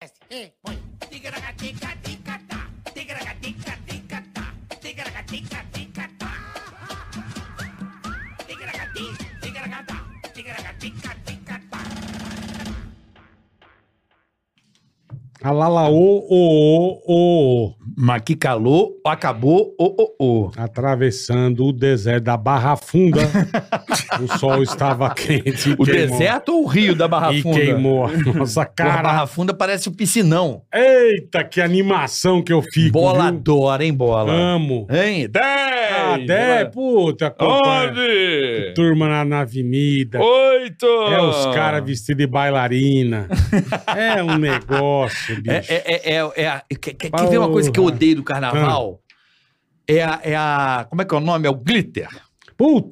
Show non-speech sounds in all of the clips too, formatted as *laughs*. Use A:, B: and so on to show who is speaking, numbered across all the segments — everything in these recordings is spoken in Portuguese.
A: S, E, põe. Tigaragatica-ticatá, tigaragatica-ticatá, tigaragatica-ticatá. Tigaragati, tigaragatá, tigaragatica-ticatá.
B: Alalaô, o, o, o,
C: Mas que calor, acabou, ô, ô, ô.
B: atravessando o deserto da Barra Funda. o sol estava quente. e
C: O
B: queimou-
C: deserto ou o rio da Barra
B: E
C: Funda?
B: queimou a nossa
C: Pô, A
B: cara.
C: Barra Funda parece um piscinão.
B: Eita, que animação que eu fico.
C: bola
B: viu?
C: adora, hein, bola?
B: Amo.
C: Hein?
B: Ah,
D: 10!
B: Dé, puta, acompanha.
D: 11!
B: Turma na, na avenida.
D: 8!
B: É os caras vestidos de bailarina. é um negócio, bicho.
C: É, é, é, é, é a- quer, quer- quer ver uma coisa que eu odeio do carnaval? É a, é a. Como é que é o nome? É o glitter.
B: Puta,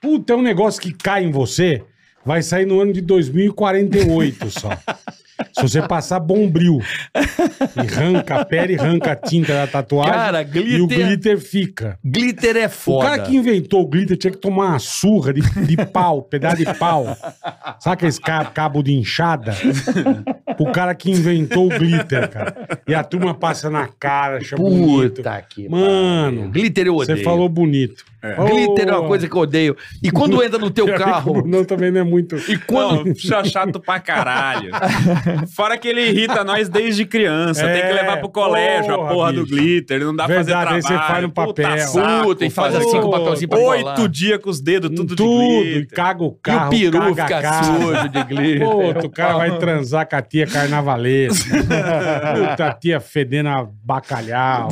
B: puta, é um negócio que cai em você, vai sair no ano de 2048 só. Se você passar bombril e arranca a pele, arranca a tinta da tatuagem
C: Cara,
B: e o
C: glitter-
B: glitter fica.
C: Glitter é
B: O
C: foda.
B: cara que inventou o glitter tinha que tomar uma surra de, de pau, pedaço de pau. Sabe aqueles ca- cabo de inchada? O cara que inventou o glitter, cara. E a turma passa na cara, chama bonito.
C: Puta que.
B: Mano,
C: Glitter eu odeio.
B: você falou bonito.
C: Glitter é
B: Ô,
C: uma coisa que eu odeio. E quando entra
B: *laughs*
C: no teu carro.
B: Não, também não é muito.
C: E
D: Quando...
C: quando.
D: Não, cha- chato
B: *laughs*
D: pra caralho. Fora que ele irrita nós desde criança.
B: É,
D: Tem que levar pro colégio
B: porra,
D: a porra do
B: bicho.
D: glitter. Não dá pra fazer
B: Verdade, aí
D: trabalho.
B: você faz no papel.
C: Puta, e faz
D: fazer
C: assim com o
B: Ô,
C: papelzinho pra colar.
D: Oito dias com os dedos, tudo,
B: Tudo,
D: de
B: e
D: glitter.
B: caga o
C: E o
B: carro.
C: peru
B: caga a
C: fica
B: casa.
C: sujo de glitter.
B: Puta, o cara vai transar com a tia carnavalesca. Puta, a tia fedendo a bacalhau.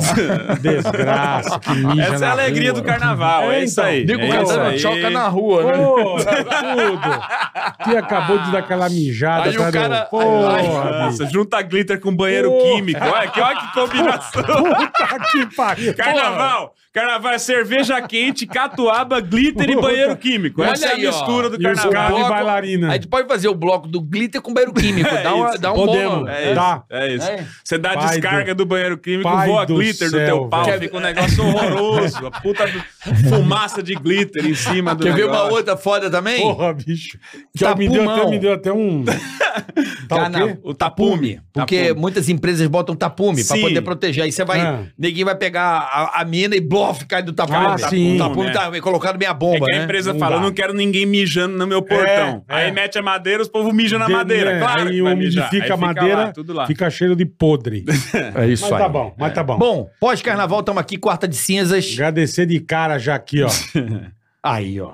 B: Desgraça, que mija
D: Essa é
B: na
D: a alegria
B: rua.
D: do carnaval, é,
B: É,
D: isso
B: então.
D: aí.
C: Digo,
D: é
C: o
D: isso
C: cara
D: aí.
C: choca na rua, né?
B: Pô, tá tudo. Tia acabou de dar aquela mijada.
C: Aí o
B: tá no-
C: cara-
B: Porra,
C: Ai,
D: Nossa,
B: bicho.
D: junta glitter com banheiro
B: Porra.
D: químico. Olha que, olha que combinação.
B: Puta que pariu.
D: Carnaval! Carnaval é cerveja quente, catuaba, glitter e banheiro químico.
C: Olha
D: Essa
C: aí, ó.
D: é a mistura do
B: E os
D: carnaval.
B: caras de
C: bloco-
B: bailarina.
C: A gente pode fazer o bloco do glitter com banheiro
B: *laughs*
C: químico.
D: É
C: dá, uma,
D: isso.
C: dá um
B: Podemos.
C: bom.
D: É isso.
B: Tá.
D: É isso.
C: É isso.
D: Você dá a
B: Pai
D: descarga do, banheiro químico,
B: Pai
D: voa
B: do
D: glitter
B: céu,
D: do teu pau,
B: velho.
D: fica um negócio horroroso. A puta do- fumaça de glitter em cima do
C: Quer ver uma
D: negócio.
C: outra foda também?
B: Porra, bicho. Que
C: Tá
B: me deu, até,
C: pulmão.
B: me deu até
C: *laughs*
B: um. Tá o
C: Cana-
B: quê?
D: O tapume.
C: Porque é
D: Tapume.
C: muitas empresas botam tapume pra
D: Sim.
C: poder proteger. Aí você vai.
B: Ah.
C: Ninguém vai pegar a, a mina e blof, cai do tapume.
B: Ah, sim.
C: O tapume
D: É.
C: tá colocado meia
D: É
C: bomba.
D: que a
C: né?
D: empresa
B: Não
D: fala,
B: dá.
D: eu não quero ninguém mijando no meu portão.
B: é.
D: Aí mete a madeira, os povos mijam na
B: De-
D: madeira.
B: né?
D: Claro
B: aí
D: que vai mijar. Aí
B: umidifica
D: fica
B: a madeira,
D: lá, tudo lá.
B: fica cheiro de podre.
C: É isso
B: mas tá bom, mas tá bom.
C: Bom, pós-carnaval, estamos aqui, quarta de cinzas.
B: Agradecer de cara já aqui, ó.
C: Aí, ó.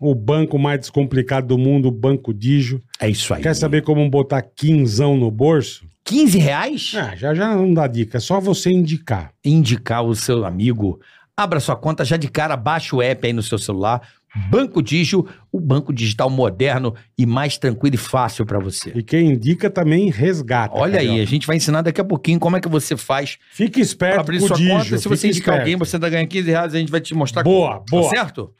B: O banco mais descomplicado do mundo, o Banco Digio.
C: É isso aí.
B: Quer saber como botar quinzão no bolso?
C: 15 reais?
B: Ah, já já não dá dica, é só você indicar.
C: indicar o seu amigo. Abra sua conta já de cara, baixa o app aí no seu celular. Banco Digio, o banco digital moderno e mais tranquilo e fácil para você.
B: E quem indica também resgata.
C: Olha aí,
B: Carioca.
C: a gente vai ensinar daqui a pouquinho como é que você faz
B: Fica
C: para
B: esperto
C: abrir
B: com o
C: sua
B: Digio.
C: conta. Se
B: fica
C: você indicar
B: esperto.
C: alguém, você tá ganhando 15 reais, a gente vai te mostrar
B: Boa, boa.
C: Tá certo?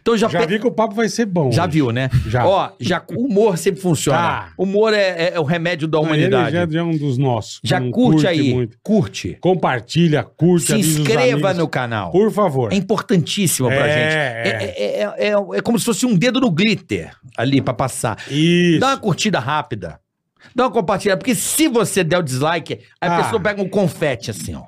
C: Então já,
B: Já
C: pe-
B: vi que o papo vai ser bom.
C: já
B: hoje.
C: viu, né?
B: Já.
C: Ó, já o humor sempre funciona.
B: Tá.
C: O Humor é, é- é o remédio da
B: Ah, ele
C: humanidade.
B: Já,
C: Já,
B: já é um dos nossos. Não
C: curte, aí,
B: muito.
C: curte.
B: Compartilha, curte,
C: Se
B: avisa os
C: inscreva
B: amigos.
C: no canal.
B: Por favor.
C: É importantíssima pra
B: É,
C: gente.
B: é.
C: É, é, é, é- é como se fosse um dedo no glitter ali pra passar.
B: Isso.
C: Dá uma curtida rápida. Dá uma compartilhada. Porque se você der o dislike, aí a
B: Ah.
C: pessoa pega um confete assim, ó.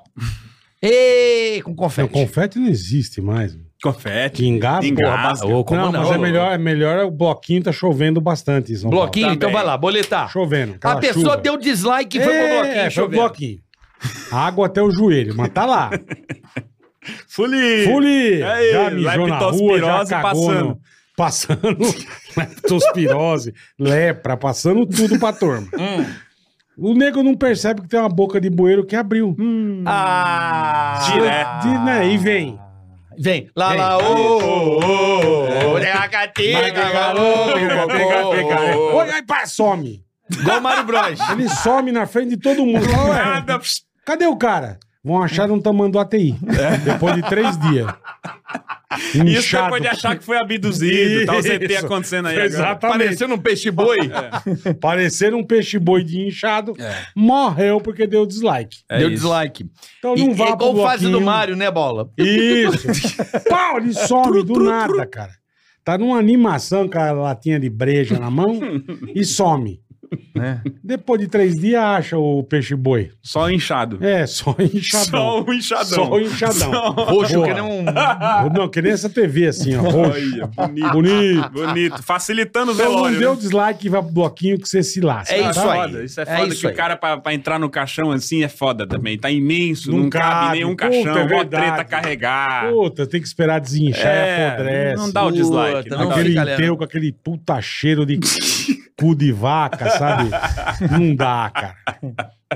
C: Ei, com
B: Não,
C: confete.
B: confete não existe mais.
D: Confete.
B: Que engasga?
D: Engasga.
C: Ah, ô, como
B: não,
C: não?
B: mas é melhor, é melhor o bloquinho tá chovendo bastante. em São
C: Bloquinho,
D: Também.
C: então vai lá,
B: Paulo.
C: boletar.
B: Chovendo.
C: A
B: aquela
C: pessoa
B: chuva.
C: deu dislike e foi pro
B: É,
C: bloquinho,
B: foi pro
C: chovendo.
B: bloquinho. Água até o joelho, mas tá
C: *laughs*
B: lá.
D: Fuli!
B: Fuli!
C: É
D: Aí,
B: já mijou na rua, já
D: leptospirose
B: cagou
D: passando.
B: no- Passando *laughs* leptospirose, lepra, passando tudo pra turma.
C: Hum.
B: O nego não percebe que tem uma boca de bueiro que abriu.
C: Hum. Ah!
D: Direto.
B: De- né, e vem.
C: Vem, lá,
B: Vem.
C: lá, ô, ô, ô, ô, é a catinga, garoto,
B: Olha aí, pá, some.
C: Igual o Mário Bros.
B: Ele some na frente de todo mundo. Fala, ué,
C: Ah,
D: Nada, pss,
B: Cadê o cara? Vão achar um tamanho do ATI. Depois de três dias.
D: É. *laughs* Isso você pode achar que foi abduzido, tá o ZT
B: Isso.
D: acontecendo aí agora.
B: Exatamente.
C: Parecendo um peixe-boi.
B: Pareceram um peixe boi de inchado, morreu porque deu dislike.
D: É
C: Deu
D: isso.
C: dislike.
B: Então
C: E,
B: não vá
C: é
B: pro
C: igual fase do
B: bloquinho.
C: Mário, né, Bola?
B: Isso. *laughs* Pau, ele some do
D: *laughs*
B: nada, cara. Tá numa animação com a latinha de breja na mão e some.
C: né?
D: É.
B: Depois de três dias, acha o peixe-boi.
D: *laughs* Só inchado.
B: É, só *laughs*
D: Só
B: inchadão.
D: o inchadão.
B: Só o inchadão.
D: Só-
C: Roxo
B: Boa.
C: que nem um...
B: Não, que nem essa TV, assim, ó. Roxo.
D: Olha, bonito.
B: Bonito.
D: Bonito. Facilitando o
B: Então não
D: velório.
B: deu
D: né?
B: dislike e vai pro bloquinho que você se lasca.
C: É isso
B: tá?
C: aí.
D: Foda, Isso é
C: É
D: foda
C: isso
D: que
C: aí.
D: o cara pra, pra entrar no caixão assim é foda também. Tá imenso, não,
B: Não
D: cabe,
B: cabe,
D: nenhum
B: puta,
D: caixão.
B: é
D: Mó
B: verdade.
D: treta carregar.
B: Puta, tem que esperar desinchar e apodrece.
D: É, não dá o dislike.
C: Puta,
D: não dá o
C: fica
B: Aquele
C: lendo.
B: enterro com aquele puta cheiro
D: *laughs*
B: de cu de vaca, sabe? Não dá, cara.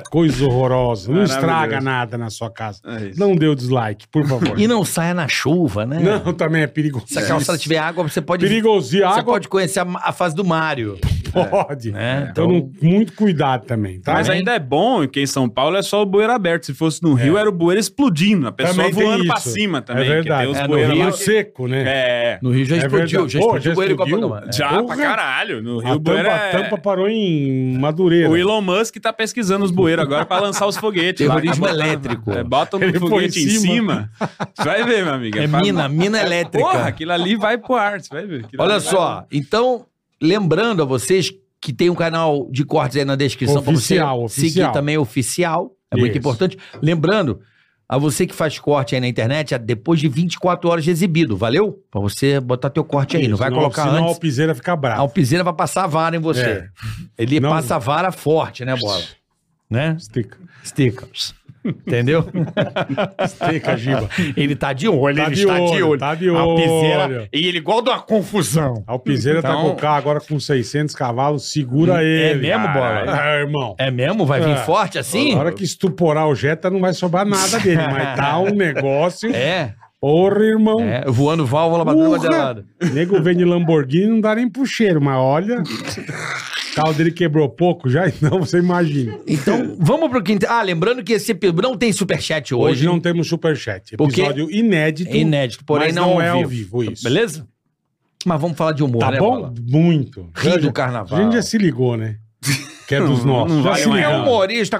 B: Coisa horrorosa. Não estraga
D: Maravilhoso.
B: nada na sua casa.
D: É isso.
B: Não dê o dislike, por favor.
C: *laughs* E não saia na chuva, né?
B: Não, também é perigoso.
C: Se a calçada tiver água, você pode...
B: Perigosinho.
C: Você
B: Água
C: pode conhecer a, a fase do Mário.
B: pode.
C: né?
B: Então, não- muito cuidado também, tá?
D: é. Mas ainda é bom que em São Paulo é só o bueiro aberto. Se fosse no Rio, era o bueiro explodindo. A pessoa
B: É. Também tem
D: voando pra
B: isso.
D: cima também.
B: É
D: que
B: verdade.
D: Tem os
C: É, no
D: bueiros
C: Rio
D: lá.
B: Rio
C: que-
B: seco, né?
D: É.
C: No Rio já
B: É
C: explodiu,
B: verdade.
C: já
B: Pô,
C: explodiu o ele com a Copacabana.
D: Já
B: Porra.
D: pra caralho. No Rio,
B: A
D: o bueiro
B: tampa, a
D: é...
B: tampa parou em Madureira.
D: O Elon Musk tá pesquisando os bueiros agora pra lançar os foguetes. lá.
C: Terrorismo
D: Tá botando-
C: um elétrico.
D: É, bota um
B: Ele foi
D: foguete
B: em
D: em cima. Você vai ver, meu amigo.
C: É
D: pra-
C: mina, mina elétrica.
D: Porra, aquilo ali vai pro ar. Você vai ver. Aquilo
C: Olha
D: ali vai-
C: só, então, lembrando a vocês que tem um canal de cortes aí na descrição
B: Oficial,
C: pra você
B: oficial.
C: seguir também oficial. É muito
B: Isso.
C: importante. Lembrando, a você que faz corte aí na internet, é depois de 24 horas de exibido, valeu? Pra você botar teu corte aí, não vai
B: Senão-
C: colocar
B: Senão a
C: antes.
B: alpizeira fica
C: A
B: brava.
C: Alpizeira vai passar a vara em você.
B: É.
C: Ele
B: Não-
C: passa a vara forte, né, Bola? Né?
B: Estica.
C: Stickers.
B: *laughs*
C: Entendeu?
B: Estica, Giba.
C: *laughs* ele tá de olho,
B: Tá
C: ele
B: de
C: está de
B: olho,
C: olho.
B: tá de
C: A
B: olho.
C: Alpizeira, e ele igual dá uma confusão.
B: A Alpizeira tá
C: Então- É
B: com o carro agora com 600 cavalos, segura ele.
C: mesmo, Bola?
B: Ah, irmão.
C: É mesmo? Vai vir
B: É.
C: forte assim?
B: Na hora que estuporar o Jetta, não vai sobrar nada dele, mas dá
C: *laughs*
B: um negócio.
C: É,
B: Porra, irmão.
C: é, voando válvula batendo
B: Urra!
C: lado.
B: Nego vem de Lamborghini não dá nem pro cheiro, mas olha. O carro dele quebrou pouco já, *laughs* então você imagina.
C: Então, vamos pro quinto. Ah, lembrando que esse episódio não tem superchat
B: Hoje
C: hoje.
B: não temos superchat.
C: Porque-
B: Episódio inédito.
C: É inédito, porém
B: mas
C: não,
B: é
C: ao vivo.
B: isso.
C: Beleza? Mas vamos falar de humor,
B: Tá
C: né,
B: bom?
C: Bola?
B: Muito.
C: Rio do
B: A
C: carnaval.
B: gente já se ligou, né? Que é dos
D: *laughs* Não,
B: nossos.
D: não
B: Já
D: vale
B: se
D: mais
C: é
D: ligamos.
B: ligou. Já
C: humorista,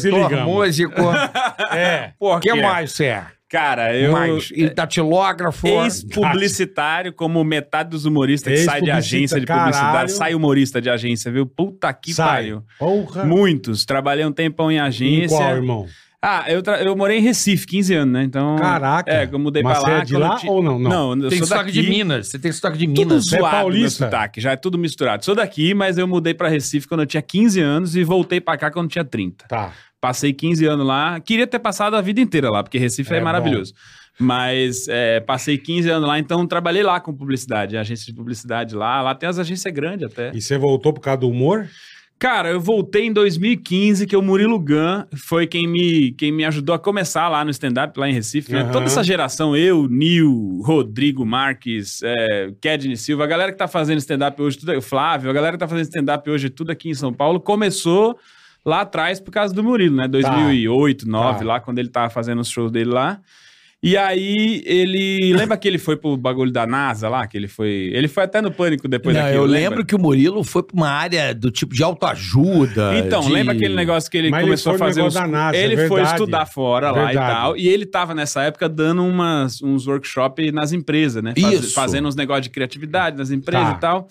B: se ligamos.
C: compositor, músico.
B: *laughs* É.
D: Por
C: O que
D: quê?
C: mais você é?
D: Cara, eu...
C: Mais e datilógrafo.
D: Ex-publicitário, como metade dos humoristas que sai de agência de publicidade.
B: Caralho.
D: Sai humorista de agência, viu? Puta que
B: Sai.
D: pariu.
B: Porra.
D: Muitos. Trabalhei um tempão em
B: Em
D: agência.
B: qual, irmão?
D: Ah, eu, tra- eu morei em Recife, 15 anos, né? Então.
B: Caraca.
D: É, que eu mudei
B: Mas
D: pra lá.
B: você é de
D: quando
B: lá
D: eu ti-
B: ou não? Não.
D: eu
C: Tem
D: sou
C: sotaque
D: daqui.
C: de Minas. né? Você tem sotaque de
D: Tudo
C: Minas.
B: Você é
D: zoado, meu
B: paulista?
D: sotaque, já é tudo misturado. Sou daqui, mas eu mudei pra Recife quando eu tinha 15 anos e voltei pra cá quando eu tinha 30.
B: Tá.
D: Passei 15 anos lá. Queria ter passado a vida inteira lá, porque Recife é,
B: É,
D: maravilhoso. Mas é, passei 15 anos lá, então trabalhei lá com publicidade, agência de publicidade lá. Lá tem as agências grandes até.
B: E você voltou por causa do humor?
D: Cara, eu voltei em 2015, que o Murilo Gun foi quem me, quem me ajudou a começar lá no stand-up, lá em Recife. né?
B: Aham.
D: Toda essa geração, eu, Nil, Rodrigo Marques, é, Kedney Silva, a galera que tá fazendo stand-up hoje, tudo, o Flávio, a galera que tá fazendo stand-up hoje, tudo aqui em São Paulo, começou lá atrás por causa do Murilo,
C: Tá.
D: né? 2008, 2009,
B: Tá.
D: lá quando ele tava fazendo os shows dele lá. E aí, ele. Lembra que ele foi pro bagulho da NASA lá? Que ele foi. Ele foi até no pânico depois
C: Não,
D: daquilo.
C: eu
D: lembra?
C: lembro que o Murilo foi pra uma área do tipo de autoajuda.
D: Então,
C: É, de-
D: lembra aquele negócio que ele
B: Mas ele
D: começou
B: foi no
D: a fazer
B: negócio
D: uns-
B: da NASA,
D: ele
B: é
D: foi
B: verdade.
D: estudar fora lá e
B: Verdade.
D: tal. E ele tava nessa época dando umas, uns workshops nas empresas, né?
C: Isso.
D: Fazendo uns negócios de criatividade nas empresas
B: Tá.
D: e tal.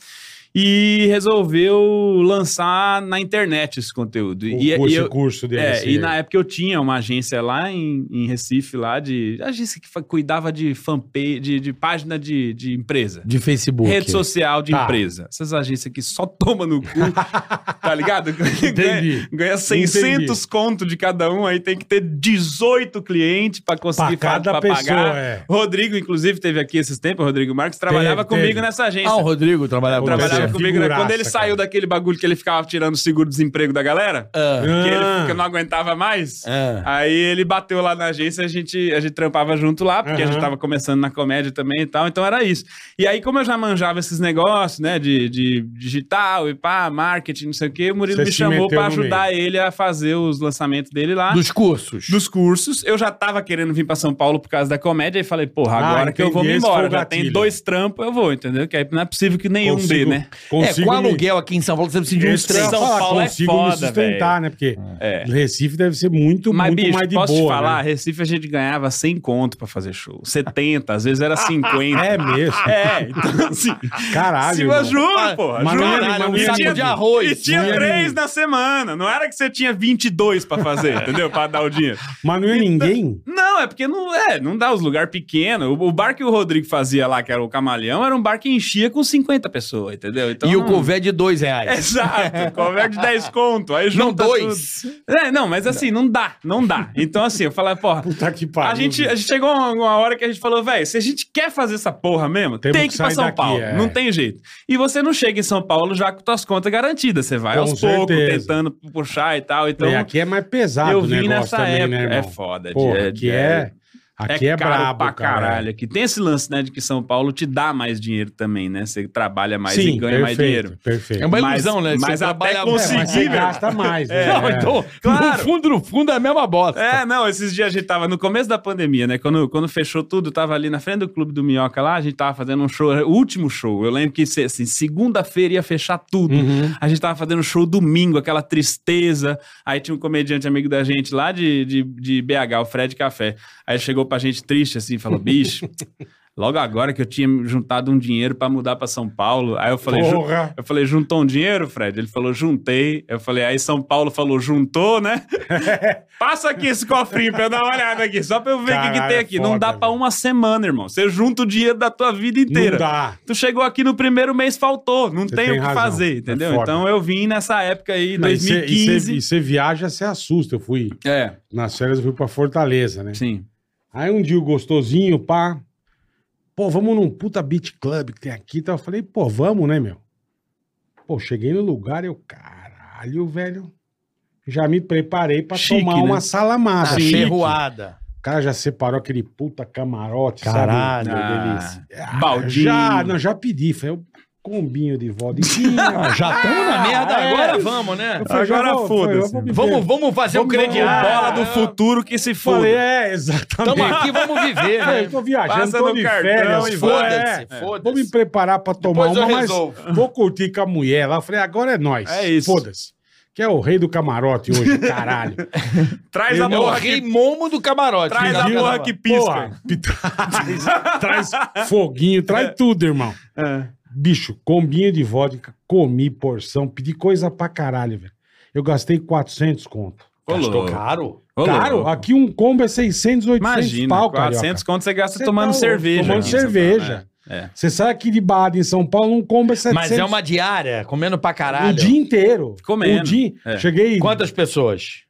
D: E resolveu lançar na internet esse conteúdo.
B: O
D: E,
B: curso,
D: e eu-
B: curso dele.
D: é,
B: esse-
D: e na época eu tinha uma agência lá em, em Recife, lá de. Agência que fa- cuidava de fanpage, de, de página de, de empresa.
C: De Facebook.
D: Rede social de
B: Tá.
D: empresa. Essas agências que só toma no cu,
B: *laughs*
D: tá ligado?
B: Entendi.
D: Ganha, ganha 600 conto de cada um, aí tem que ter 18 clientes pra
B: Pra
D: conseguir fa-
B: cada
D: pra
B: pessoa,
D: pagar.
B: é.
D: Rodrigo, inclusive, teve aqui esses tempos, Rodrigo Marques, trabalhava
B: Teve,
D: comigo
B: teve.
D: nessa agência.
C: Ah, o Rodrigo trabalhava com
D: trabalhava
B: você.
C: você.
D: comigo, né?
B: Figuraça,
D: Quando ele
B: cara.
D: saiu daquele bagulho que ele ficava tirando o seguro-desemprego da galera,
C: Ah,
D: que ele
B: Ah, É.
D: fica- não aguentava mais,
C: ah.
D: Aí ele bateu lá na agência, a gente, a gente trampava junto lá, porque a
B: Aham.
D: gente tava começando na comédia também e tal, então era isso. E aí, como eu já manjava esses negócios, né, de, de digital e pá, marketing, não sei o quê, o Murilo
B: Você
D: me
B: se
D: chamou
B: meteu
D: pra
B: no
D: ajudar ele a fazer os lançamentos dele lá.
C: Dos cursos.
D: Dos cursos, eu já tava querendo vir pra São Paulo por causa da comédia e falei, porra,
B: Ah,
D: agora que eu
B: entendi,
D: vou me
B: esse foi
D: embora.
B: o
D: Já
B: gatilho.
D: tem dois trampos, eu vou, entendeu? Que aí não é possível que nenhum dê,
B: consigo-
D: né?
C: É,
B: Consigo
C: com
B: me-
C: aluguel aqui em São Paulo, você precisa de uns
B: Esse que eu ia
C: três.
D: um São
B: falar,
D: Paulo é
B: consigo me
D: foda,
B: sustentar, né? Porque
D: É.
B: Recife deve ser muito,
D: Mas,
B: muito
D: bicho,
B: mais de
D: posso
B: boa.
D: te falar?
B: né?
D: Recife a gente ganhava 100 conto pra fazer show. 70, às *laughs* vezes era 50.
B: É mesmo.
D: É, então *laughs* assim.
B: Caralho.
D: se,
B: irmão.
D: mas juro, porra.
B: Mas
D: juro.
B: não era-
C: Caralho, um
B: mas
D: E
B: não
C: saco
B: tinha-
C: de arroz.
D: E tinha
B: Não era
D: três
B: ninguém.
D: na semana. Não era que você tinha 22 pra *laughs* fazer, entendeu? Pra dar o dinheiro.
B: Mas não é ninguém?
D: Não, é porque não é, não dá os lugares pequenos. O, o bar que o Rodrigo fazia lá, que era o Camalhão, era um bar que enchia com 50 pessoas, entendeu? Então,
C: e o
D: não-
C: couvé de dois reais.
D: *laughs* Exato, converte 10 conto. Aí
C: não
D: junta
C: dois.
D: tudo. É, não, mas assim, não dá, não dá. Então, assim, eu falei, porra,
B: Puta que pariu.
D: a gente, a gente chegou a uma hora que a gente falou, velho, se a gente quer fazer essa porra mesmo,
B: Temos
D: tem
B: que
D: que ir pra
B: sair
D: São
B: daqui,
D: Paulo.
B: é.
D: Não tem jeito. E você não chega em São Paulo já com suas contas garantidas. Você vai
B: Com
D: aos poucos,
B: certeza.
D: tentando puxar e tal. Então,
B: E aqui é mais pesado
D: eu
B: o
D: vim
B: negócio
D: nessa
B: também,
D: época.
B: né, irmão?
D: é foda.
B: Porra,
D: de-
B: aqui é... Aqui é,
D: caro
B: brabo,
D: pra
B: cara.
D: caralho. Aqui tem esse lance, né, de que São Paulo te dá mais dinheiro também, né? Você trabalha mais e
B: Sim,
D: ganha mais
B: perfeito,
D: dinheiro.
B: perfeito.
C: É uma
D: Mas-
C: ilusão, né?
D: mas
C: Você
D: até
C: trabalha-
D: conseguir,
B: É, mas você
D: velho.
B: gasta mais,
D: *laughs*
B: né?
C: Não, então,
D: Claro.
C: no fundo, no fundo, é a mesma bosta.
D: É, não, esses dias a gente tava no começo da pandemia, né? Quando, quando fechou tudo, tava ali na frente do Clube do Minhoca lá, a gente tava fazendo um show, o último show. Eu lembro que, assim, segunda-feira ia fechar tudo.
B: Uhum.
D: A gente tava fazendo show domingo, aquela tristeza. Aí tinha um comediante amigo da gente lá de, de, de BH, o Fred Café. Aí chegou pra gente triste assim, falou:
B: *laughs*
D: bicho, logo agora que eu tinha juntado um dinheiro pra mudar pra São Paulo. Aí eu falei: "Ju-
B: Porra.
D: eu falei, juntou um dinheiro, Fred? Ele falou, juntei. Eu falei, aí São Paulo falou,
B: *laughs*
D: juntou, né? Passa aqui esse cofrinho pra eu dar uma olhada aqui, só pra eu ver o que que,
B: Caralho,
D: tem aqui.
B: é
D: não
B: foda,
D: dá pra
B: velho.
D: uma semana, irmão. Você junta o dinheiro da tua vida inteira.
B: Não dá.
D: Tu chegou aqui no primeiro mês, faltou. Não
B: Você
D: tem,
B: tem
D: o que
B: razão.
D: fazer,
B: É
D: entendeu?
B: foda.
D: então eu vim nessa época aí,
B: Não, é- e cê- e cê-
D: 2015.
B: E você viaja, você assusta. Eu fui,
D: É,
B: nas férias eu fui pra Fortaleza, né?
D: sim.
B: Aí um dia o gostosinho, pá. Pô, vamos num puta beat club que tem aqui. e tal. Eu falei, pô, vamos, né, meu? Pô, cheguei no lugar, eu, caralho, velho. Já me preparei pra
D: Chique,
B: tomar
D: né?
B: uma
C: Tá
B: salamada. Chique.
C: Acherroada.
B: O cara já separou aquele puta camarote,
C: Caralho.
B: sabe?
D: Ah,
B: É delícia. Ah,
D: baldinho.
B: Já, não, já pedi. Falei, eu, combinho de vodinha.
C: Já estamos Tá, na merda
B: é.
C: agora, vamos, né?
B: Eu falei, já
D: Agora
B: vou- falei,
D: foda-se.
B: eu vou me
C: Vamos, vamos fazer um
B: Vamos
C: crediário.
B: dar uma
D: Bola do futuro que se foda.
B: Falei, é, exatamente.
C: Estamos aqui, vamos *laughs* viver,
B: É, eu
C: né?
B: tô viajando,
D: Passa
B: tô
D: no
B: de
D: cartão
B: férias,
D: e
B: pô,
D: vai.
B: é.
C: Foda-se,
B: Vou me
C: foda-se.
B: preparar pra tomar
C: Depois eu
B: uma, mas
C: resolvo.
B: vou curtir com a mulher lá. Eu Falei, agora é nós.
D: É isso.
B: Foda-se. Que é o rei do camarote hoje, caralho.
D: Traz
B: Eu
D: a
C: É o
D: porra
C: rei
D: que...
C: momo do camarote.
D: Traz a
C: Filho da
D: porra
C: puta.
D: que pisca.
B: Porra, *laughs* traz, traz foguinho, traz tudo, irmão.
D: É.
B: Bicho, combinho de vodka, comi porção, pedi coisa pra caralho, velho. Eu gastei 400 conto.
D: Ô,
C: Gastou
D: louco.
C: caro.
D: Ô,
B: Claro,
D: louco.
B: aqui um combo é 600, 800
D: Imagina,
B: pau, cara.
D: 400 conto você gasta
B: Você tá
D: tomando
B: louco,
D: cerveja.
B: tomando
D: aqui em São
B: cerveja.
D: Paulo, né? É.
B: Você sai aqui de Baden, em São Paulo, um combo é 700
C: Mas é uma diária, comendo pra
B: O
C: caralho.
B: Um dia inteiro.
D: Comendo,
B: O dia...
D: é.
B: Cheguei
C: Quantas pessoas?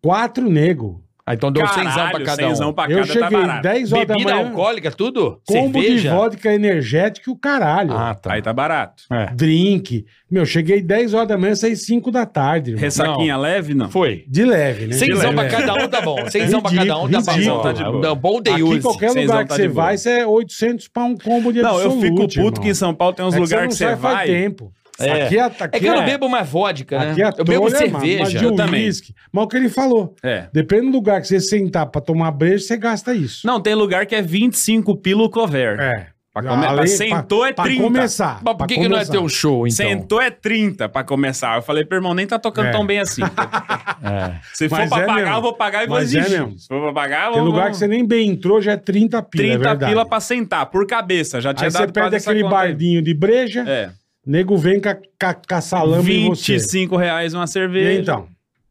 B: quatro nego.
C: Ah, então deu cenzão pra cada um.
D: Cenzão pra
B: Eu
D: cada tá
B: cheguei
D: barato.
B: 10 horas
C: Bebida
B: da manhã.
C: alcoólica, tudo?
B: Combo
C: Cerveja?
B: de vodka energética e o caralho.
C: Ah, tá.
D: Aí tá barato.
B: É. Drink. Meu, cheguei 10 horas da manhã, saí 5 da tarde. irmão.
D: Ressaquinha leve, não.
C: Foi.
B: De leve, né? De
C: Cenzão
B: leve.
C: pra cada um tá bom. Cenzão pra cada um tá
B: Ridículo,
C: bom.
D: tá de boa.
C: Dá bom de
B: Aqui,
C: use.
B: qualquer
D: Cenzão
B: lugar que
D: tá
B: você
D: de boa.
B: vai, você é 800 pra um combo de
D: Não, eu
B: absolute,
D: fico puto
B: irmão.
D: que em São Paulo tem uns
B: É que
D: lugares que você
B: não sai
D: vai.
B: faz tempo.
C: É.
B: Aqui, aqui
C: É que eu não
B: é-
C: bebo mais vodka, né?
B: Aqui é
C: Eu bebo
B: trolha, mano, mas de um
C: cerveja.
D: eu também.
B: uísque. Mas o que ele falou.
D: É.
B: Depende do lugar que você sentar pra tomar breja, você gasta isso.
D: Não, tem lugar que é 25 pila o cover.
B: É.
D: Pra come- pra sentou é 30.
B: Pra começar.
C: Mas por
B: pra
C: que, que não é
B: começar.
C: teu show, então?
D: Sentou é 30 pra começar. Eu falei, meu irmão, nem tá tocando
B: É.
D: tão bem
B: *laughs*
D: assim.
C: É.
D: Se for
B: Mas
D: pra
B: é
D: pagar,
B: mesmo.
D: eu vou pagar e vou
B: Mas é
D: exigir.
B: mesmo.
D: Se for pra pagar, eu
B: Tem
D: vou.
B: lugar que você nem bem entrou, já é 30 pila. 30 é
D: 30
B: verdade.
D: pila pra sentar, por cabeça. Já tinha
B: Aí você
D: dado
B: perde
D: quase essa
B: aquele
D: conta aí.
B: bardinho de breja,
D: É.
B: nego vem com a, com a- com a salame em você.
D: 25 reais uma
B: E
D: cerveja.
B: aí, então?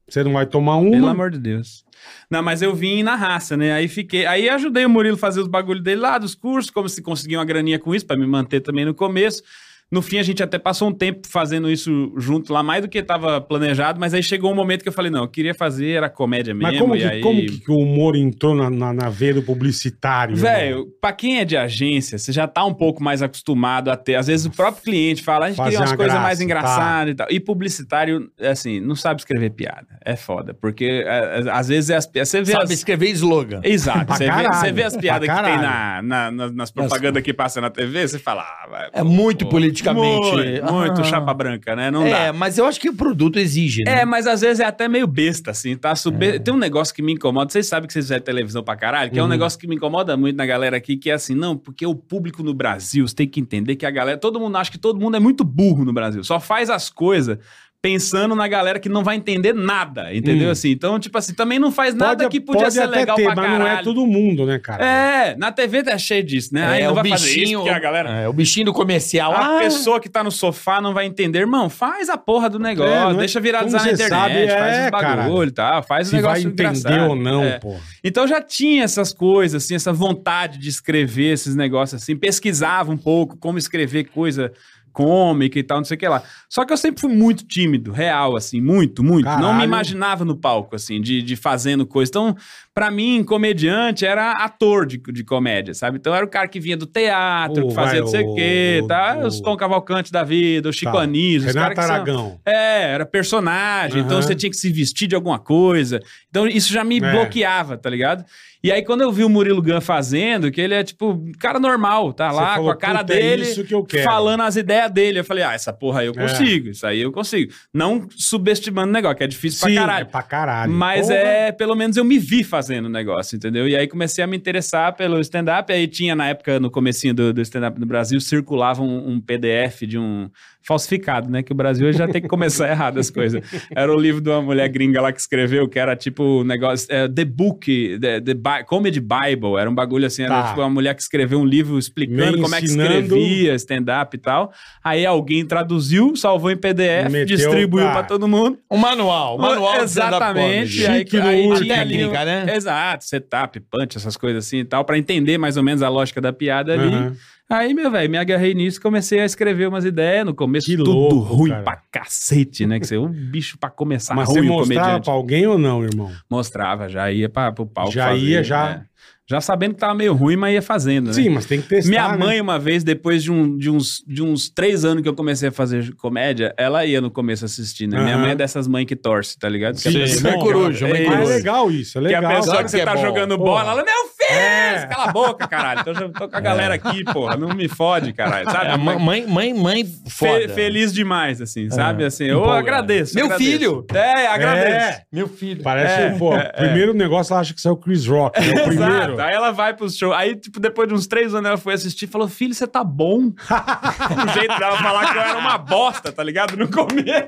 B: Você não vai tomar
D: Pelo
B: uma?
D: amor de Deus. Não, mas eu vim na raça, né? Aí fiquei. Aí ajudei o Murilo a fazer os bagulhos dele lá, dos cursos, como se conseguia uma graninha com isso, pra me manter também no começo. No fim, a gente até passou um tempo fazendo isso junto lá, mais do que tava planejado, mas aí chegou um momento que eu falei, não, eu queria fazer, era comédia mesmo.
B: Mas como
D: e
B: que,
D: aí...
B: como que o humor entrou na, na, na veia do publicitário? irmão?
D: Velho, pra quem é de agência, você já tá um pouco mais acostumado a ter. Às vezes o próprio cliente fala, a gente
B: Fazer
D: queria umas
B: uma
D: coisas
B: graça,
D: mais
B: tá.
D: engraçadas e tal. E publicitário, assim, não sabe escrever piada. É foda. Porque é, é, às vezes é as pi- você vê
C: Sabe
D: as...
C: escrever slogan.
D: Exato.
B: Pra
D: Você vê,
B: caralho,
D: você vê as
B: pra
D: piadas que tem
B: caralho.
D: na, na- na- nas propagandas que passa na TV, você fala. Ah, vai,
C: É muito
D: pô,
C: politicamente.
D: Muito, muito
C: Ah.
D: chapa branca, né? Não dá.
C: É, mas eu acho que o produto exige, né?
D: É, mas às vezes é até meio besta, assim, tá? Sube... Tem um negócio que me incomoda. Vocês sabem que vocês fizeram televisão pra caralho, que é um
B: Uhum.
D: negócio que me incomoda muito na galera aqui, que é assim, não, porque o público no Brasil, você tem que entender que a galera. Todo mundo acha que todo mundo é muito burro no Brasil. Só faz as coisas pensando na galera que não vai entender nada, entendeu?
B: Hum.
D: Assim, então, tipo assim, também não faz nada que podia
B: pode
D: ser
B: até
D: legal
B: ter,
D: pra
B: mas
D: caralho.
B: não é todo mundo, né, cara?
D: É, na TV tá cheio disso,
B: É,
D: né? Aí não vai fazer isso porque a galera...
C: é, o bichinho do comercial. Ah,
D: A pessoa que tá no sofá não vai entender, irmão. Faz a porra do negócio,
B: É, não é-
D: deixa viralizar na
B: como você
D: internet,
B: sabe,
D: faz
B: é,
D: os bagulho e tal, faz o
B: Se vai
D: negócio
B: entender
D: engraçado.
B: ou não,
D: É.
B: pô. tá.
D: Então já tinha essas coisas, assim, essa vontade de escrever esses negócios assim, pesquisava um pouco como escrever coisa cômica e tal, não sei o que lá. Só que eu sempre fui muito tímido, real, assim, muito, muito. Não
B: Caralho.
D: me imaginava no palco, assim, de, de fazendo coisa. Então, pra mim, comediante era ator de, de comédia, sabe? Então era o cara que vinha do teatro,
B: O-
D: que fazia
B: vai,
D: não sei
B: o-
D: o quê, tá?
B: o-
D: Os Tom Cavalcante da vida, o Chico
B: Tá.
D: Anísio, os caras
B: Renato
D: que são-
B: Aragão.
D: é, era personagem, então
B: Aham.
D: você tinha que se vestir de alguma coisa. Então isso já me
B: É.
D: bloqueava, tá ligado? E aí quando eu vi o Murilo Gun fazendo, que ele é tipo um cara normal, tá
B: Você
D: lá
B: falou,
D: com a cara
B: "Puta, é
D: dele,
B: isso que eu quero."
D: falando as ideias dele. Eu falei, ah, essa porra aí eu
B: É.
D: consigo, isso aí eu consigo. Não subestimando o negócio, que é difícil
B: Sim,
D: pra caralho.
B: é pra caralho.
D: Mas
B: Porra.
D: é, pelo menos eu me vi fazendo o negócio, entendeu? E aí comecei a me interessar pelo stand-up. Aí tinha, na época, no comecinho do, do stand-up no Brasil, circulava um, um PDF de um falsificado, né? Que o Brasil já tem que começar *laughs* errado as coisas. Era o livro de uma mulher gringa lá que escreveu, que era tipo um negócio, é, The Book, The, the Bi- Comedy Bible. Era um bagulho assim, era
B: Tá.
D: tipo uma mulher que escreveu um livro explicando
B: Me
D: como é que
B: ensinando-
D: escrevia stand-up e tal. Aí alguém traduziu, salvou em PDF,
B: Meteu tá.
D: distribuiu
B: pra-
D: pra todo mundo.
C: o um manual. O manual do stand-up
D: Exatamente.
C: comedy.
B: aí- Chique no
C: A
B: tinha
C: técnica,
D: ali um-
C: né?
D: Exato, setup, punch, essas coisas assim e tal, pra entender mais ou menos a lógica da piada ali.
B: Aham.
D: Aí, meu velho, me agarrei nisso, comecei a escrever umas ideias. No começo,
B: Que
D: tudo
B: louco,
D: ruim
B: cara.
D: pra cacete, né? Que você é um bicho pra começar
B: Mas você
D: ruim, o
B: mostrava
D: comediante.
B: pra alguém ou não, irmão?
D: Mostrava, já ia pra, pro palco.
B: Já
D: fazer,
B: ia, já-
D: né? Já sabendo que tava meio ruim, mas ia fazendo, né?
B: Sim, mas tem que testar.
D: Minha
B: né?
D: mãe, uma vez, depois de, um- de uns, de uns três anos que eu comecei a fazer comédia, ela ia no começo assistir, né? Minha
B: Aham.
D: mãe é dessas mães que torce, tá ligado? Que a
B: Sim,
D: pessoa-
B: mãe
C: coruja, mãe
D: É
B: Mas
C: coruja.
D: isso.
B: é legal isso, é
D: Que a
B: legal.
D: pessoa
C: Sabe
D: que
C: que
D: você
C: é
D: tá
C: bom,
D: jogando
B: porra.
D: bola, ela, meu filho,
B: É.
D: cala a boca, caralho. Tô, já- tô com a galera aqui, porra, não me fode, caralho, sabe?
C: É, mãe, mãe, mãe, mãe
D: Fe-
C: foda.
D: feliz demais, assim, sabe? Assim, eu
C: Empolgado.
D: agradeço.
C: Meu
D: agradeço.
C: filho!
D: É, agradeço.
B: É,
C: Meu filho.
B: parece, um, pô, primeiro negócio ela acha que isso é o Chris Rock. É o primeiro.
D: É, *laughs* Exato. Aí ela vai pro show. Aí, tipo, depois de uns três anos, ela foi assistir e falou: Filho, você
B: *laughs*
D: tá bom. o jeito dela falar que eu era uma bosta, tá ligado? No começo.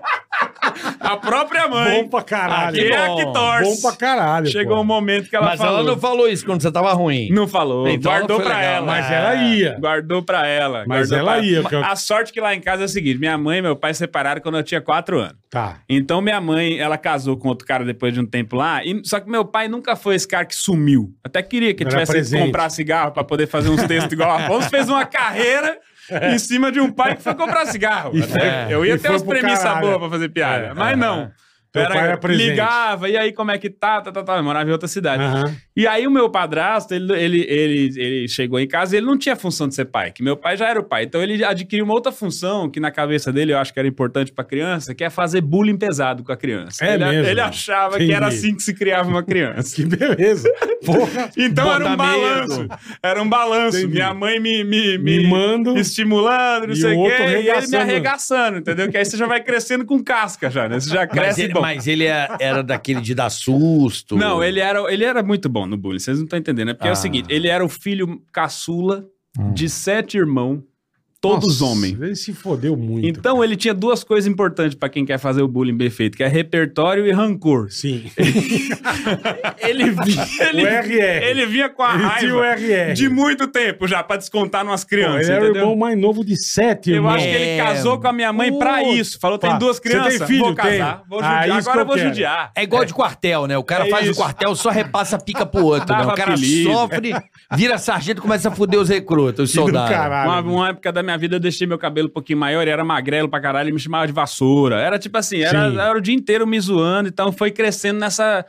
D: a própria mãe.
B: Bom pra caralho.
D: Que é a
C: bom.
D: que torce.
B: Bom pra caralho.
D: Chegou
B: pô.
D: um momento que ela
C: Mas
D: falou.
C: ela não falou isso quando você tava ruim.
D: Não falou.
C: Então
D: guardou
C: foi
D: pra
C: legal,
D: ela.
B: Mas ela ia.
D: Guardou pra ela.
B: Mas
D: guardou
B: ela
D: pra-
B: ia, porque eu-
D: A sorte que lá em casa é o seguinte: minha mãe e meu pai separaram quando eu tinha quatro anos.
B: Tá. *laughs*
D: Então minha mãe, ela casou com outro cara depois de um tempo lá, e- só que meu pai nunca foi esse cara que sumiu. Até queria que
B: Era
D: tivesse que
B: presente.
D: comprar cigarro pra poder fazer uns textos igual a Afonso, fez
B: *laughs*
D: uma carreira em cima de um pai que foi comprar cigarro.
B: É. E
D: Até-
B: foi-
D: eu ia
B: e
D: ter
B: foi
D: umas
B: pro
D: premissas
B: caralho.
D: boas pra fazer piada,
B: É,
D: mas
B: é,
D: não.
B: Teu pai era presente.
D: ligava, e aí como é que tá, tá, tá, tá, eu morava em outra cidade.
B: Aham.
D: E aí o meu padrasto, ele, ele, ele, ele chegou em casa e ele não tinha função de ser pai, que meu pai já era o pai. Então ele adquiriu uma outra função que na cabeça dele eu acho que era importante pra criança, que é fazer bullying pesado com a criança.
B: É
D: ele,
B: mesmo?
D: ele achava que era
B: Entendi.
D: assim que se criava uma
B: *laughs*
D: criança.
B: Que
D: *laughs*
B: beleza. Porra.
D: Então era um
C: Bota medo.
D: balanço. Era um balanço.
B: Entendi.
D: Minha mãe me, me, me,
B: Mimando.
D: estimulando, não
B: E
D: sei
B: o
D: o quê,
B: outro
D: e ele me
B: arregaçando.
D: arregaçando, entendeu? Que aí você já vai crescendo com casca já, né? Você já
C: Mas
D: cresce
C: ele,
D: bom.
C: mas ele é- era daquele de dar susto.
D: Não, ele era, ele era muito bom no bullying, vocês não estão entendendo. É porque é
C: Ah.
D: o seguinte, ele era o filho caçula de sete irmãos, todos
B: Hum. Nossa,
D: homens.
B: Ele se fodeu muito.
D: Então ele tinha duas coisas importantes pra quem quer fazer o bullying bem feito, que é repertório e rancor.
B: Sim.
D: é Ele
B: *laughs*
D: vinha, ele,
B: O RR.
D: ele vinha com a
B: Ele tinha o
D: raiva
B: RR.
D: de muito tempo já pra descontar numas
B: Pô,
D: crianças,
B: Ele era o
D: entendeu?
B: irmão mais novo de sete,
D: Eu
B: irmão.
D: acho que ele
C: É.
D: casou com a minha mãe pra
B: Puta.
D: isso. Falou, tem
B: Pá,
D: duas
B: você tem
D: crianças,
B: filho?
D: vou casar,
B: Tenho.
D: vou
B: Ah,
D: judiar,
B: isso que
D: agora
B: eu
D: eu vou
B: quero.
D: judiar.
C: É igual de quartel, né? O cara
D: É
C: faz
D: isso.
C: o quartel, só repassa a pica pro outro. né?
D: Dava
C: O cara
D: apelido.
C: sofre, vira sargento e começa a foder os recrutas, os
B: Que *laughs* do
C: soldados.
B: caralho.
D: Uma, uma época da minha vida eu deixei meu cabelo um pouquinho maior e era magrelo pra caralho e me chamava de vassoura. Era tipo assim, era,
B: Sim.
D: era o dia inteiro me zoando, então foi crescendo nessa,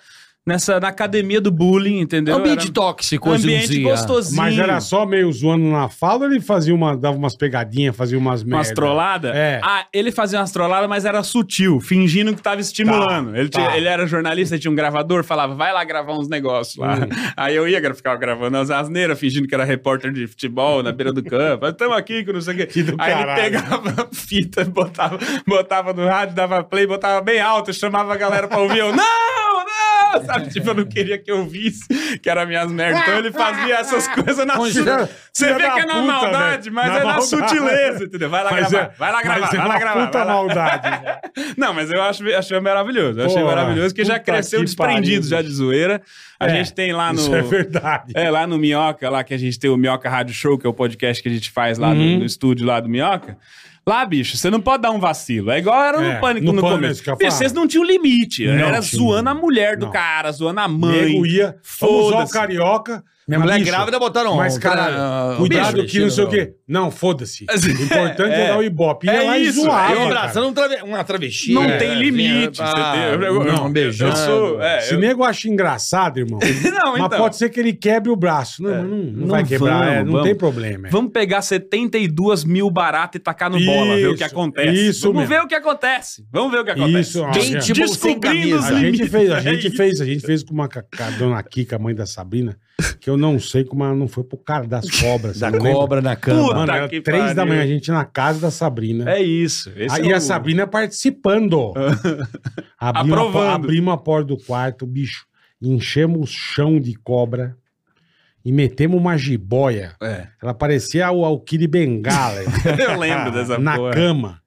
D: nessa na academia do bullying, entendeu?
C: É Ambiente
D: Era
C: tóxico,
D: um
C: hoje em
D: ambiente
C: dia.
D: gostosinho.
B: Mas era só meio zoando na fala ou ele fazia uma, dava umas pegadinhas, fazia umas merda?
D: Umas trolladas?
B: É.
D: Ah, ele fazia umas trolladas, mas era sutil, fingindo que tava estimulando.
B: Tá,
D: ele, tinha-
B: tá.
D: ele era jornalista, tinha um gravador, falava, vai lá gravar uns negócios lá. *laughs* Aí eu ia gra- ficava gravando as asneiras, fingindo que era repórter de futebol na beira do campo. Estamos aqui, que não sei o quê.
B: do
D: Aí
B: caralho.
D: ele pegava a fita, botava, botava no rádio, dava play, botava bem alto, chamava a galera pra ouvir. Eu, não, não! sabe? Tipo, eu não queria que eu visse que era minhas merdas. Então ele fazia essas coisas na
C: Pois
D: su-
C: é.
D: Você
B: Filha
D: vê
B: da
D: que é na
B: puta,
D: maldade,
B: velho.
D: mas
B: Na
D: é na
B: maldade.
D: sutileza, entendeu? Vai lá
B: Mas
D: gravar,
B: é-
D: vai lá gravar,
B: mas é
D: vai lá
B: uma
D: gravar.
B: puta
D: vai lá.
B: maldade. né?
D: *laughs* Não, mas eu acho, achei maravilhoso. Eu achei
B: Porra,
D: maravilhoso, porque já
B: puta
D: cresceu
B: que
D: desprendido
B: pariu,
D: já de zoeira. A
B: É,
D: gente tem lá no.
B: Isso é verdade.
D: É, lá no Minhoca, lá que a gente tem o Minhoca Rádio Show, que é o podcast que a gente faz lá
B: Uhum.
D: no, no estúdio lá do Minhoca. Lá, bicho, você não pode dar um vacilo. É igual era no
B: É,
D: Pânico
B: no
D: no,
B: Pânico,
D: começo.
B: isso que eu ia
D: Bicho,
B: falar.
D: vocês não tinham limite.
B: Não
D: era
B: tinha.
D: zoando a mulher do
B: Não.
D: cara, zoando a mãe.
B: Nego ia. Vamos usar o
D: Foda-se.
B: carioca.
C: Minha mulher
B: Bicho,
C: grávida botaram.
B: Mas, caralho,
C: Ah,
B: cuidado
C: bicho,
B: que não sei o
C: vestido,
B: quê. Não,
C: *laughs*
B: foda-se.
D: Assim,
B: O importante é,
D: é.
B: dar o ibope. Ia
D: É
B: lá
D: isso,
B: e zoava,
D: é
C: Eu
D: um
B: cara.
C: abraçando um trave- uma travesti.
D: Não
C: é,
D: tem limite.
C: vinha-
D: você
C: ah,
D: tem- eu- eu-
C: não, beijando.
D: Eu sou. é,
B: Se
D: eu-
B: nego acha engraçado, irmão.
D: *laughs* Não,
B: Mas
D: então. É.
B: pode ser que ele quebre o braço. Não, mas não, não
D: Não
B: vai quebrar.
D: vamos,
B: é, não
D: vamos.
B: tem problema. é.
D: Vamos pegar 72 mil barato e tacar no bola, ver o que
B: Isso,
D: acontece.
B: isso
D: Vamos
B: mesmo.
D: ver o que acontece. Vamos ver o que acontece.
B: Isso, ó.
C: Paintball sem
D: Descobrindo os
B: A
C: camisa.
D: limites.
B: gente fez, a
D: É
B: gente
D: isso.
B: fez, a gente fez com uma ca- com a dona Kika, mãe da Sabrina, que eu não sei como ela não foi pro cara das cobras.
C: Da
B: você não
C: cobra na cama.
D: Puta
B: Mano, era
D: Tá que
B: três da
D: pariu.
B: manhã, a gente na casa da Sabrina.
D: É isso. Esse
B: Aí
D: é
B: a *laughs*
D: o- *laughs*
B: Sabrina participando. abrimos, a, po-
D: Aprovando.
B: abrimos a porta do quarto, bicho. Enchemos o chão de cobra e metemos uma jiboia.
D: É.
B: Ela parecia o Alquire Bengala
D: Eu lembro dessa
B: na
D: porra.
B: cama.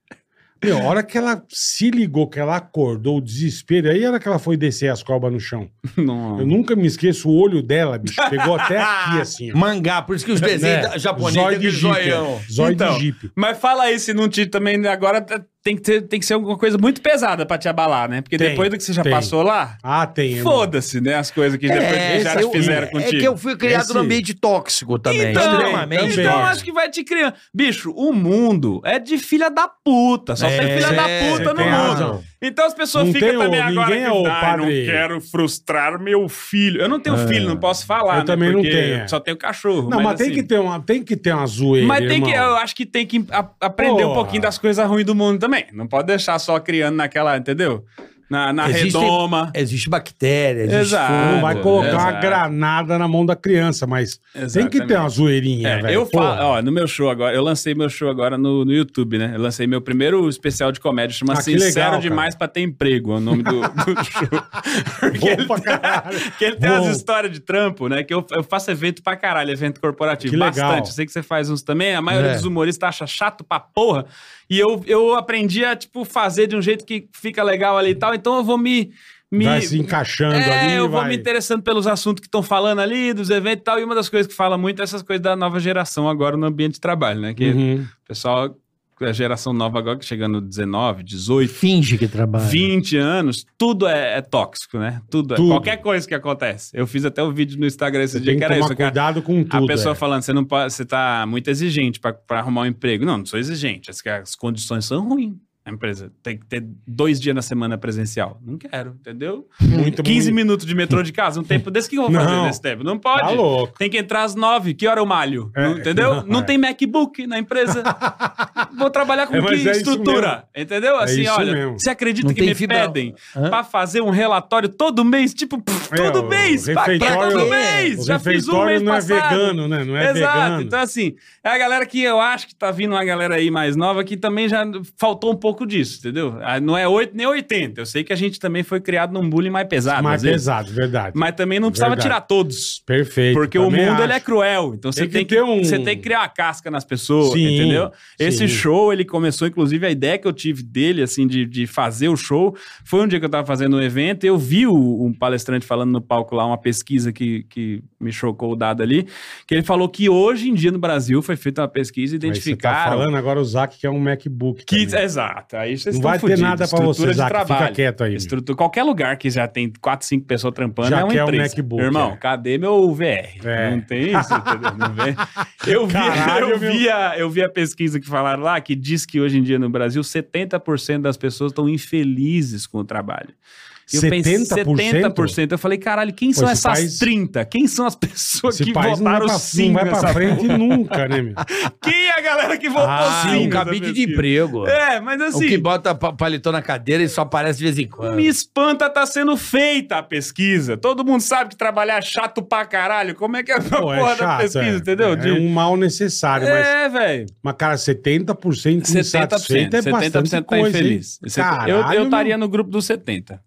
B: Meu, a hora que ela se ligou, que ela acordou, o desespero, aí a hora que ela foi descer as cobras no chão.
D: Não.
B: Eu nunca me esqueço o olho dela, bicho. Pegou até aqui, assim. ó.
C: Mangá, por isso que os desenhos
B: Né?
C: japoneses
B: Zóio
C: têm
B: de
C: é aquele
B: jipe.
C: zoião.
B: ó. Zóio de
D: Então,
B: jipe.
D: Mas fala aí se não te também né, agora t- tem que, ter- tem que ser alguma coisa muito pesada pra te abalar, né? Porque
B: Tem,
D: depois do que você já
B: tem.
D: passou lá,
B: Ah, tem. irmão.
D: foda-se, né? As coisas que depois que já te
C: É, eu-
D: fizeram
C: é
D: contigo.
C: que eu fui criado
B: Esse-
C: num ambiente tóxico também.
D: Então,
C: extremamente
B: também.
D: então
B: tóxico.
D: acho que vai te criando. Bicho, o mundo é de filha da puta. Só
C: É,
D: tem filha
C: é,
D: da
B: Você
D: puta no
B: tem
D: mundo.
B: razão.
D: Então as pessoas
B: Não tem
D: ficam
B: o-
D: também agora
B: ninguém é o
D: "Ai, não
B: padre." É.
D: quero frustrar meu filho. Eu não tenho filho, não posso falar,
B: Eu
D: né?
B: também não
D: Porque
B: tenho, é.
D: Só tenho cachorro.
B: Não, mas, tem,
D: assim,
B: que ter uma, tem que ter uma zoeira.
D: Mas tem que,
B: irmão.
D: eu acho que tem que a- aprender um
B: Porra.
D: pouquinho das coisas ruins do mundo também. Não pode deixar só criando naquela, entendeu? Na, na
C: Existem-
D: redoma.
C: Existe bactéria, existe
D: Exato.
B: Não
C: fungo,
B: vai
D: Ah,
B: colocar
D: né?
B: uma
D: Exato.
B: granada na mão da criança, mas tem que ter uma zoeirinha,
D: É,
B: velho.
D: eu
B: Pô,
D: falo, ó, no meu show agora, eu lancei meu show agora no, no YouTube, né? Eu lancei meu primeiro especial de comédia, chama
B: Ah, que
D: Sincero
B: legal, cara.
D: Demais pra Ter Emprego, é o nome do, do
B: *laughs*
D: show. Porque
B: Bom
D: ele,
B: pra
D: tem-
B: caralho.
D: que ele tem
B: Bom.
D: umas histórias de trampo, né? Que eu, eu faço evento pra caralho, evento corporativo.
B: Que legal.
D: Bastante. Eu sei que você faz uns também, a maioria
C: É.
D: dos humoristas acha chato pra porra. E eu, eu aprendi a, tipo, fazer de um jeito que fica legal ali e tal, então eu vou me. me
B: Vai se encaixando
D: é,
B: ali.
D: eu vou
B: vai-
D: me interessando pelos assuntos que estão falando ali, dos eventos e tal. E uma das coisas que fala muito é essas coisas da nova geração agora no ambiente de trabalho, né? Que
B: Uhum.
D: o pessoal, a geração nova agora, que chegando 19, 18,
C: Finge que trabalha.
D: 20 anos, tudo é, é tóxico, né? Tudo, é-
B: Tudo.
D: Qualquer coisa que acontece. Eu fiz até um vídeo no Instagram esse
B: Você
D: dia
B: tem que
D: que era
B: tomar
D: isso. cara.
B: cuidado com tudo.
D: a pessoa
B: é.
D: falando, você não pode, você tá muito exigente pra pra arrumar um emprego. Não, não sou exigente. As, as condições são ruins. A empresa tem que ter dois dias na semana presencial. Não quero, entendeu?
B: é.
D: *laughs*
B: Muito,
D: 15
B: muito-
D: minutos de metrô de casa, um tempo desse, o que eu vou fazer
B: Não.
D: nesse tempo? Não pode.
B: Tá louco.
D: Tem que entrar às nove. Que hora eu malho?
B: É,
D: Não- entendeu?
B: não, *laughs*
D: Não,
B: é.
D: tem MacBook na empresa. Vou trabalhar com
B: É,
D: que
B: mas é isso É
D: estrutura? Entendeu? Assim,
B: isso
D: olha,
B: mesmo.
D: você acredita
C: Não
D: que
C: tem
D: me
C: fibra-
D: pedem
C: Hã?
D: pra fazer um relatório todo mês? Tipo, pff,
B: É,
D: todo
B: o
D: mês, pra quê?
B: refeitório-
D: todo
B: O
D: mês. Já fiz um
B: refeitório
D: mês
B: não é
D: passado.
B: vegano, né? Não é
D: Exato.
B: vegano.
D: Então, assim, é a galera que eu acho que tá vindo uma galera aí mais nova que também já faltou um pouco disso, entendeu? Ah, Não é 8 nem 80. Eu sei que a gente também foi criado num bullying mais pesado.
B: Mais
D: às vezes.
B: pesado, é verdade.
D: Ah, Mas também não precisava
B: Verdade.
D: tirar todos.
B: Perfeito.
D: Porque o
B: também
D: mundo
B: acho.
D: ele é cruel. Então você
B: Tem que
D: tem, que,
B: ter um-
D: você tem que criar uma casca nas pessoas,
B: Sim,
D: entendeu? Esse
B: sim.
D: show, ele começou, inclusive, a ideia que eu tive dele, assim, de, de fazer o show. Foi um dia que eu tava fazendo um evento, eu vi o- um palestrante falando no palco lá, uma pesquisa que, que me chocou o dado ali, que ele falou que hoje em dia no Brasil foi feita uma pesquisa e
B: Aí você tá
D: identificaram.
B: falando agora o Zac que é um MacBook.
D: Que,
B: também.
D: exato, aí vocês
B: Não
D: estão
B: vai ter
D: fudidos.
B: nada pra você,
D: Estrutura de
B: Zac. Fica
D: trabalho.
B: quieto aí. meu.
D: Estrutura, qualquer lugar que já tem 4, 5 pessoas trampando
B: Já
D: é uma
B: quer o
D: empresa.
B: MacBook,
D: Irmão,
B: é.
D: cadê meu VR?
B: É.
D: Não tem isso, entendeu? Não vem. Eu vi,
B: *laughs* Caralho,
D: eu,
B: meu.
D: vi a, eu vi a pesquisa que falaram lá que diz que hoje em dia no Brasil 70% das pessoas estão infelizes com o trabalho. E Eu pensei,
B: 70%?
D: 70%. Eu falei, caralho, quem
B: Pô,
D: são
B: esse
D: essas
B: país-
D: 30? Quem são as pessoas
B: Esse
D: que
B: país não vai
D: votaram
B: pra,
D: sim
B: não vai pra
D: nessa
B: frente nunca, né, meu?
D: *laughs* Quem é *laughs* a galera que votou
C: Ah,
D: sim?
C: um
D: nessa
C: cabide de
D: pesquisa?
C: emprego.
D: então É, mas assim...
C: O que bota pa- paletó na cadeira e só aparece de vez em quando.
D: Me espanta tá sendo feita a pesquisa. Todo mundo sabe que trabalhar é chato pra caralho. Como é que é a
B: Pô,
D: porra
B: é
D: da
B: chato,
D: pesquisa,
B: é.
D: entendeu?
B: É
D: De-
B: um mal necessário, mas
D: É, velho.
B: Mas, cara, 70% 70%, insatisfeito é 70% bastante coisa, é hein?
D: tá Eu-
B: Caralho,
D: eu estaria no grupo dos 70.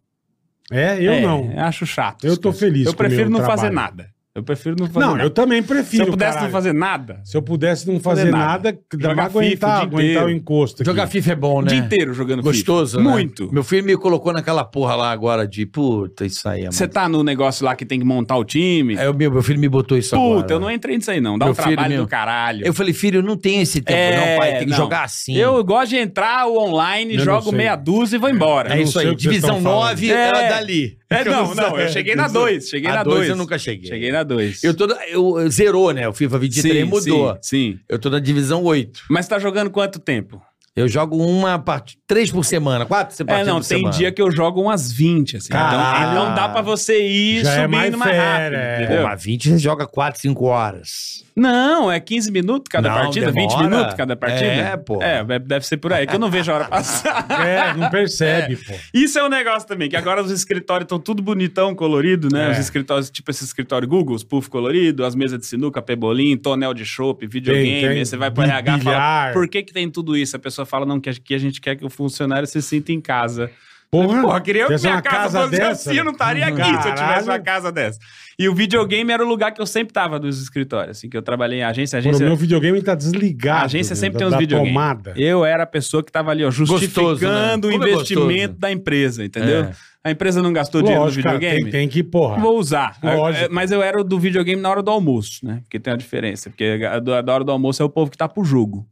B: É, eu
D: É,
B: não.
D: Acho chato.
B: Eu
D: as
B: tô
D: coisas.
B: feliz
D: Eu
B: com o meu
D: prefiro não fazer
B: trabalho.
D: nada. Eu prefiro não fazer
B: Não,
D: nada.
B: eu também
D: Se
B: prefiro.
D: eu pudesse
B: caralho.
D: não fazer nada,
B: Se eu pudesse não fazer,
D: Fazer
B: nada,
D: nada.
B: dá pra
D: Jogar FIFA o
B: aguentar,
D: dia
B: aguentar o
D: inteiro.
B: encosto. aqui.
C: Jogar FIFA é bom,
D: o
C: né?
D: dia inteiro jogando FIFA.
C: Gostoso, né?
D: Muito.
C: Meu filho me colocou naquela porra lá agora de puta, isso aí é
D: Você
C: muito-
D: tá no negócio lá que tem que montar o time.
B: É,
C: Aí o meu, meu filho me botou isso agora.
D: tá Puta, eu não entrei nisso aí não. Dá
C: Meu
D: um
C: filho
D: trabalho
C: meu.
D: do caralho.
C: Eu falei, filho, não tem esse tempo,
D: É,
C: não, pai. Tem que
D: não.
C: jogar assim.
D: Eu gosto de entrar online,
B: Eu não
D: jogo
B: sei.
D: meia dúzia e vou embora.
C: é
B: não
C: isso
B: sei o
C: aí.
B: que vocês
C: Divisão
B: estão falando.
C: 9
D: É.
C: era dali.
D: É, não,
B: sei.
D: não, eu cheguei na 2, cheguei
C: A
D: na
C: dois
D: 2.
C: eu nunca cheguei.
D: Cheguei na 2.
C: Eu tô. na- Eu, eu- zerou, né? O FIFA 23 mudou.
D: Sim,
C: Eu tô na divisão 8.
D: Mas tá jogando quanto tempo?
C: Eu jogo uma partida. Três por semana, quatro se-
D: É,
C: partidas
D: não,
C: por
D: tem
C: semana.
D: dia que eu jogo umas 20, assim. Então-
C: Caralho.
D: Então, dá pra você ir
B: Já é
D: subindo
B: mais
D: mais,
B: fera,
D: rápido,
B: é.
C: Pô,
D: entendeu?
C: mas 20 você joga 4, 5 horas.
D: Não, é 15 minutos cada
C: Não,
D: partida, 20
C: demora.
D: minutos cada partida.
C: É, pô.
D: É, deve ser por aí, que eu não vejo a hora
C: *laughs*
D: passar.
B: É,
D: *laughs*
B: não percebe, pô.
D: Isso é um negócio também, que agora os escritórios estão tudo bonitão, colorido, né?
B: É.
D: Os escritórios, tipo esse escritório Google, os puff colorido, as mesas de sinuca, pebolim, tonel de chopp, videogame.
B: tem.
D: aí você vai pro RH e
B: Bilhar.
D: fala, por que que tem tudo isso? A pessoa fala, não, que a- que a gente quer que o funcionário se sinta em casa.
B: Porra,
D: Porra, queria que
B: tivesse
D: minha
B: uma
D: casa, fosse assim, eu não estaria aqui se eu
B: Caralho.
D: tivesse uma casa dessa. E o videogame era o lugar que eu sempre tava dos escritórios, assim, que eu trabalhei em agência.
B: Pô,
D: agência
B: meu videogame tá desligado.
D: a agência
B: né,
D: sempre
B: da-
D: tem uns
B: da
D: videogames.
B: tomada.
D: Eu era a pessoa que estava ali, ó, justificando
C: Gostoso, né? Como
D: o
C: é
D: investimento
C: gostoso.
D: da empresa, entendeu?
C: É.
D: A empresa não gastou dinheiro no
B: Lógico, cara,
D: videogame.
B: tem, tem que, porra.
D: Vou usar.
B: Lógico.
D: É, Mas eu era o do videogame na hora do almoço, né? Porque tem a diferença. Porque a do- a da hora do almoço é o povo que tá pro jogo.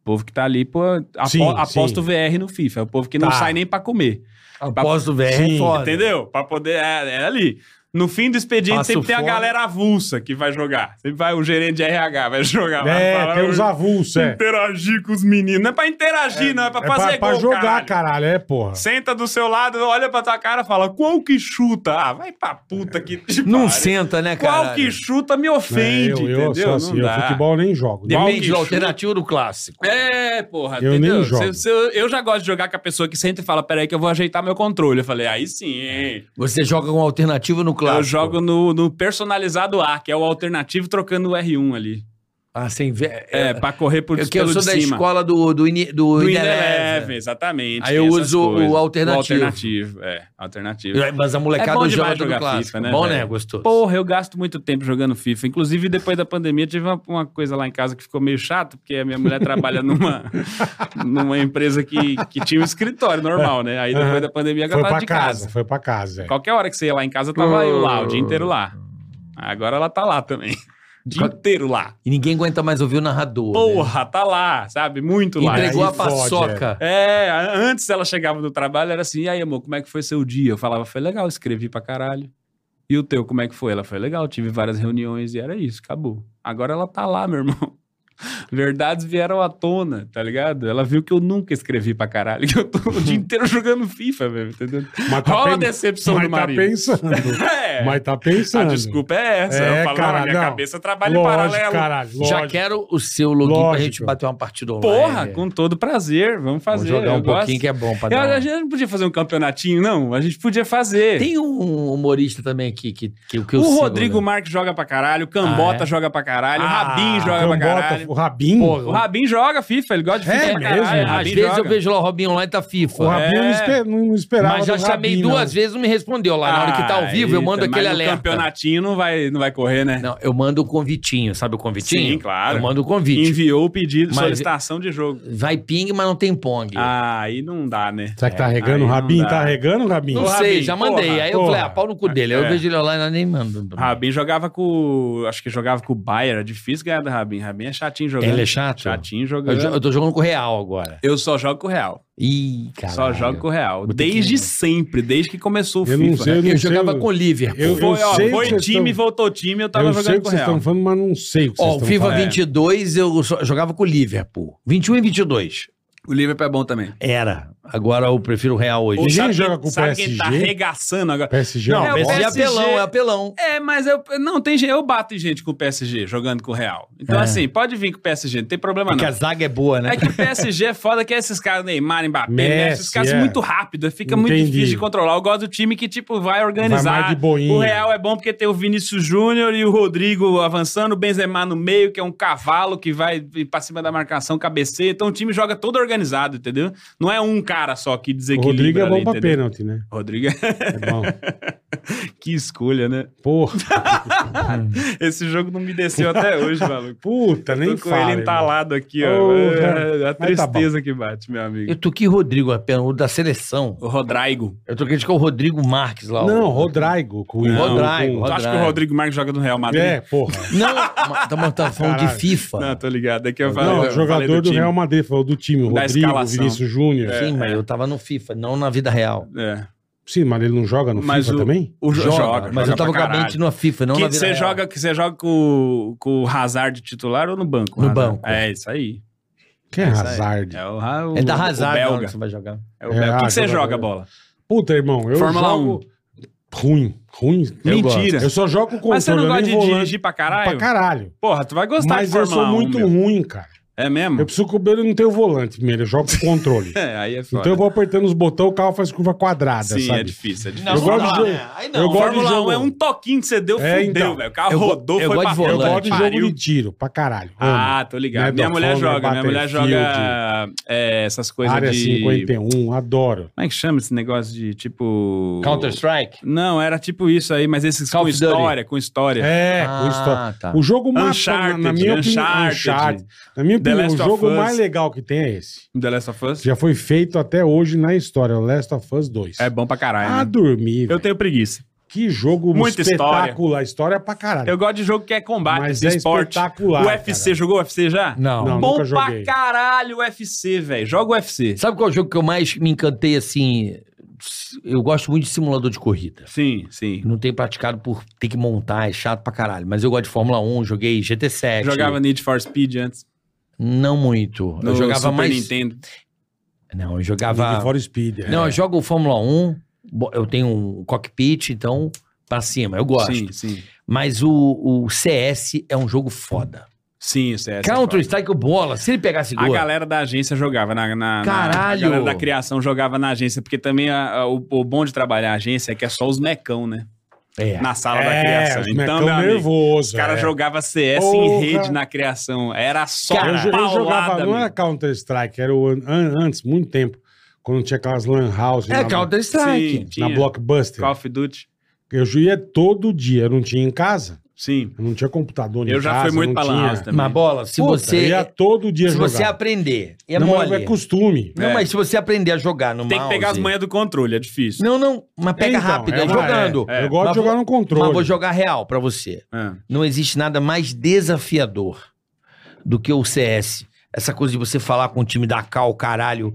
D: O povo que tá ali, pô, apo,
B: Sim, sim.
D: aposta o VR no FIFA. É o povo que não
B: Tá.
D: sai nem pra comer.
C: Após do VR,
B: Sim,
C: é foda.
D: Entendeu? Pra poder. É, é ali. No fim do expediente,
C: Passa
D: sempre tem a
C: fome.
D: galera avulsa que vai jogar. Sempre vai o gerente de RH, vai jogar. vai
B: É,
D: falar,
B: tem uns
D: "Eu-
B: avulsos, é.
D: Interagir com os meninos. Não é pra interagir, não. É pra
B: É
D: fazer
B: pra, pra
D: gol,
B: jogar, caralho.
D: caralho.
B: é, porra.
D: Senta do seu lado, olha pra tua cara e fala: qual que chuta? Ah, vai pra puta que. te
C: Não
D: pariu.
C: senta, né, cara?
D: Qual que chuta me ofende,
B: É, eu, eu
D: entendeu?
B: sou assim,
D: não
B: eu
D: dá.
B: futebol eu nem jogo.
D: Qual que
C: Depende do
D: chuta?
C: alternativo do clássico.
D: É, porra,
B: Eu
D: entendeu?
B: nem jogo.
D: Se- se eu, eu já gosto de jogar com a pessoa que senta e fala, peraí que eu vou ajeitar meu controle. Eu falei, aí sim, hein?
C: Você joga com alternativo no clássico.
D: Eu jogo no, no personalizado A, que é o alternativo trocando o R1 ali.
C: Ah, sem ver.
D: É, pra correr por
C: eu, que eu
D: pelo
C: sou
D: de
C: da
D: cima.
C: escola do, do, ini- do,
D: Do
C: Ineleve.
D: Ineleve, exatamente.
C: Aí
D: tem
C: eu
D: essas
C: uso o
D: coisas.
C: alternativo.
D: O alternativo, é, alternativo.
C: Mas a
D: É
C: molecada
D: bom
C: joga
D: demais
C: do
D: jogar
C: clássico.
D: FIFA, né,
C: bom,
D: velho?
C: né? Gostoso.
D: Porra, eu gasto muito tempo jogando FIFA. Inclusive, depois da pandemia, tive uma, uma coisa lá em casa que ficou meio chato, porque a minha mulher trabalha numa, numa empresa que, que tinha um escritório normal, né? Aí depois
B: Aham.
D: da pandemia, eu
B: Foi
D: tava
B: pra
D: de
B: casa,
D: casa.
B: foi pra casa. é.
D: *laughs* Qualquer hora que você ia lá em casa, tava eu lá, o dia inteiro lá. Agora ela tá lá também. O dia
C: Qual-
D: inteiro lá.
C: E ninguém aguenta mais ouvir o narrador. né?
D: Porra, tá lá, sabe? Muito lá.
C: Entregou
B: Aí
C: a paçoca.
D: É, a- antes ela chegava do trabalho, era assim, e aí, amor, como é que foi seu dia? Eu falava, foi legal, escrevi pra caralho. E o teu, como é que foi? Ela foi legal, tive várias reuniões e era isso, acabou. Agora ela tá lá, meu irmão. *laughs* Verdades vieram à tona, tá ligado? Ela viu que eu nunca escrevi pra caralho, *laughs* que eu tô o dia inteiro jogando FIFA, velho, entendeu?
B: Mas
D: Rola a
B: pen-
D: decepção
B: mas
D: do
B: tá
D: marido.
B: pensando.
D: *laughs* É,
B: Mas tá
D: a
B: pensando.
D: desculpa é essa.
B: É,
D: eu falo,
B: cara,
D: na minha
B: não.
D: cabeça trabalha em
B: Lógico,
D: paralelo.
B: caralho,
D: É,
B: lógico.
C: Já quero o seu login pra
B: Lógico.
C: gente bater uma partida online.
D: Porra, com todo prazer, vamos
C: é. Vamos
D: fazer.
C: jogar um
D: eu
C: pouquinho
D: gosto.
C: que é bom pra
D: Eu-
C: dar
D: a
C: uma-
D: gente não podia fazer um campeonatinho, não. A gente podia fazer.
C: Tem um humorista também aqui que, que, que eu
D: o
C: sigo,
D: Rodrigo
C: né?
D: Marques joga pra caralho, o
C: Ah,
D: Cambota
C: é?
D: joga pra caralho,
B: Ah,
D: o Rabin joga
B: então
D: pra
B: bota
D: caralho.
B: O Rabin?
D: O Rabin joga FIFA, ele gosta de
B: É
D: FIFA pra
B: mesmo?
D: caralho. o
C: Às
D: Rabin
C: vezes
D: joga.
C: eu vejo lá o Robinho online tá FIFA.
B: o Rabin eu não,
D: É.
B: espe- não- não esperava.
C: Mas já
B: do
C: chamei
B: Rabin,
C: duas
B: não.
C: vezes não me respondeu lá. na hora que tá ao vivo, eu
D: Ah,
C: mando
D: eita,
C: aquele
D: mas no
C: alerta.
D: campeonatinho não vai, não vai correr, né?
C: Não, eu mando o convitinho, sabe o convitinho?
D: Sim, claro.
C: Eu mando o convite.
D: Enviou o pedido,
C: Mas- é,
D: solicitação de jogo.
C: Vai ping, mas não tem pong.
D: Ah, aí não dá, né?
B: Será que tá regando o
D: Aí não
B: Rabin?
D: dá.
B: Tá regando o Rabin?
C: não
D: Ô,
C: sei,
D: Rabin,
C: já mandei.
D: porra,
C: Aí eu falei,
B: porra.
C: ah, pau no cu dele. Aí
D: É.
C: eu vejo ele online, eu nem mando.
D: Rabin jogava com. o- Acho que jogava com o Bayern. É difícil ganhar do Rabin. Rabin é chatinho jogando.
C: Ele é chato?
D: Chatinho
C: Eu, jo-
D: jogando.
C: eu tô jogando com o Real agora.
D: Eu só jogo com o Real.
C: Ih, cara.
D: Só jogo com o Real.
C: Vou ter que-
D: Desde sempre, desde que começou o
B: Eu
D: FIFA. né?
B: não sei, eu não
C: Eu,
B: sei.
C: jogava
B: eu-
C: com o Liverpool.
B: eu-
D: Foi, ó,
B: sei o que
D: foi
B: vocês
D: time,
B: tão-
D: voltou time, eu tava
B: eu sei o
D: jogando
B: que
D: com o
B: vocês
D: Real.
B: estão falando, mas não sei o que vocês
C: Ó, o
B: estão
C: FIFA
D: é.
B: falando.
C: 22 eu só- jogava com o Liverpool. 21 e 22.
D: O Liverpool é bom também.
C: Era. Agora eu prefiro o Real hoje.
B: Ninguém
D: Sabe quem-
B: joga com o
D: sabe quem tá
B: PSG?
D: arregaçando agora?
B: PSG
C: Não,
B: é uma
D: o
C: mas
B: bosta.
C: é
D: PSG
C: apelão, é apelão.
D: É, mas eu não tem gente- eu bato em gente com o PSG jogando com o Real. Então
C: É.
D: assim, pode vir com o PSG, não tem problema
C: Porque
D: não.
C: a zaga é boa, né?
D: É que o PSG é foda que é esses caras Neymar, Mbappé,
B: Messi,
D: Messi, esses caras são
B: é.
D: muito rápido, fica muito
B: Entendi.
D: difícil de controlar. Eu gosto do time que tipo vai organizar.
B: Vai mais de boinha.
D: O Real é bom porque tem o Vinícius Júnior e o Rodrigo avançando, o Benzema no meio, que é um cavalo que vai pra cima da marcação, cabeceia. Então o time joga todo organizado, entendeu? Não é um cara só que
B: O
D: desequilibra
B: Rodrigo é bom
D: ali,
B: pra
D: entendeu?
B: pênalti, né?
D: Rodrigo,
B: É bom.
D: *laughs* que escolha, né?
B: Porra,
D: Esse jogo não me desceu até hoje, maluco.
B: puta, *laughs* nem
D: Tô com
B: fala.
D: ele tá
B: irmão.
D: entalado aqui, ó.
B: Ô,
D: É, a
B: mas tá
D: tristeza que bate, meu amigo.
C: Eu toquei Rodrigo apenas, o da seleção.
D: O Rodrigo.
C: Eu toquei de que é o Rodrigo Marques
D: tá
C: lá. o-
B: Não, Rodrigo. Com, com-
C: Rodrigo,
D: Tu acha que o Rodrigo Marques joga no Real Madrid?
B: É, porra.
C: Não, mas tá, mas tá falando de
B: Caralho.
C: FIFA.
D: Não, tô ligado. É que eu falei,
B: Não,
D: eu falei
B: jogador do,
D: time.
B: Real Madrid, falou do time, o
D: Da
B: Rodrigo,
D: escalação.
B: Vinícius Júnior.
C: Sim, mas eu tava no FIFA, não na vida real.
D: É.
B: Sim, mas ele não joga no
D: Mas
B: FIFA
D: o,
B: também?
D: o jo- joga,
C: mas
D: joga
C: eu tava
D: pra
C: com a
D: caralho.
C: mente na FIFA, não na
D: que
C: vida
D: você
C: real.
D: joga, que você joga com, com o Hazard titular ou no banco?
C: No
D: Hazard?
C: banco.
D: É, isso aí.
B: Que é
D: É isso aí.
B: Hazard.
D: É o, Ra- o-
C: É da
D: o
C: Hazard na hora
D: belga.
C: que você vai jogar.
D: É o
B: É,
D: belga. O que,
B: ah,
D: que você
B: jogador.
D: joga, bola?
B: Puta, irmão, eu
D: Fórmula um.
B: jogo ruim, ruim.
C: Eu
D: Mentira.
B: Eu só jogo com
D: Mas você não
B: controle, eu
D: gosta de
B: nem volante.
D: dirigir pra caralho?
B: Pra caralho.
D: Porra, tu vai gostar
B: Mas
D: de
B: eu
D: Fórmula
B: sou
D: 1,
B: muito
D: meu.
B: ruim, cara.
D: É mesmo?
B: Eu preciso que o Beiro não tenha o volante primeiro, eu jogo com controle.
D: *laughs* É, aí é foda.
B: então eu vou apertando os botões, o carro faz curva quadrada,
D: Sim, é
B: sabe?
D: difícil, é difícil.
B: Não, Eu gosto de jogo.
C: Aí
B: Eu gosto de
D: Fórmula
B: jogo.
D: 1 é um toquinho que você deu,
B: É,
D: fudeu,
B: então.
D: velho. O carro
C: Eu go-
D: rodou,
C: eu
D: foi
C: gosto
D: pra
C: de
B: eu
C: volante,
B: gosto de jogo
D: pariu.
B: de tiro, pra caralho. Amo.
D: Ah, tô ligado. Minha mulher
B: Medofone,
D: joga, minha mulher joga
B: Battlefield.
D: é, essas coisas
B: Área
D: de...
B: 51, adoro.
D: Como é que chama esse negócio de, tipo...
C: Counter-Strike?
D: Não, era tipo isso aí, mas esses
C: Call
D: com
C: of Duty.
D: história, com história.
B: É, com história.
C: tá.
B: O jogo mais na,
D: Uncharted,
B: na minha opinião,
D: Uncharted.
B: Uncharted. na minha
D: The
B: opinião, o
D: Last of
B: jogo
D: Us.
B: mais legal que tem é esse.
D: The Last of Us.
B: Já foi feito até hoje na história, o Last of Us 2.
D: É bom pra caralho,
B: Ah,
D: né?
B: dormir.
D: Eu tenho preguiça.
B: Que jogo
D: Muita
B: espetacular. História. é pra caralho.
D: Eu gosto de jogo que é combate,
B: Mas
D: de
B: é
D: esporte.
B: espetacular,
D: O UFC,
B: cara.
D: jogou o UFC já?
C: Não.
B: Não.
D: Bom
B: nunca
D: pra
B: joguei.
D: caralho o UFC, velho. Joga o UFC.
C: Sabe qual é o jogo que eu mais me encantei, assim... Eu gosto muito de simulador de corrida.
D: Sim, sim.
C: Não tenho praticado por ter que montar, é chato pra caralho. Mas eu gosto de Fórmula 1, joguei GT7.
D: Jogava Need for Speed antes.
C: Não muito.
D: No
C: eu jogava
D: Super
C: mais...
D: Nintendo.
C: Não, eu
B: Need
C: jogava...
B: for Speed. é.
C: Não, eu jogo Fórmula 1, bo- eu tenho um cockpit, então pra cima, eu gosto.
D: Sim, sim.
C: Mas o, o CS é um jogo foda.
D: Sim, isso é.
C: Counter Strike bola, se ele pegasse
D: A
C: gol.
D: galera da agência jogava na. na- na-
C: Caralho!
D: a galera da criação jogava na agência, porque também a- a- o, o bom de trabalhar a agência é que é só os mecão, né?
C: É.
D: Na sala da
B: É,
D: criação.
C: né?
B: os
D: Então,
B: mecão
D: meu amigo,
B: nervoso.
D: os caras
B: é.
D: jogavam CS em
B: Porra.
D: rede na criação. Era só
C: Cara,
B: Eu, jo- eu
D: paulada,
B: jogava, não era
D: amigo.
B: Counter-Strike, era o an- an- antes, muito tempo. Quando tinha aquelas lan house
C: É
B: na,
C: Counter Strike.
D: Sim.
B: na
D: tinha.
B: Blockbuster.
D: Call of Duty.
B: Eu jo- ia todo dia, eu não tinha em casa.
D: Sim.
B: Eu não tinha computador em
D: Eu
B: casa.
D: já fui muito pra
B: não
D: Lan
B: tinha-
D: House também.
C: Na bola, se
B: Puta, eu
C: você
B: ia todo dia
C: se
B: jogar.
C: você aprender, é
B: não, mas
C: mole.
B: É costume.
C: Não,
D: É.
C: mas se você aprender a jogar no
D: Tem que
C: mouse...
D: pegar as manhas do controle, é difícil.
C: Não, não, mas pega
B: Então,
C: rápido, é,
B: uma-
C: jogando.
B: é. Eu gosto
C: Mas
B: de jogar
C: vou-
B: no controle.
C: Mas vou jogar real pra você.
D: É.
C: Não existe nada mais desafiador do que o CS. Essa coisa de você falar com o time da Cal, caralho.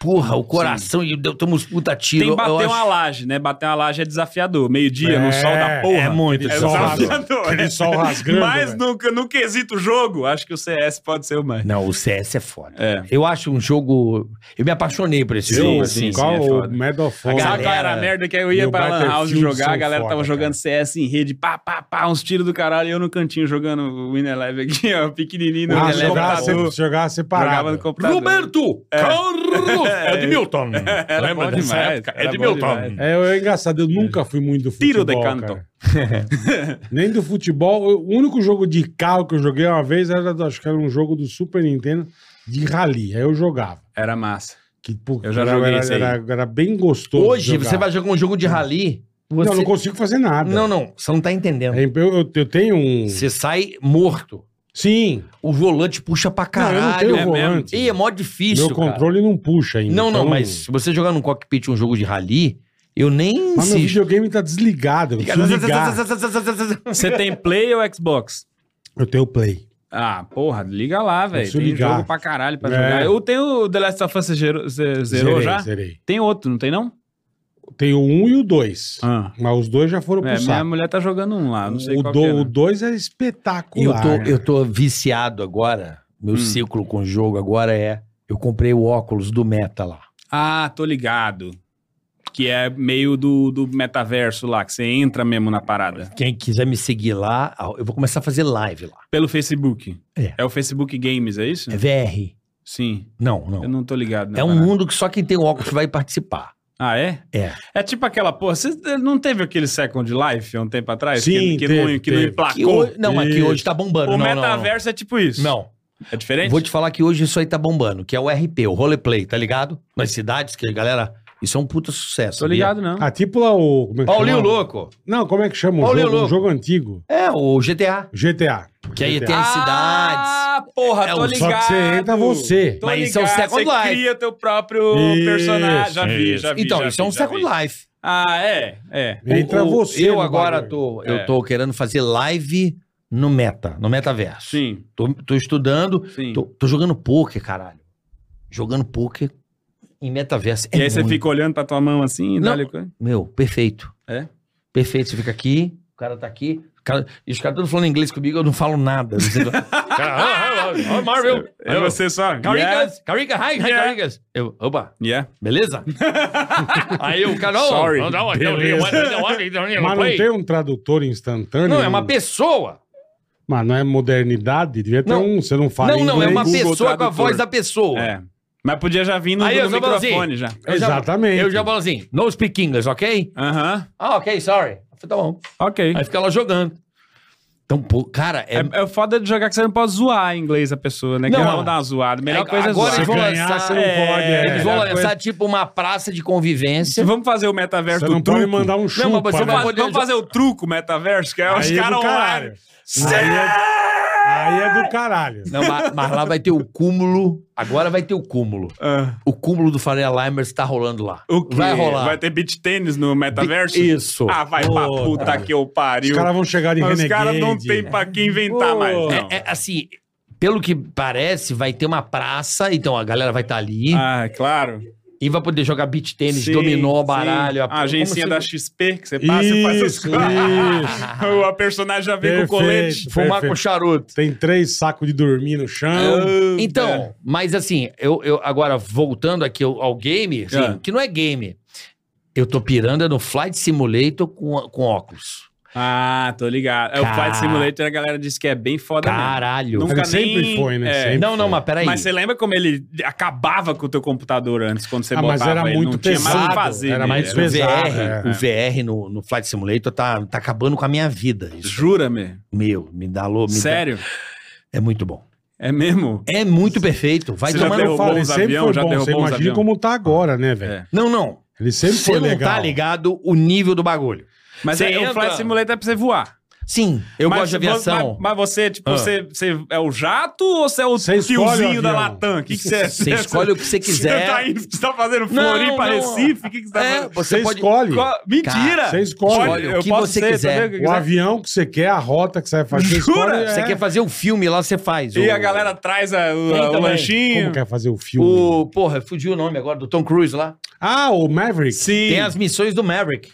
C: Porra, o coração e eu tomo uns puta tiro.
D: Tem que
C: eu- eu
D: bater uma
C: acho-
D: laje, né? Bater uma laje é desafiador. Meio-dia, no sol da porra.
C: É
D: *laughs*
C: muito
D: É
B: sol
C: desafiador.
B: rasgando.
D: desafiador.
B: Aquele
D: é.
B: sol rasgando,
D: *laughs* Mas
B: velho.
D: no, no quesito jogo, acho que o CS pode ser o mais.
C: Não, o CS é foda.
D: É.
C: Eu acho um jogo. Eu me apaixonei por esse
D: Sim,
C: jogo,
B: Eu,
C: assim.
D: sim,
B: qual
D: é
B: o
D: foda.
B: Medal of Honor? Ah,
D: Sabe qual era a
C: Galera,
D: merda que eu ia
B: meu
D: pra Lan House
B: Battlefield
D: jogar, a
B: são
D: galera tava
B: foda,
D: jogando CS em rede, pá, pá, pá, uns tiros do caralho, e eu no cantinho jogando o Win Eleven aqui, ó, pequenininho no
B: Ah,
D: Win Eleven,
B: jogava,
D: computador.
B: se- jogava
D: Jogava
B: separado.
D: no computador.
C: Carlos É. Edmilton.
D: É. Era bom demais. era bom demais.
B: É, eu- é engraçado, eu nunca fui muito do
D: Tiro
B: futebol,
D: de *laughs*
B: cara. Nem do futebol. eu- O único jogo de carro que eu joguei uma vez era, do- acho que era um jogo do Super Nintendo de rally. Aí eu jogava.
D: Era massa.
B: Que, pô,
D: Eu já
B: era,
D: joguei
B: era,
D: esse aí.
B: era- era bem gostoso.
C: Hoje
B: jogar.
C: você vai jogar um jogo de rally.
B: Não, eu
C: você-
B: não consigo fazer nada.
C: não, não, você não tá entendendo.
B: É, Eu, eu- eu tenho um.
C: Você sai morto.
B: Sim.
C: O volante puxa pra
B: não, eu
C: caralho.
B: não tenho
C: é
B: volante.
C: E é mó difícil.
B: Meu
C: cara.
B: controle não puxa ainda.
C: Não, não,
B: então-
C: mas se você jogar num cockpit um jogo de rally, eu nem
B: Mas meu
C: insisto.
B: videogame tá desligado. Eu preciso ligar.
D: Você tem Play ou Xbox?
B: Eu tenho o Play.
D: Ah, porra, liga lá, velho.
B: preciso
D: Tem
B: ligar.
D: jogo pra caralho pra
B: É.
D: jogar. Eu tenho o The Last of Us, você gerou- você zerou
B: Zerei,
D: já?
B: Zerei.
D: Tem outro, não tem não?
B: Tenho o 1 e o 2.
D: Ah.
B: Mas os dois já foram
D: É,
B: pro
D: minha
B: saco.
D: mulher tá jogando um lá, não sei
B: o
D: qual
B: do-
D: que é,
B: o
C: né?
D: não.
B: 2 é
C: Eu
B: espetacular.
C: tô,
B: né?
C: eu tô viciado agora. Meu
D: Hum.
C: ciclo com o jogo agora é. Eu comprei o óculos do Meta lá.
D: Ah, tô ligado. Que é meio do, do metaverso lá, que você entra mesmo na parada.
C: Quem quiser me seguir lá, eu vou começar a fazer live lá.
D: Pelo Facebook.
C: É.
D: o Facebook Games, é isso?
C: É VR.
D: Sim.
C: Não,
D: Eu
C: não.
D: não tô ligado. na
C: É um
D: parada.
C: mundo que só quem tem o óculos vai participar.
D: Ah, é?
C: É.
D: É tipo aquela porra. Você não teve aquele Second Life há um tempo atrás?
B: Sim,
D: que, que
B: teve,
D: não, que
B: teve.
D: não emplacou.
C: Que hoje, não, mas que
B: Isso.
C: hoje tá bombando.
D: Ah, O
C: não, não,
D: metaverso é tipo isso.
C: Não. não.
D: É diferente?
C: Vou te falar que hoje isso aí tá bombando, que é o RP, o roleplay, tá ligado? Nas cidades, que a galera. Isso é um puta sucesso.
D: Tô
C: sabia?
D: ligado, não.
B: Ah, tipo lá o... Como é que
C: Paulinho
B: chama?
C: Louco.
B: Não, como é que chama o
C: Paulinho
B: jogo? Um
C: Louco.
B: jogo antigo.
C: É, o GTA.
B: GTA.
C: Que aí
B: GTA.
C: tem as cidades.
D: Ah, porra,
C: É,
D: tô
C: o-
B: Só
D: ligado.
B: que você entra você.
D: Tô
C: Mas isso é um
D: ligado,
C: Second
D: você
C: Life.
D: cria teu próprio
B: Isso,
D: personagem. Já vi,
B: isso.
D: já vi.
C: Então,
D: já
C: isso
D: vi,
C: é um
D: já
C: Second
D: vi.
C: Life.
D: Ah, é? É.
B: Entra
C: O- o-
B: você.
C: Eu
B: no
C: agora
B: bagulho.
C: tô,
D: É.
C: eu tô querendo fazer live no meta, no metaverso.
D: Sim,
C: Tô, tô estudando,
D: sim.
C: tô, tô jogando poker, caralho. Jogando poker em metaverso. É
D: e aí você
C: muito-
D: fica olhando pra tua mão assim,
C: Não.
D: dá-lhe coisa.
C: Meu, perfeito.
D: É?
C: Perfeito. Você fica aqui, o cara tá aqui. o cara- e os caras todos falando inglês comigo, eu não falo nada. Você-
D: *laughs*
C: Cara, oh, oh, oh, Marvel.
D: É você só. Yeah.
C: Caricas, Caricas, hi, hi,
D: Yeah.
C: Caricas. Eu, opa,
D: yeah. *laughs*
C: beleza? Aí o cara, oh,
D: Sorry.
C: não,
E: um
C: não, não,
B: Beleza. Mas não tem um tradutor instantâneo?
C: Não, é uma pessoa.
B: Mas não é modernidade? Devia ter
C: Não.
B: um... Você não fala
C: Não, não, é
B: inglês.
C: uma
D: Google
C: pessoa com a
D: Tradutor.
C: voz da pessoa.
D: É. Mas podia já vir no,
C: Aí
D: no
C: eu só falo assim.
D: microfone já.
C: Eu já-
B: Exatamente.
C: Eu já falo assim, no speak English, ok?
D: Aham.
C: Ah, ok, sorry. Eu falei, Tá bom.
D: Ok.
C: Aí fica lá jogando. Então, pô, cara, é,
D: É, é o foda de jogar que você não pode zoar em inglês a pessoa, né? Que
C: Não.
D: não, dá uma zoada. A melhor
C: É,
D: coisa
C: agora
D: é
B: Se
C: eles
D: zoar.
C: vão
B: ganhar,
C: lançar-
B: você não
D: É,
B: pode. é.
C: Eles vão
D: a
C: lançar
D: coisa-
C: tipo uma praça de
D: Se
C: convélsia.
D: vamos fazer o metaverso
B: Você
D: do
B: não
D: truco.
B: pode mandar um chupa,
C: Não, mas você
B: né?
C: vai poder
D: Vamos fazer o truco metaverso, que é os
B: Aí é do
D: caras
B: caralho.
D: online.
B: Aí é- Aí é do caralho.
C: Não, mas, mas lá vai ter o cúmulo. Agora vai ter o cúmulo.
D: Ah,
C: O cúmulo do Faria Limers tá rolando lá.
D: o quê?
C: Vai rolar.
D: Vai ter beat tênis no metaverso?
C: Isso.
D: Ah, vai pra
B: Puta.
D: puta que eu
B: Os
D: pariu.
B: caras vão chegar de
D: Mas
B: renegade.
D: Os caras não tem pra que inventar
B: Pô.
D: mais. não.
C: É, é, assim, pelo que parece, vai ter uma praça. Então a galera vai estar ali
D: Ah, claro.
C: e vai poder jogar beach tênis,
D: Sim,
C: dominó,
D: sim.
C: baralho.
D: A agência da
C: como se-
D: XP que você passa e faz as
B: Isso,
D: *laughs* coisas. A personagem já vem com o colete.
B: Perfeito.
C: Fumar com charuto.
B: Tem três sacos de dormir no chão.
D: é.
C: Então, mas assim, eu, eu agora voltando aqui ao, ao game, assim,
D: Ah.
C: que não é game. Eu tô pirando é no Flight Simulator com, com óculos.
D: Ah, tô ligado. É o
C: Cara.
D: Flight Simulator, a galera disse que é bem foda mesmo.
C: Caralho.
D: Nunca
B: Ele sempre
D: nem-
B: foi, né?
D: é.
B: Sempre
C: Não, não,
B: foi.
C: mas peraí.
D: Mas você lembra como ele acabava com o teu computador antes, quando você
B: Ah,
D: botava
B: mas era
D: ele?
B: muito
D: não tinha mais o que
B: pesado,
D: fazer.
B: era
D: né?
B: mais
C: o
B: pesado. pesado,
C: VR,
B: é.
C: o VR no, no Flight Simulator tá, tá acabando com a minha vida. Isso.
D: Jura, me
C: Meu, me dá louco. me dá-
D: Sério?
C: É muito bom.
D: É mesmo?
C: É muito perfeito. Vai
D: Você já
C: tomar
B: Eu
C: no...
D: derrubou
B: falei,
D: uns
B: sempre
D: avião,
B: foi
D: já
B: bom. Você
D: derrubou uns
B: imagina
D: avião.
B: como tá agora, né, velho?
D: É.
C: Não, não.
B: Ele sempre
C: Você
B: foi
C: não
B: legal.
C: tá ligado o nível do bagulho.
D: Mas
C: Você
D: é, o
C: entra-
D: Flight Simulator é pra você voar.
C: Sim, eu
D: Mas
C: gosto de
D: vo-
C: aviação.
D: Mas, mas você, tipo,
C: Ah.
D: você, você é o jato ou você é o
B: Você escolhe
D: tiozinho
B: o
D: da
B: avião.
D: Latam? O que, que *laughs* você é?
C: Você escolhe o que você quiser.
D: Você tá, indo, você tá fazendo
C: Não,
D: Floripa,
C: não.
D: Recife? O que, que você tá
C: É,
D: fazendo?
C: você,
B: Você
C: pode...
B: escolhe.
D: Co- Mentira!
C: Cara,
B: Você escolhe.
C: Olha, o que você quiser.
D: também, o que
B: O avião que você quer, a rota que você vai fazer.
D: Jura?
B: escolhe,
C: Você
B: é.
C: quer fazer um filme lá, você faz.
D: E
C: O-
D: a galera traz a- o,
C: Tem
D: o
C: também.
D: lanchinho.
B: Como é? quer fazer o filme?
C: O... Porra, fugiu o nome agora do Tom Cruise lá.
B: Ah, o Maverick.
D: Sim.
C: Tem as missões do Maverick.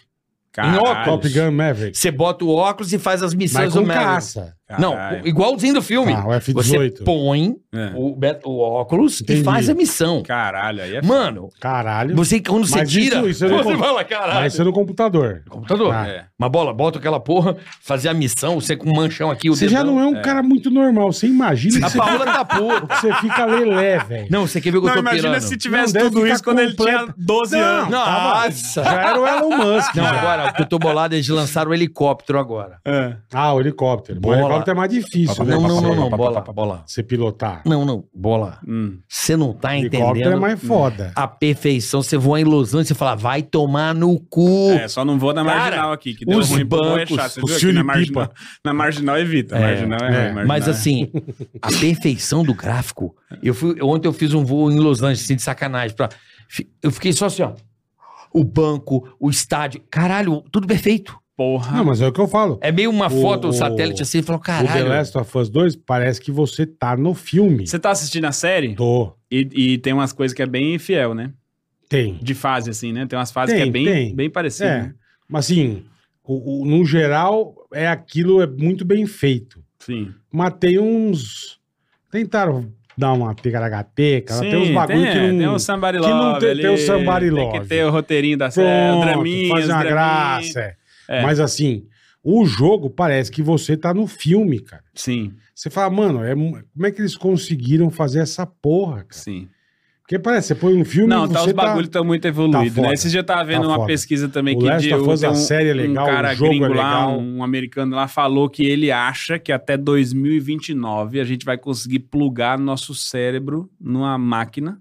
D: Caralho.
C: óculos.
B: Top Gun Maverick.
C: Você bota o óculos e faz as missões
B: Mas
C: do
B: com
C: Maverick.
B: caça.
C: Não,
D: Caralho.
C: o- igualzinho do filme.
B: Ah, o F-18.
C: Você põe
D: É.
C: o, bet- o óculos e
B: Entendi.
C: faz a missão.
D: Caralho, aí é
C: Mano,
B: Caralho.
C: você quando você
B: Mas
C: tira,
B: isso- isso eu não
C: você
B: con-
C: fala, caralho.
B: Mas isso é no computador.
C: Computador.
B: Ah.
D: É.
C: Uma bola, bota aquela porra, fazer a missão, você com um manchão aqui, o
B: Você já não é um cara muito normal. Você imagina
C: A
B: que você,
C: Paola tá puta.
B: que você fica lelé, velho.
C: Não, você quer ver que eu
D: Não,
C: tô
D: imagina
C: pirando.
D: se
B: Não,
D: tivesse
B: deve
D: tudo
B: ficar
D: isso quando ele tinha
B: completo.
D: 12
B: Não.
D: anos.
C: Nossa!
B: Já era o Elon Musk.
C: Não,
B: já.
C: agora, o que eu tô bolado é eles lançaram o helicóptero agora.
D: É.
B: Ah, o helicóptero. Bom, O
C: Bola.
B: helicóptero é mais difícil, né?
C: não,
B: pra
C: não, não,
B: você-
C: não, bola, bola.
B: Você pilotar.
C: Não, não, bola.
D: Hum.
C: Você não tá
B: Helicóptero é
C: entendendo
B: mais foda.
C: a perfeição. Você voa em Los Angeles e fala, vai tomar no cu.
D: É, só não vou na
C: Cara,
D: marginal aqui, que deu
C: os
D: ruim pro boi, é
C: bancos,
D: chato. Você
B: os
D: viu aqui na
B: Filipipa.
D: marginal, na marginal evita.
C: É,
D: marginal é,
B: é.
D: ruim, marginal
C: Mas
D: é.
C: assim, a perfeição do gráfico. Eu fui, eu- ontem eu fiz um voo em Los Angeles, assim, de sacanagem. Pra, fi- eu fiquei só assim, ó. O banco, o estádio. Caralho, tudo perfeito. Hum.
D: porra.
B: Não, mas é o que eu falo.
C: É meio uma
B: O-
C: foto
B: o-
C: satélite assim, falou,
B: O The
C: caralho.
B: Last of Us 2 parece que você tá no filme.
D: Você tá assistindo a série
B: Tô.
D: e, e tem umas coisas que é bem fiel, né?
B: Tem.
D: De fase, assim, né? Tem umas fases
B: Tem,
D: que é bem,
B: tem.
D: bem parecido.
B: É.
D: né?
B: Mas assim, o- o- no geral, é aquilo é muito bem feito.
D: Sim.
B: Mas tem uns. Tentaram dar uma ticaracateca.
D: Sim,
B: Tem uns bagulho
D: tem,
B: que não.
D: tem o Somebody
B: que não
D: Love
B: tem- tem o
D: ali,
B: Somebody
D: Tem que
B: Love.
D: ter o roteirinho da
B: Pronto,
D: série, o draminha,
B: fazer
D: os
B: uma
D: draminha.
B: graça. é.
D: É.
B: Mas assim, o jogo parece que você tá no filme, cara.
D: Sim,
B: Você fala, mano, é mu- como é que eles conseguiram fazer essa porra, cara?
D: sim.
B: Porque parece, você põe um filme
D: Não,
B: e
D: tá,
B: você
D: os bagulho tá, muito evoluído,
B: foda.
D: né? Esse dia eu tava vendo
B: Tá
D: uma
B: foda.
D: pesquisa também
B: O
D: que
B: Last
D: de-
B: of Us,
D: tem
B: a série é legal,
D: um cara
B: o jogo é
D: gringo lá,
B: legal.
D: um americano lá, falou que ele acha que até 2029 a gente vai conseguir plugar nosso cérebro numa máquina,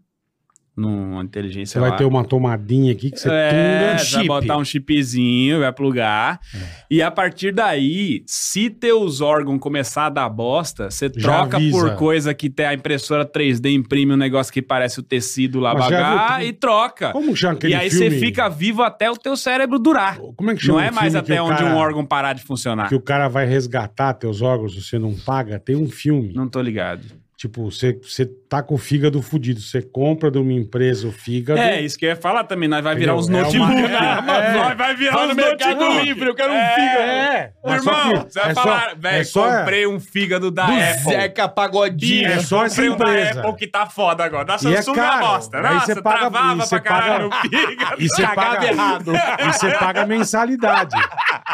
D: numa inteligência
B: Você vai ter uma tomadinha aqui que você
D: é,
B: pluga.
D: vai botar um chipzinho, vai plugar.
B: É.
D: E a partir daí, se teus órgãos começar a dar bosta, você
B: Já
D: troca
B: avisa.
D: por coisa que tem a impressora 3D imprime um negócio que parece o tecido lá
B: Mas já
D: bagá
B: viu que-
D: e troca.
B: Como que chama aquele
D: E aí
B: filme?
D: você fica vivo até o teu cérebro durar.
B: Como é que chama
D: Não é
B: o
D: mais
B: filme que
D: até
B: o
D: onde
B: cara-
D: um órgão tá. parar de funcionar.
B: Que o cara vai resgatar teus órgãos, você não paga. Tem um filme.
D: Não tô ligado.
B: Tipo, você, você tá com o fígado fudido. Você compra de uma empresa o fígado.
D: É, isso que eu ia falar também. Nós vai
B: Entendeu?
D: virar
B: *laughs*
D: uns
B: É
D: notebook.
B: uma-
D: na Amazon, vai virar
C: Fala
D: uns
C: no Mercado
D: notebook.
C: Livre, eu quero um
D: É.
C: fígado.
B: É, mas só
D: Irmão,
B: que
D: você vai
B: é só-
D: falar,
B: é
D: velho,
B: só-
D: comprei um fígado
C: Ah,
D: da
C: é,
D: Apple.
C: Zeca Pagodinho.
B: É só essa
D: Comprei um da
B: empresa.
D: Apple que tá foda agora. Da
B: E é
D: Samsung é uma
B: caro.
D: bosta.
B: Aí
D: Nossa,
B: você paga- e
D: travava
B: você
D: pra caralho
B: paga-
D: no fígado.
B: *laughs* E você
C: Cagado
B: paga
C: errado.
B: E você paga mensalidade.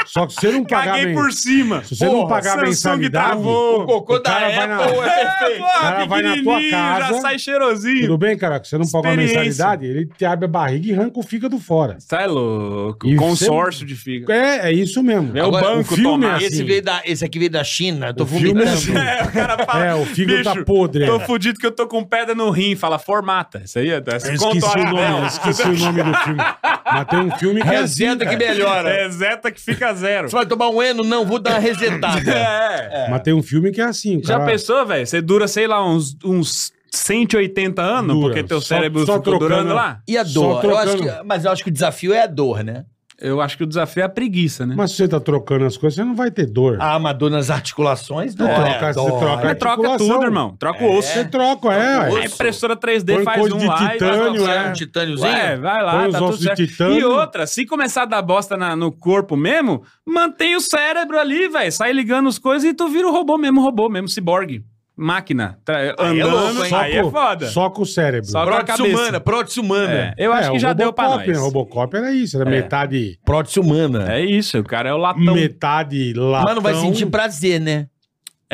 B: Só que se você não pagar
D: Caguei
B: men-
D: por cima.
B: Se você não
D: Porra,
B: pagar
D: Samsung
B: mensalidade,
D: travou.
C: O cocô
B: *laughs* O
C: da
B: cara
C: Apple
B: vai na-
C: é
D: É,
C: perfeito.
B: cara
D: porra,
B: vai na tua
D: pequenininho, já
B: casa.
D: sai cheirosinho.
B: Tudo bem, cara? que Você não pagou a
D: Experiência.
B: mensalidade, ele te abre a barriga e arranca o fígado fora.
D: Sai louco.
B: E
D: Consórcio de fígado.
B: É, é isso mesmo.
D: É o banco
B: o filme
D: tomar.
B: é
C: Esse,
B: assim.
C: veio da, esse aqui veio da China, eu tô
B: O filme é
C: vomitando.
B: assim.
D: *laughs* É, o cara fala.
B: É, o fígado
D: "Bicho,
B: tá podre."
D: Tô fudido que eu tô com pedra no rim. Fala, formata. Isso aí é.
B: Eu esqueci o nome, eu esqueci o nome do filme. Mas tem um filme que é assim,
C: Reseta que
B: cara.
C: melhora.
D: É Zeta que fica zero.
B: *laughs*
C: Você vai tomar um eno? Não, vou dar uma resetada.
D: É.
B: Mas tem um filme que é assim,
D: Já
B: cara.
D: pensou, velho? Você dura, sei lá, uns, uns 180 anos,
B: Dura.
D: porque teu
B: Só-
D: cérebro
B: só
D: ficou
B: trocando.
D: durando lá?
C: E a
B: Só
C: dor? Eu acho
B: trocando.
C: que- mas eu acho que o desafio é a dor, né?
D: Eu acho que o desafio é a preguiça, né?
B: Mas se você tá trocando as coisas, você não vai ter dor.
C: Ah, mas dor nas articulações,
B: Você
C: dói.
B: troca- você
C: dói.
B: troca-
D: Mas troca
B: é articulação.
D: tudo, irmão. Troca
C: É.
D: o osso.
B: Você troca, é.
D: A
B: ué.
D: impressora 3D
B: Põe
D: faz
B: coisa
D: um
B: de
D: lá e vai
B: titânio,
D: pra-
B: é.
C: um titâniozinho.
D: Ué, vai
B: Põe
D: lá,
B: os
D: tá tudo
B: ossos de
D: certo.
B: titânio.
D: E outra, se começar a dar bosta na- no corpo mesmo, mantém o cérebro ali, velho. Sai ligando as coisas e tu vira o robô mesmo, robô mesmo, ciborgue. Máquina. Tra-
C: Aí é
D: andando.
C: louco, hein?
B: Só
D: aí é
B: com-
D: foda.
B: Só com o cérebro.
D: Só com a
C: Prótese
D: cabeça.
C: humana, prótese humana.
D: É, eu acho
B: É,
D: que
B: o
D: já deu pra
B: Robocop,
D: nós.
B: né? Robocop era isso, era metade,
C: Prótese humana.
D: É isso, o cara é o latão.
B: metade latão.
C: Mas não vai sentir prazer, né?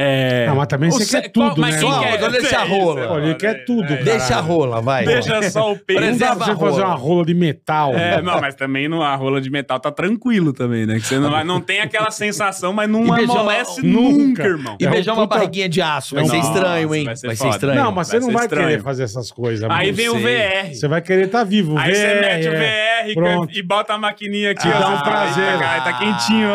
D: É.
B: Não, Ah, mas também
D: O
B: você
D: cé-
B: quer
D: qual-
B: tudo,
D: mas
B: né?
D: quem
B: irmão?
C: quer? Olha esse
D: É
C: arrola.
D: isso,
B: Olha, ele quer
D: é,
B: tudo,
D: é.
B: cara.
C: Deixa a rola, vai.
D: Deixa só o
B: Não
D: peso.
B: dá
C: Preserva
B: pra você
C: a rola.
B: fazer uma rola de metal. né?
D: É, não, mas também não, a rola de metal tá tranquilo também, né? Que você não, vai- não tem aquela sensação, mas não
C: E beijar uma-
D: amolece
B: nunca.
D: nunca, irmão.
C: E
B: É um
C: beijar uma
B: puta-
C: barriguinha de aço. Vai
B: É um-
C: ser estranho,
D: Nossa,
C: hein?
D: vai ser
C: Vai ser
D: foda.
C: estranho.
B: Não, mas você
D: Vai
B: não
D: ser
B: vai
D: estranho.
B: querer fazer essas coisas.
D: Aí
B: mano.
D: vem o
C: sei.
D: VR.
B: Você vai querer estar tá vivo.
D: Aí você
B: VR,
D: mete o VR
B: Pronto.
D: e, e bota a maquininha aqui.
B: Te dá
D: ó,
B: um
D: você
B: prazer.
D: fala, "Eita, Cara, tá quentinho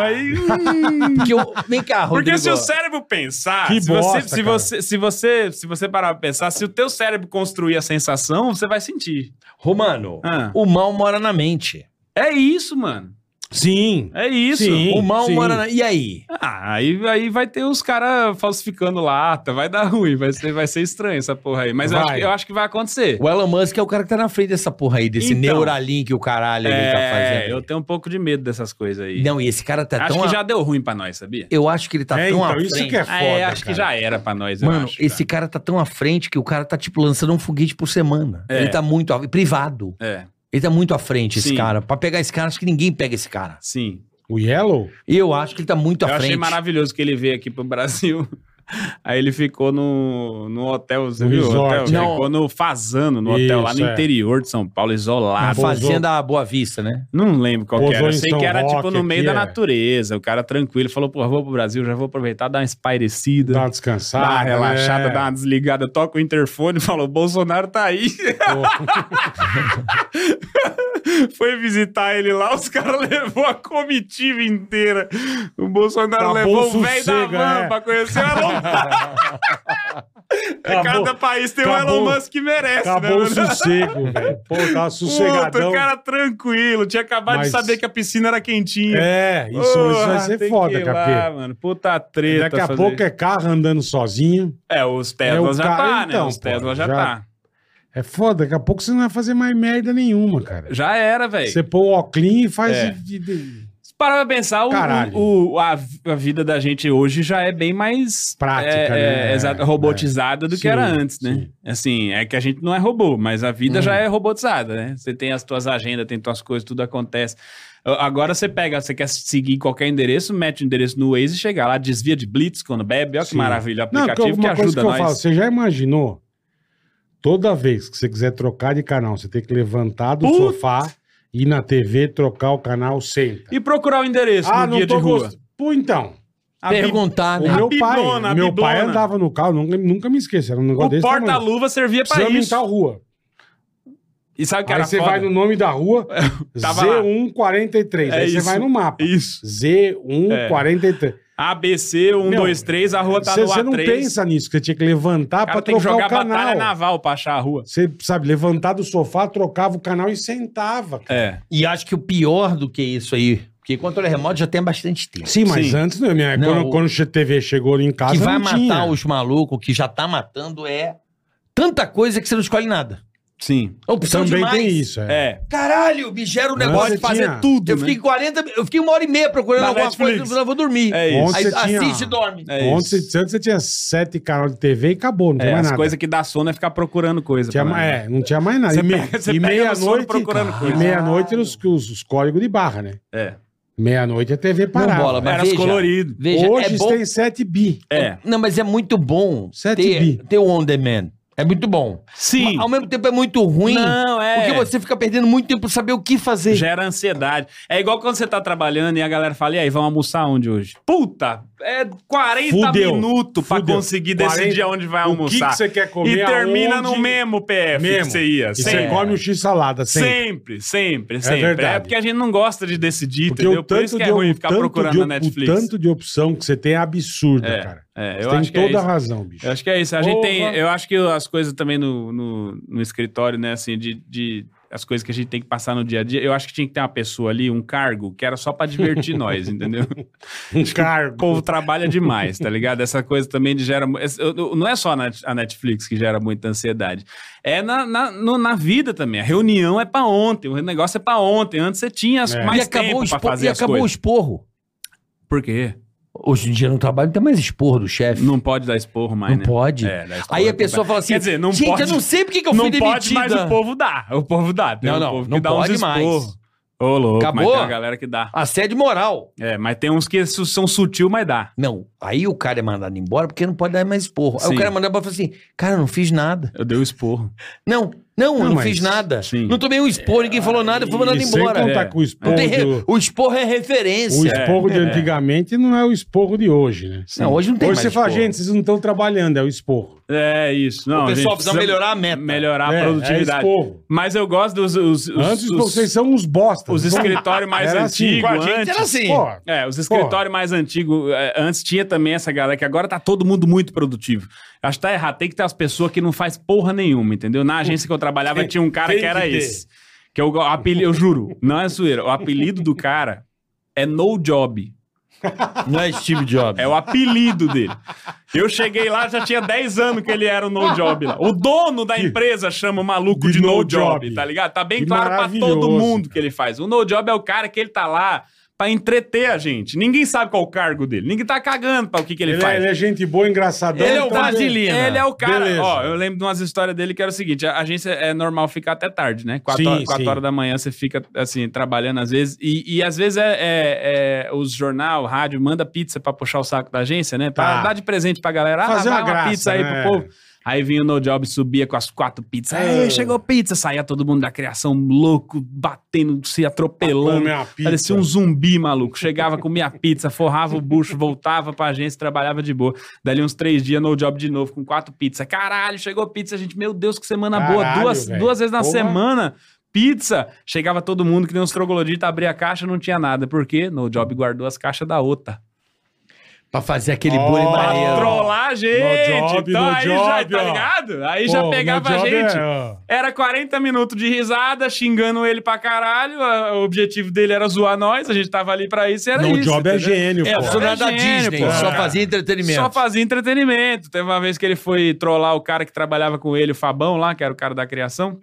B: *laughs*
D: aí. hum."
C: Porque eu... Vem cá, Rodrigo.
D: *laughs* Porque se o cérebro pensar,
B: Que
D: se,
B: bosta,
D: você, se,
B: cara.
D: você, se, você, se você parar pra pensar, se o teu cérebro construir a sensação, você vai sentir.
C: Romano,
D: Ah.
C: o mal mora na mente.
D: É isso, mano.
B: Sim.
D: É isso.
B: Sim.
C: o mal
B: sim.
C: mora na... E aí?
D: Ah, aí, aí vai ter os caras falsificando lata, vai dar *laughs* ruim, vai ser, vai ser estranho essa porra aí. Mas eu
B: Vai.
D: acho, que, eu acho que vai acontecer.
C: O Elon Musk é o cara que tá na frente dessa porra aí, desse
D: Então.
C: Neuralink, o caralho, ele tá
D: É,
C: fazendo.
D: eu tenho um pouco de medo dessas coisas aí.
C: Não, e esse cara tá
D: acho
C: tão...
D: que
C: a-
D: já deu ruim pra nós, sabia?
C: Eu acho que ele tá
B: É,
C: tão à
B: então, isso
C: frente.
B: que é foda,
D: Ah, é, acho que
B: cara.
D: já era pra nós, eu
C: Mano,
D: acho,
C: esse cara tá tão à frente que o cara tá, tipo, lançando um foguete por semana.
D: É.
C: Ele tá muito... à- Privado.
D: cara. É,
C: Ele tá muito à frente, esse
D: Sim.
C: cara. Pra pegar esse cara, acho que ninguém pega esse cara.
D: sim.
B: O Yellow?
C: Eu acho que ele tá muito
D: Eu
C: à
D: achei
C: frente.
D: maravilhoso que ele veio aqui pro Brasil. *laughs* Aí ele ficou no, no hotel, você
B: No
D: viu?
B: resort,
D: Hotel,
B: né?
D: Ficou no Fazano, no hotel lá
B: Isso,
D: no
B: é.
D: interior de São Paulo,
C: A
D: isolado.
B: Pousou.
C: Fazenda Boa Vista, né?
D: Não lembro qual que
B: Pousou
D: era. Eu
B: em
D: sei
B: São
D: que era
B: Roque
D: tipo no meio
B: aqui,
D: da
B: é.
D: natureza. O cara tranquilo falou: pô, vou pro Brasil, já vou aproveitar, dar uma espairecida.
B: Dá uma
D: Dá
B: descansada.
D: uma relaxada,
B: né?
D: dá uma desligada, toca o interfone *laughs* e falou: Bolsonaro tá aí. *laughs* Foi visitar ele lá, os caras *laughs* levou a comitiva inteira. O Bolsonaro
B: Acabou
D: levou o
B: o
D: velho da
B: sossego,
D: van
B: é.
D: pra conhecer
B: *laughs*
D: o *laughs* Elon Musk. Cada país tem um
B: Acabou-
D: Elon Musk que merece,
B: Acabou o
D: né? mano? *laughs*
B: sossego, velho. Pô, tava
D: Puta,
B: sossegadão.
D: o cara tranquilo, tinha acabado
B: Mas-
D: de saber que a piscina era quentinha.
B: É, isso, isso vai
D: Porra,
B: ser
D: tem que
B: foda,
D: ir
B: capê.
D: lá, tá mano. Puta treta.
B: Daqui a
D: fazer-
B: pouco é carro andando sozinho.
D: É, os
B: é o
D: Teslas já
B: ca-
D: tá, né?
B: então,
D: Os
B: pô,
D: Teslas já,
B: já-
D: tá.
B: É foda, daqui a pouco você não vai fazer mais merda nenhuma, cara.
D: Já era, velho.
B: Você põe o óculos e faz.
D: É.
B: de- de-
D: Se parar pra pensar, o,
B: Caralho.
D: o- a, a vida da gente hoje já é bem mais
B: Prática,
D: é,
B: né?
D: é, exato, robotizada do
B: Sim,
D: que era antes, né?
B: sim. Uhum.
D: Assim, é que a gente não é robô, mas a vida
C: Hum.
D: já é robotizada, né? Você tem as tuas agendas, tem tuas coisas, tudo acontece. A- Agora você pega, você quer seguir qualquer endereço, mete o endereço no Waze e chega lá, desvia de blitz quando bebe, olha que
B: Sim.
D: maravilha, o
B: Não, porque
D: aplicativo
B: uma
D: que
B: coisa
D: ajuda
B: que eu
D: nós.
B: falo, você já imaginou Toda vez que você quiser trocar de canal, você tem que levantar do
D: Puta!
B: sofá, ir na TV, trocar o canal, senta.
D: E procurar o endereço
B: Ah,
D: no guia de rua.
B: gost- Pô, então.
D: A bi-
C: Perguntar,
B: O
C: né?
B: meu pai,
D: bidona, a
B: meu pai
D: bidona.
B: andava no carro, nunca, nunca me esqueci. Era um negócio
D: O
B: desse tamanho.
D: porta-luva servia pra
B: Precisamos em
D: isso.
B: tal rua.
D: E sabe o que
B: Aí
D: era
B: você
D: foda?
B: vai no nome da rua,
D: *laughs* Tava lá.
B: Z143.
D: É
B: aí você
D: isso.
B: vai no mapa.
D: Isso.
B: Z143.
D: ABC, 1,
B: Meu,
D: 2, 3, um, a rua tá
B: Você
D: no
B: você não
D: A3.
B: pensa nisso, que você tinha que levantar
D: O cara
B: pra
D: tem que
B: trocar
D: jogar
B: o canal.
D: batalha naval pra achar a rua.
B: Você sabe, levantar do sofá, trocava o canal e sentava. cara.
D: É.
C: E acho que o pior do que isso aí, porque controle remoto já tem bastante tempo.
B: Sim, mas
D: Sim.
B: antes, né, minha,
C: Não,
B: quando,
C: o-
B: quando a TV chegou em
C: O
B: casa,
C: que vai
B: não
C: matar
B: tinha.
C: os malucos, que já tá matando, é tanta coisa que você não escolhe nada.
D: Sim.
C: Opção
B: Também
C: demais.
B: tem isso, é. Ah,
D: É.
C: Caralho, me gera um
B: Antes
C: negócio
B: você
C: de fazer
B: tinha-
C: tudo. Eu
D: né?
C: fiquei 40, eu fiquei uma hora e meia procurando
D: Na
C: alguma
D: Netflix.
C: coisa, eu vou dormir.
D: É isso.
B: Ontem
C: Aí
B: você tinha-
C: assiste e dorme.
D: É isso.
B: Ontem, antes você tinha sete canais de TV e acabou, não
D: É,
B: tinha mais
D: as
B: nada.
D: coisas que dá sono é ficar procurando coisa.
B: Tinha
D: pra
B: ma-
D: lá.
B: é, não tinha mais nada.
D: Você
B: e me-
D: pega- você
B: e
D: pega no sono
B: meia-noite.
D: procurando
B: e
D: coisa.
B: meia-noite era os, os, os códigos de barra, né?
D: É.
B: Meia-noite a TV parava.
C: bola, mas
D: Era
C: veja,
D: colorido.
C: Veja,
B: Hoje
C: é bom.
B: tem é 7 bi.
D: É.
C: Não, mas é muito bom
B: Sete bi.
C: ter, ter o on demand. É muito bom.
D: Sim.
C: Mas, ao mesmo tempo é muito ruim.
D: Não, é.
C: Porque você fica perdendo muito tempo pra saber o que fazer.
D: Gera ansiedade. É igual quando você tá trabalhando e a galera fala: e aí, vamos almoçar onde hoje? Puta, é 40
B: Fudeu.
D: minutos pra
B: Fudeu.
D: conseguir
B: 40
D: decidir onde vai
B: o que
D: almoçar.
B: que você quer comer,
D: E termina no
B: aonde-
D: mesmo PF que
B: Mesmo.
D: você ia.
B: E
D: sempre.
B: você come o X-salada sempre.
D: Sempre, sempre, sempre. É,
B: verdade.
D: porque a gente não gosta de decidir,
B: Porque
D: entendeu?
B: o
D: Por
B: tanto,
D: isso que
B: de,
D: é ruim
B: o,
D: ficar
B: tanto
D: procurando
B: de,
D: na
B: o
D: Netflix.
B: tanto de opção que você tem é absurdo,
D: É,
B: cara.
D: é,
B: Você
D: eu
B: tem
D: acho que é
B: toda a
D: isso.
B: razão, bicho.
D: Eu acho que é isso. A gente tem.
C: Porra.
D: Eu acho que as coisas também no, no, no escritório, né? Assim, de, de. As coisas que a gente tem que passar no dia a dia. Eu acho que tinha que ter uma pessoa ali, um cargo, que era só
B: *laughs*
D: pra divertir nós, entendeu?
B: Um
D: O
B: cargo.
D: povo trabalha demais, tá ligado? Essa coisa também de gera. mu- esse- eu- eu- Não é só a Net- a Netflix que gera muita ansiedade. É na, na, no- na vida também. A reunião é pra ontem, o negócio é pra ontem. Antes você tinha as-
B: É.
D: mais
C: e acabou, o,
D: tempo pra
C: espo...
D: fazer
C: e
D: as
C: acabou o
D: coisas.
C: esporro.
D: Por quê?
C: Hoje em dia no trabalho não tem mais esporro do chefe.
D: Não pode dar esporro mais,
C: Não
D: né?
C: pode.
D: É, dá esporro
C: Aí a
D: não
C: pessoa
D: dá.
C: fala assim:
D: Quer dizer, não
C: gente,
D: pode.
C: eu não sei porque que eu
D: não
C: fui
D: pode,
C: demitida.
D: mas o povo dá. O povo dá. Tem
C: Não,
D: um
C: não,
D: povo que
C: não
D: dá uns
C: pode mais.
D: esporro. Ô, louco, mas
C: Acabou?
D: tem a galera que dá.
C: Assédio moral.
D: É, mas tem uns que su- são sutil, mas dá.
C: Não, aí o cara é mandado embora porque não pode dar mais esporro. Aí
D: Sim.
C: o cara é mandado embora e fala assim: cara, eu não fiz nada.
D: Eu dei o esporro.
C: Não, não, eu
B: Não,
C: não
B: mas-
C: fiz nada.
D: sim.
C: Não tomei um esporro, ninguém falou nada, eu fui mandado
B: E sem
C: embora.
B: contar
D: É.
B: com o
C: Não
B: esporro.
C: tem re-
B: do-
C: O esporro é
B: O
C: referência.
B: esporro de antigamente não é o esporro de hoje, né?
C: Não, hoje não tem
B: Hoje
C: mais
B: você fala,
C: esporro.
B: gente, vocês não estão trabalhando, é o esporro.
D: É isso. Não,
C: o
D: gente,
C: pessoal precisa melhorar a meta.
D: melhorar
B: É,
D: a
B: é
D: produtividade.
B: esporro.
D: Mas eu gosto dos os, os,
B: Antes
D: os-
B: vocês são uns bosta.
D: os
B: Então,
D: escritórios mais
B: Era assim.
D: antigos.
B: Com
C: A gente
D: antes-
C: era assim.
B: Pô,
D: É, os escritórios mais antigos. é, Antes tinha também essa galera, que agora tá todo mundo muito produtivo. Acho que tá errado. Tem que ter as pessoas que não faz porra nenhuma, entendeu? Na agência que eu trabalhava
B: Tem-
D: tinha um cara
B: tem
D: que era
B: que ter.
D: esse. Que eu, apeli, eu juro, não é zoeira. O apelido do cara é No Job.
C: Não é Steve Jobs.
D: É o apelido dele. Eu cheguei lá, já tinha 10 anos que ele era o no job lá. O dono da empresa chama o maluco
B: De
D: de, no,
B: no
D: job,
B: job.
D: tá ligado? Tá bem
B: Que
D: claro pra todo
B: maravilhoso,
D: mundo que
B: cara.
D: ele faz. O no job é o cara que ele tá lá pra entreter a gente. Ninguém sabe qual é o cargo dele. Ninguém tá cagando pra o que, que ele,
B: Ele, é,
D: faz.
B: ele é gente boa, engraçadão.
C: Ele é o
B: então-
C: Vasili- Vaselina.
D: Ele é o cara.
B: Beleza.
D: Ó, eu lembro de umas histórias dele que era o seguinte: a agência é normal ficar até tarde, né? Quatro,
B: Sim,
D: horas, quatro
B: sim.
D: horas da manhã você fica, assim, trabalhando às vezes. E, e às vezes é, é- é os jornal, rádio, manda pizza pra puxar o saco da agência, né? Pra
B: Tá.
D: dar de presente pra galera. Ah,
B: Fazer
D: vai
B: uma
D: uma
B: graça,
D: pizza aí
B: né?
D: pro povo. Aí vinha o No Job, subia com as quatro pizzas.
B: É.
D: Ei, chegou pizza. Saía todo mundo da criação louco, batendo, se atropelando.
B: Come uma pizza.
D: Parecia um zumbi, maluco. Chegava, comia pizza, forrava o bucho, voltava pra agência, trabalhava de boa. Dali uns três dias, no job de novo, com quatro pizzas. Caralho, chegou pizza, gente. Meu Deus, que semana boa.
B: Caralho,
D: Duas,
B: velho.
D: duas vezes na
B: Porra.
D: semana, pizza. Chegava todo mundo, que nem uns trogloditas, abria a caixa, não tinha nada. Por quê? No job guardou as caixas da outra.
C: Pra fazer aquele
B: Ó,
C: bullying
D: Pra
C: maneiro.
D: trollar a gente.
B: No job,
D: então
B: no
D: aí já,
B: job,
D: tá
B: ó.
D: ligado? Aí já
B: Pô,
D: pegava
B: meu
D: a
B: job é,
D: gente.
B: ó.
D: Era 40 minutos de risada, xingando ele pra caralho. a- O objetivo dele era zoar nós, a gente tava ali pra isso e era
B: No
D: isso.
B: job é
D: entendeu?
B: gênio,
C: É,
B: pô.
C: o funcionário da
D: É gênio,
C: Disney.
D: pô.
C: Só
D: É.
C: fazia entretenimento.
D: Só fazia entretenimento. Teve uma vez que ele foi trollar o cara que trabalhava com ele, o Fabão lá, que era o cara da criação.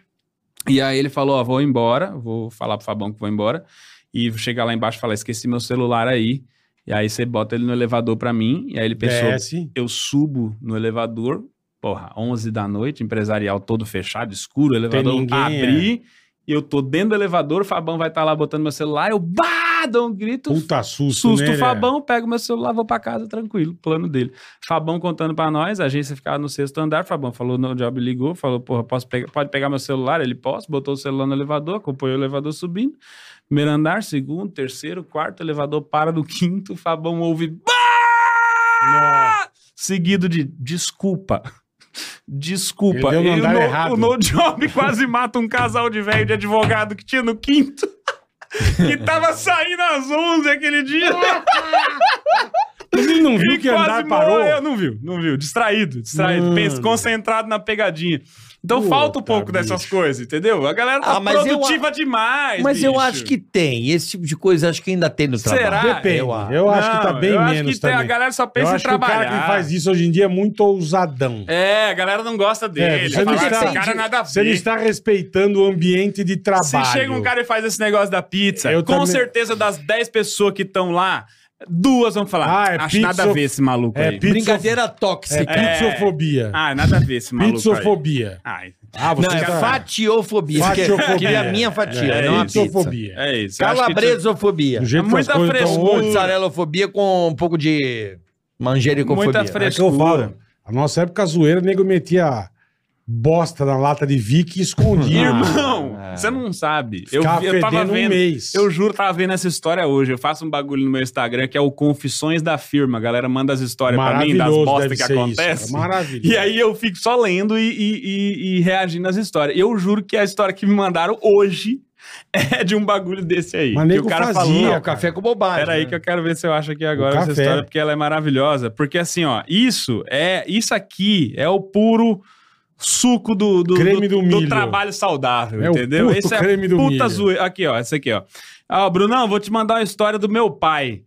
D: E aí ele falou: Ó, vou embora, vou falar pro Fabão que vou embora. E vou chegar lá embaixo e falar: esqueci meu celular aí. E aí você bota ele no elevador pra mim. E aí ele pensou:
B: Desce.
D: eu subo no elevador, porra, 11 da noite, empresarial todo fechado, escuro, elevador
B: ninguém, é.
D: tá abri, e eu tô dentro do elevador, o Fabão vai estar lá botando meu celular, eu, bah, pá, dou um grito,
B: Puta susto,
D: susto
B: nele, é.
D: o Fabão, pego meu celular, vou pra casa tranquilo, plano dele. Fabão contando pra nós, a agência ficava no sexto andar, Fabão falou no job, ligou, falou, porra, posso pegar, pode pegar meu celular? Ele, posso, botou o celular no elevador, acompanhou o elevador subindo, primeiro andar, segundo, terceiro, quarto, elevador para no *laughs* quinto, Fabão ouve, "Bah!" seguido de desculpa. Desculpa,
B: Ele deu no
D: E o
B: andar
D: no-
B: errado.
D: o no job *laughs* quase mata um casal de velho de advogado que tinha no quinto. *laughs* Que tava saindo às 11 aquele dia.
B: Ele não
D: *laughs* E
B: viu que
D: quase
B: andar parou.
D: morreu. É, Não viu, não viu. Distraído, distraído.
B: Mano.
D: Pensa, concentrado na pegadinha. Então
B: Puta,
D: falta um pouco
B: bicho.
D: dessas coisas, entendeu? A galera tá
C: Ah, mas eu
D: produtiva demais.
C: Mas eu
D: bicho.
C: acho que tem. Esse tipo de coisa acho que ainda tem no
D: Será?
C: trabalho.
B: Depende.
C: Eu
B: Eu,
C: acho.
B: acho que tá
D: Não,
B: bem
D: eu acho
B: menos
D: que tem-
B: também.
D: A galera só
B: Eu
D: pensa em
B: acho que o
D: trabalhar.
B: cara que faz isso hoje em dia é muito ousadão. É,
D: É, a galera não gosta dele.
B: você não
D: Fala,
B: está-
D: "Esse cara nada a
B: Você não
D: ver."
B: está respeitando o ambiente de trabalho.
D: Se chega um cara e faz esse negócio da pizza,
B: Eu
D: com
B: também-
D: certeza das 10 pessoas que estão lá, duas vão falar:
B: Ah, é
D: Acho nada
B: pizza-
D: a ver esse maluco
B: É
D: aí.
B: pizza-
C: Brincadeira
B: É
C: tóxica.
B: pizzofobia.
D: Ah, nada a
B: *laughs*
D: ver esse maluco. Aí.
B: pizzofobia.
D: Ai,
B: Ah,
C: Não, é fatiofobia. Porque-
B: Fatiofobia.
C: é- Queria a minha fatia,
D: É
C: não a pizza.
B: pizzofobia.
D: é isso. Eu acho que
C: Calabresofobia.
B: Do jeito que as
D: Muita
B: coisas estão
D: frescura.
B: hoje, é
C: Mozzarellafobia com um pouco de manjericofobia.
D: Muita
B: é que eu falo. A nossa época zoeira, o nego metia bosta na lata de Vick e
D: tinha- *laughs*
B: escondia.
D: Irmão,
C: Ah, é.
D: você não sabe. Eu,
B: Ficava
D: eu tava
B: fedendo um
D: vendo.
B: mês.
D: Eu juro, tava vendo essa história hoje. Eu faço um bagulho no meu Instagram que é o Confissões da Firma. A galera manda as histórias pra mim, das
B: Maravilhoso
D: bostas
B: deve
D: que
B: ser isso. É
D: acontecem.
B: Maravilhoso.
D: E aí eu fico só lendo e, e- e- e reagindo às histórias. Eu juro que a história que me mandaram hoje *laughs* é de um bagulho desse aí.
B: Mas
D: que
B: nego fazia,
D: "Não,
C: É o café com bobagem.
D: Peraí
C: né?
D: que eu quero ver se eu acho aqui agora
B: O
D: essa
B: café.
D: história, porque ela é maravilhosa. Porque assim, ó, isso é isso aqui é o puro suco do, do,
B: Creme do milho.
D: trabalho saudável,
B: É o
D: entendeu?
B: puro
D: Esse é
B: creme do
D: puta
B: milho.
D: zoeira. Aqui, ó, essa aqui, ó. Ah, Brunão, vou te mandar uma história do meu pai.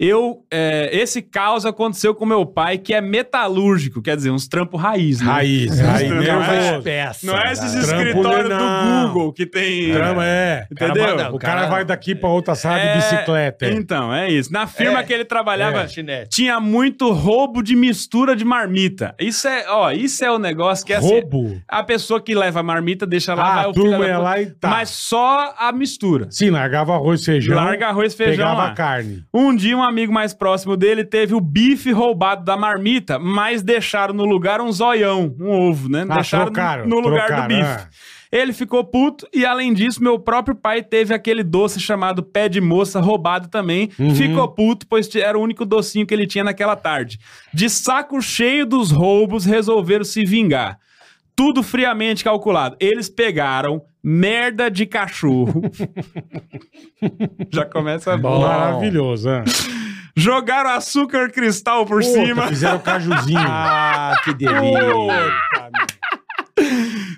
D: Eu, é, esse caos aconteceu com meu pai, que é metalúrgico, quer dizer, uns trampos raiz, né?
B: Raiz, raiz.
D: Não é-
B: nervoso.
C: peça.
D: Não é esses
B: Trampo,
D: escritórios
B: né,
D: do
B: não.
D: Google que tem.
B: Trama, é.
D: Entendeu?
B: O cara, vai daqui pra outra sala
D: É,
B: de bicicleta. é.
D: Então, é isso. Na firma
C: É.
D: que ele trabalhava,
C: chinete.
D: tinha muito roubo de mistura de marmita. Isso é, ó, isso é o negócio que é assim,
B: Roubo.
D: a pessoa que leva a marmita deixa lá,
B: Ah,
D: vai
B: a
D: o filho
B: turma
D: da
B: ia
D: puta,
B: lá e tá.
D: mas só a mistura.
B: Sim, largava arroz e feijão.
D: Larga arroz e feijão
B: Pegava
D: lá.
B: carne.
D: Um dia um amigo mais próximo dele teve o bife roubado da marmita, mas deixaram no lugar um zoião, um ovo, né?
B: Ah,
D: deixaram no-
B: trocaram,
D: no lugar
B: trocaram,
D: do bife.
B: ah.
D: Ele ficou puto e além disso, meu próprio pai teve aquele doce chamado pé de moça roubado também.
B: Uhum.
D: Ficou puto, pois era o único docinho que ele tinha naquela tarde. De saco cheio dos roubos, resolveram se vingar. Tudo friamente calculado. Eles pegaram merda
B: *laughs*
D: de cachorro. Já começa
C: Bom.
D: bom.
B: Maravilhoso, né?
D: Jogaram açúcar cristal por
B: Puta,
D: cima.
B: Fizeram
D: *laughs*
B: cajuzinho.
C: Ah, que delícia.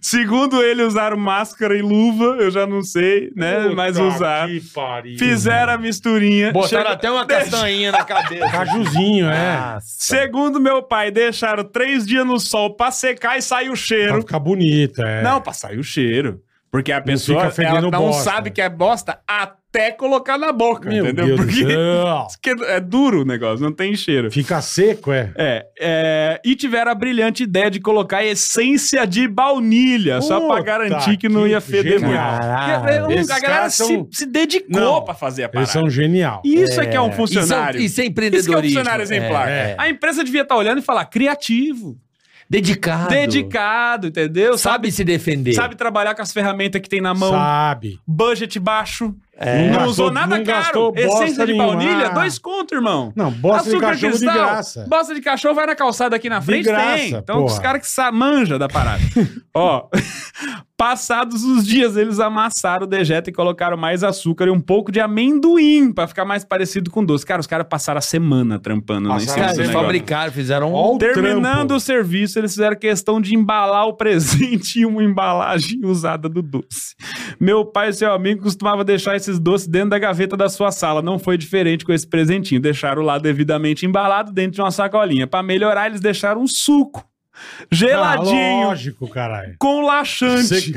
D: Segundo ele, usaram máscara e luva. Eu já não sei, né?
B: Puta
D: Mas usaram.
B: que pariu,
D: Fizeram a misturinha.
C: Botaram
D: Chega-
C: até uma castanhinha na cabeça.
B: mano. Cajuzinho, é.
C: Nossa.
D: Segundo meu pai, deixaram três dias no sol pra secar e sair o
B: Pra
D: cheiro.
B: ficar bonita, é.
D: Não, pra sair o cheiro. Porque a pessoa
B: fica
D: ela
B: fedendo
D: não
B: bosta.
D: sabe que é bosta até colocar na boca,
B: Meu
D: entendeu?
B: Deus
D: porque
B: do céu.
D: porque é duro o negócio, não tem cheiro.
B: Fica seco, é.
D: É, é, e tiveram a brilhante ideia de colocar essência de baunilha, É só pra
B: Puta
D: garantir que não
B: que
D: ia feder muito.
B: genial.
D: Porque, é, um-
B: Esses
D: A galera
B: caras
D: se,
B: são-
D: se dedicou
B: Não,
D: pra fazer a parada.
B: Eles são genial.
D: Isso é, que é um
C: Isso é-
D: funcionário. Isso,
C: Isso é
D: que é um
C: empreendedorismo.
D: funcionário exemplar.
C: É, é.
D: A empresa devia estar olhando e falar criativo,
B: Tá
C: Dedicado.
D: dedicado, entendeu? Sabe,
C: Sabe se defender.
D: sabe trabalhar com as ferramentas que tem na mão,
B: Sabe. É.
D: budget baixo, não
B: Não gastou-
D: usou nada
B: não
D: caro,
B: gastou bosta
D: essência de
B: nenhuma.
D: baunilha, dois conto, irmão.
B: Não, bosta de cachorro de graça.
D: bosta de cachorro vai na calçada aqui na
B: De
D: frente,
B: graça,
D: tem. Então
B: porra.
D: os caras que sa- manja da
B: *laughs*
D: parada. Ó, *laughs* passados os dias, eles amassaram o dejeto e colocaram mais açúcar e um pouco de amendoim pra ficar mais parecido com doce. Cara, os caras passaram a semana trampando né, em
B: Passaram a
D: cima do
C: Cara, eles
D: negócio.
C: fabricaram, fizeram
B: Ó
C: um.
B: o
D: Terminando
B: trampo.
D: o serviço, eles fizeram questão de embalar o *laughs* presente em uma embalagem usada do doce. Meu pai e seu amigo costumavam deixar esses doces dentro da gaveta da sua sala. Não foi diferente com esse presentinho. Deixaram lá devidamente embalado dentro de uma sacolinha. Para melhorar, eles deixaram um suco.
B: Ah,
D: Geladinho,
B: lógico, caralho.
D: com laxante.
B: Você-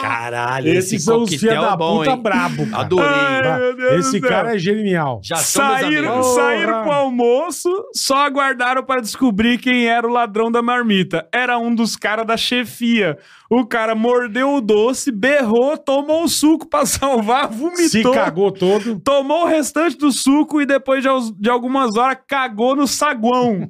C: Caralho, é
B: Esses
D: um
B: são os filha da puta
C: hein?
B: brabo. cara.
C: Adorei.
D: Ai, meu Deus
B: Esse
D: do céu.
B: cara é genial.
C: Já Tá, são meus
D: Saíram,
C: amigos.
B: Oh,
D: saíram
B: ah.
D: pro almoço, só aguardaram para descobrir quem era o ladrão da marmita. Era um dos caras da chefia. O cara mordeu o doce, berrou, tomou o suco pra *laughs* salvar,
B: Se
D: vomitou.
B: cagou todo.
D: Tomou o restante do suco e depois de, aos- de algumas horas cagou no saguão.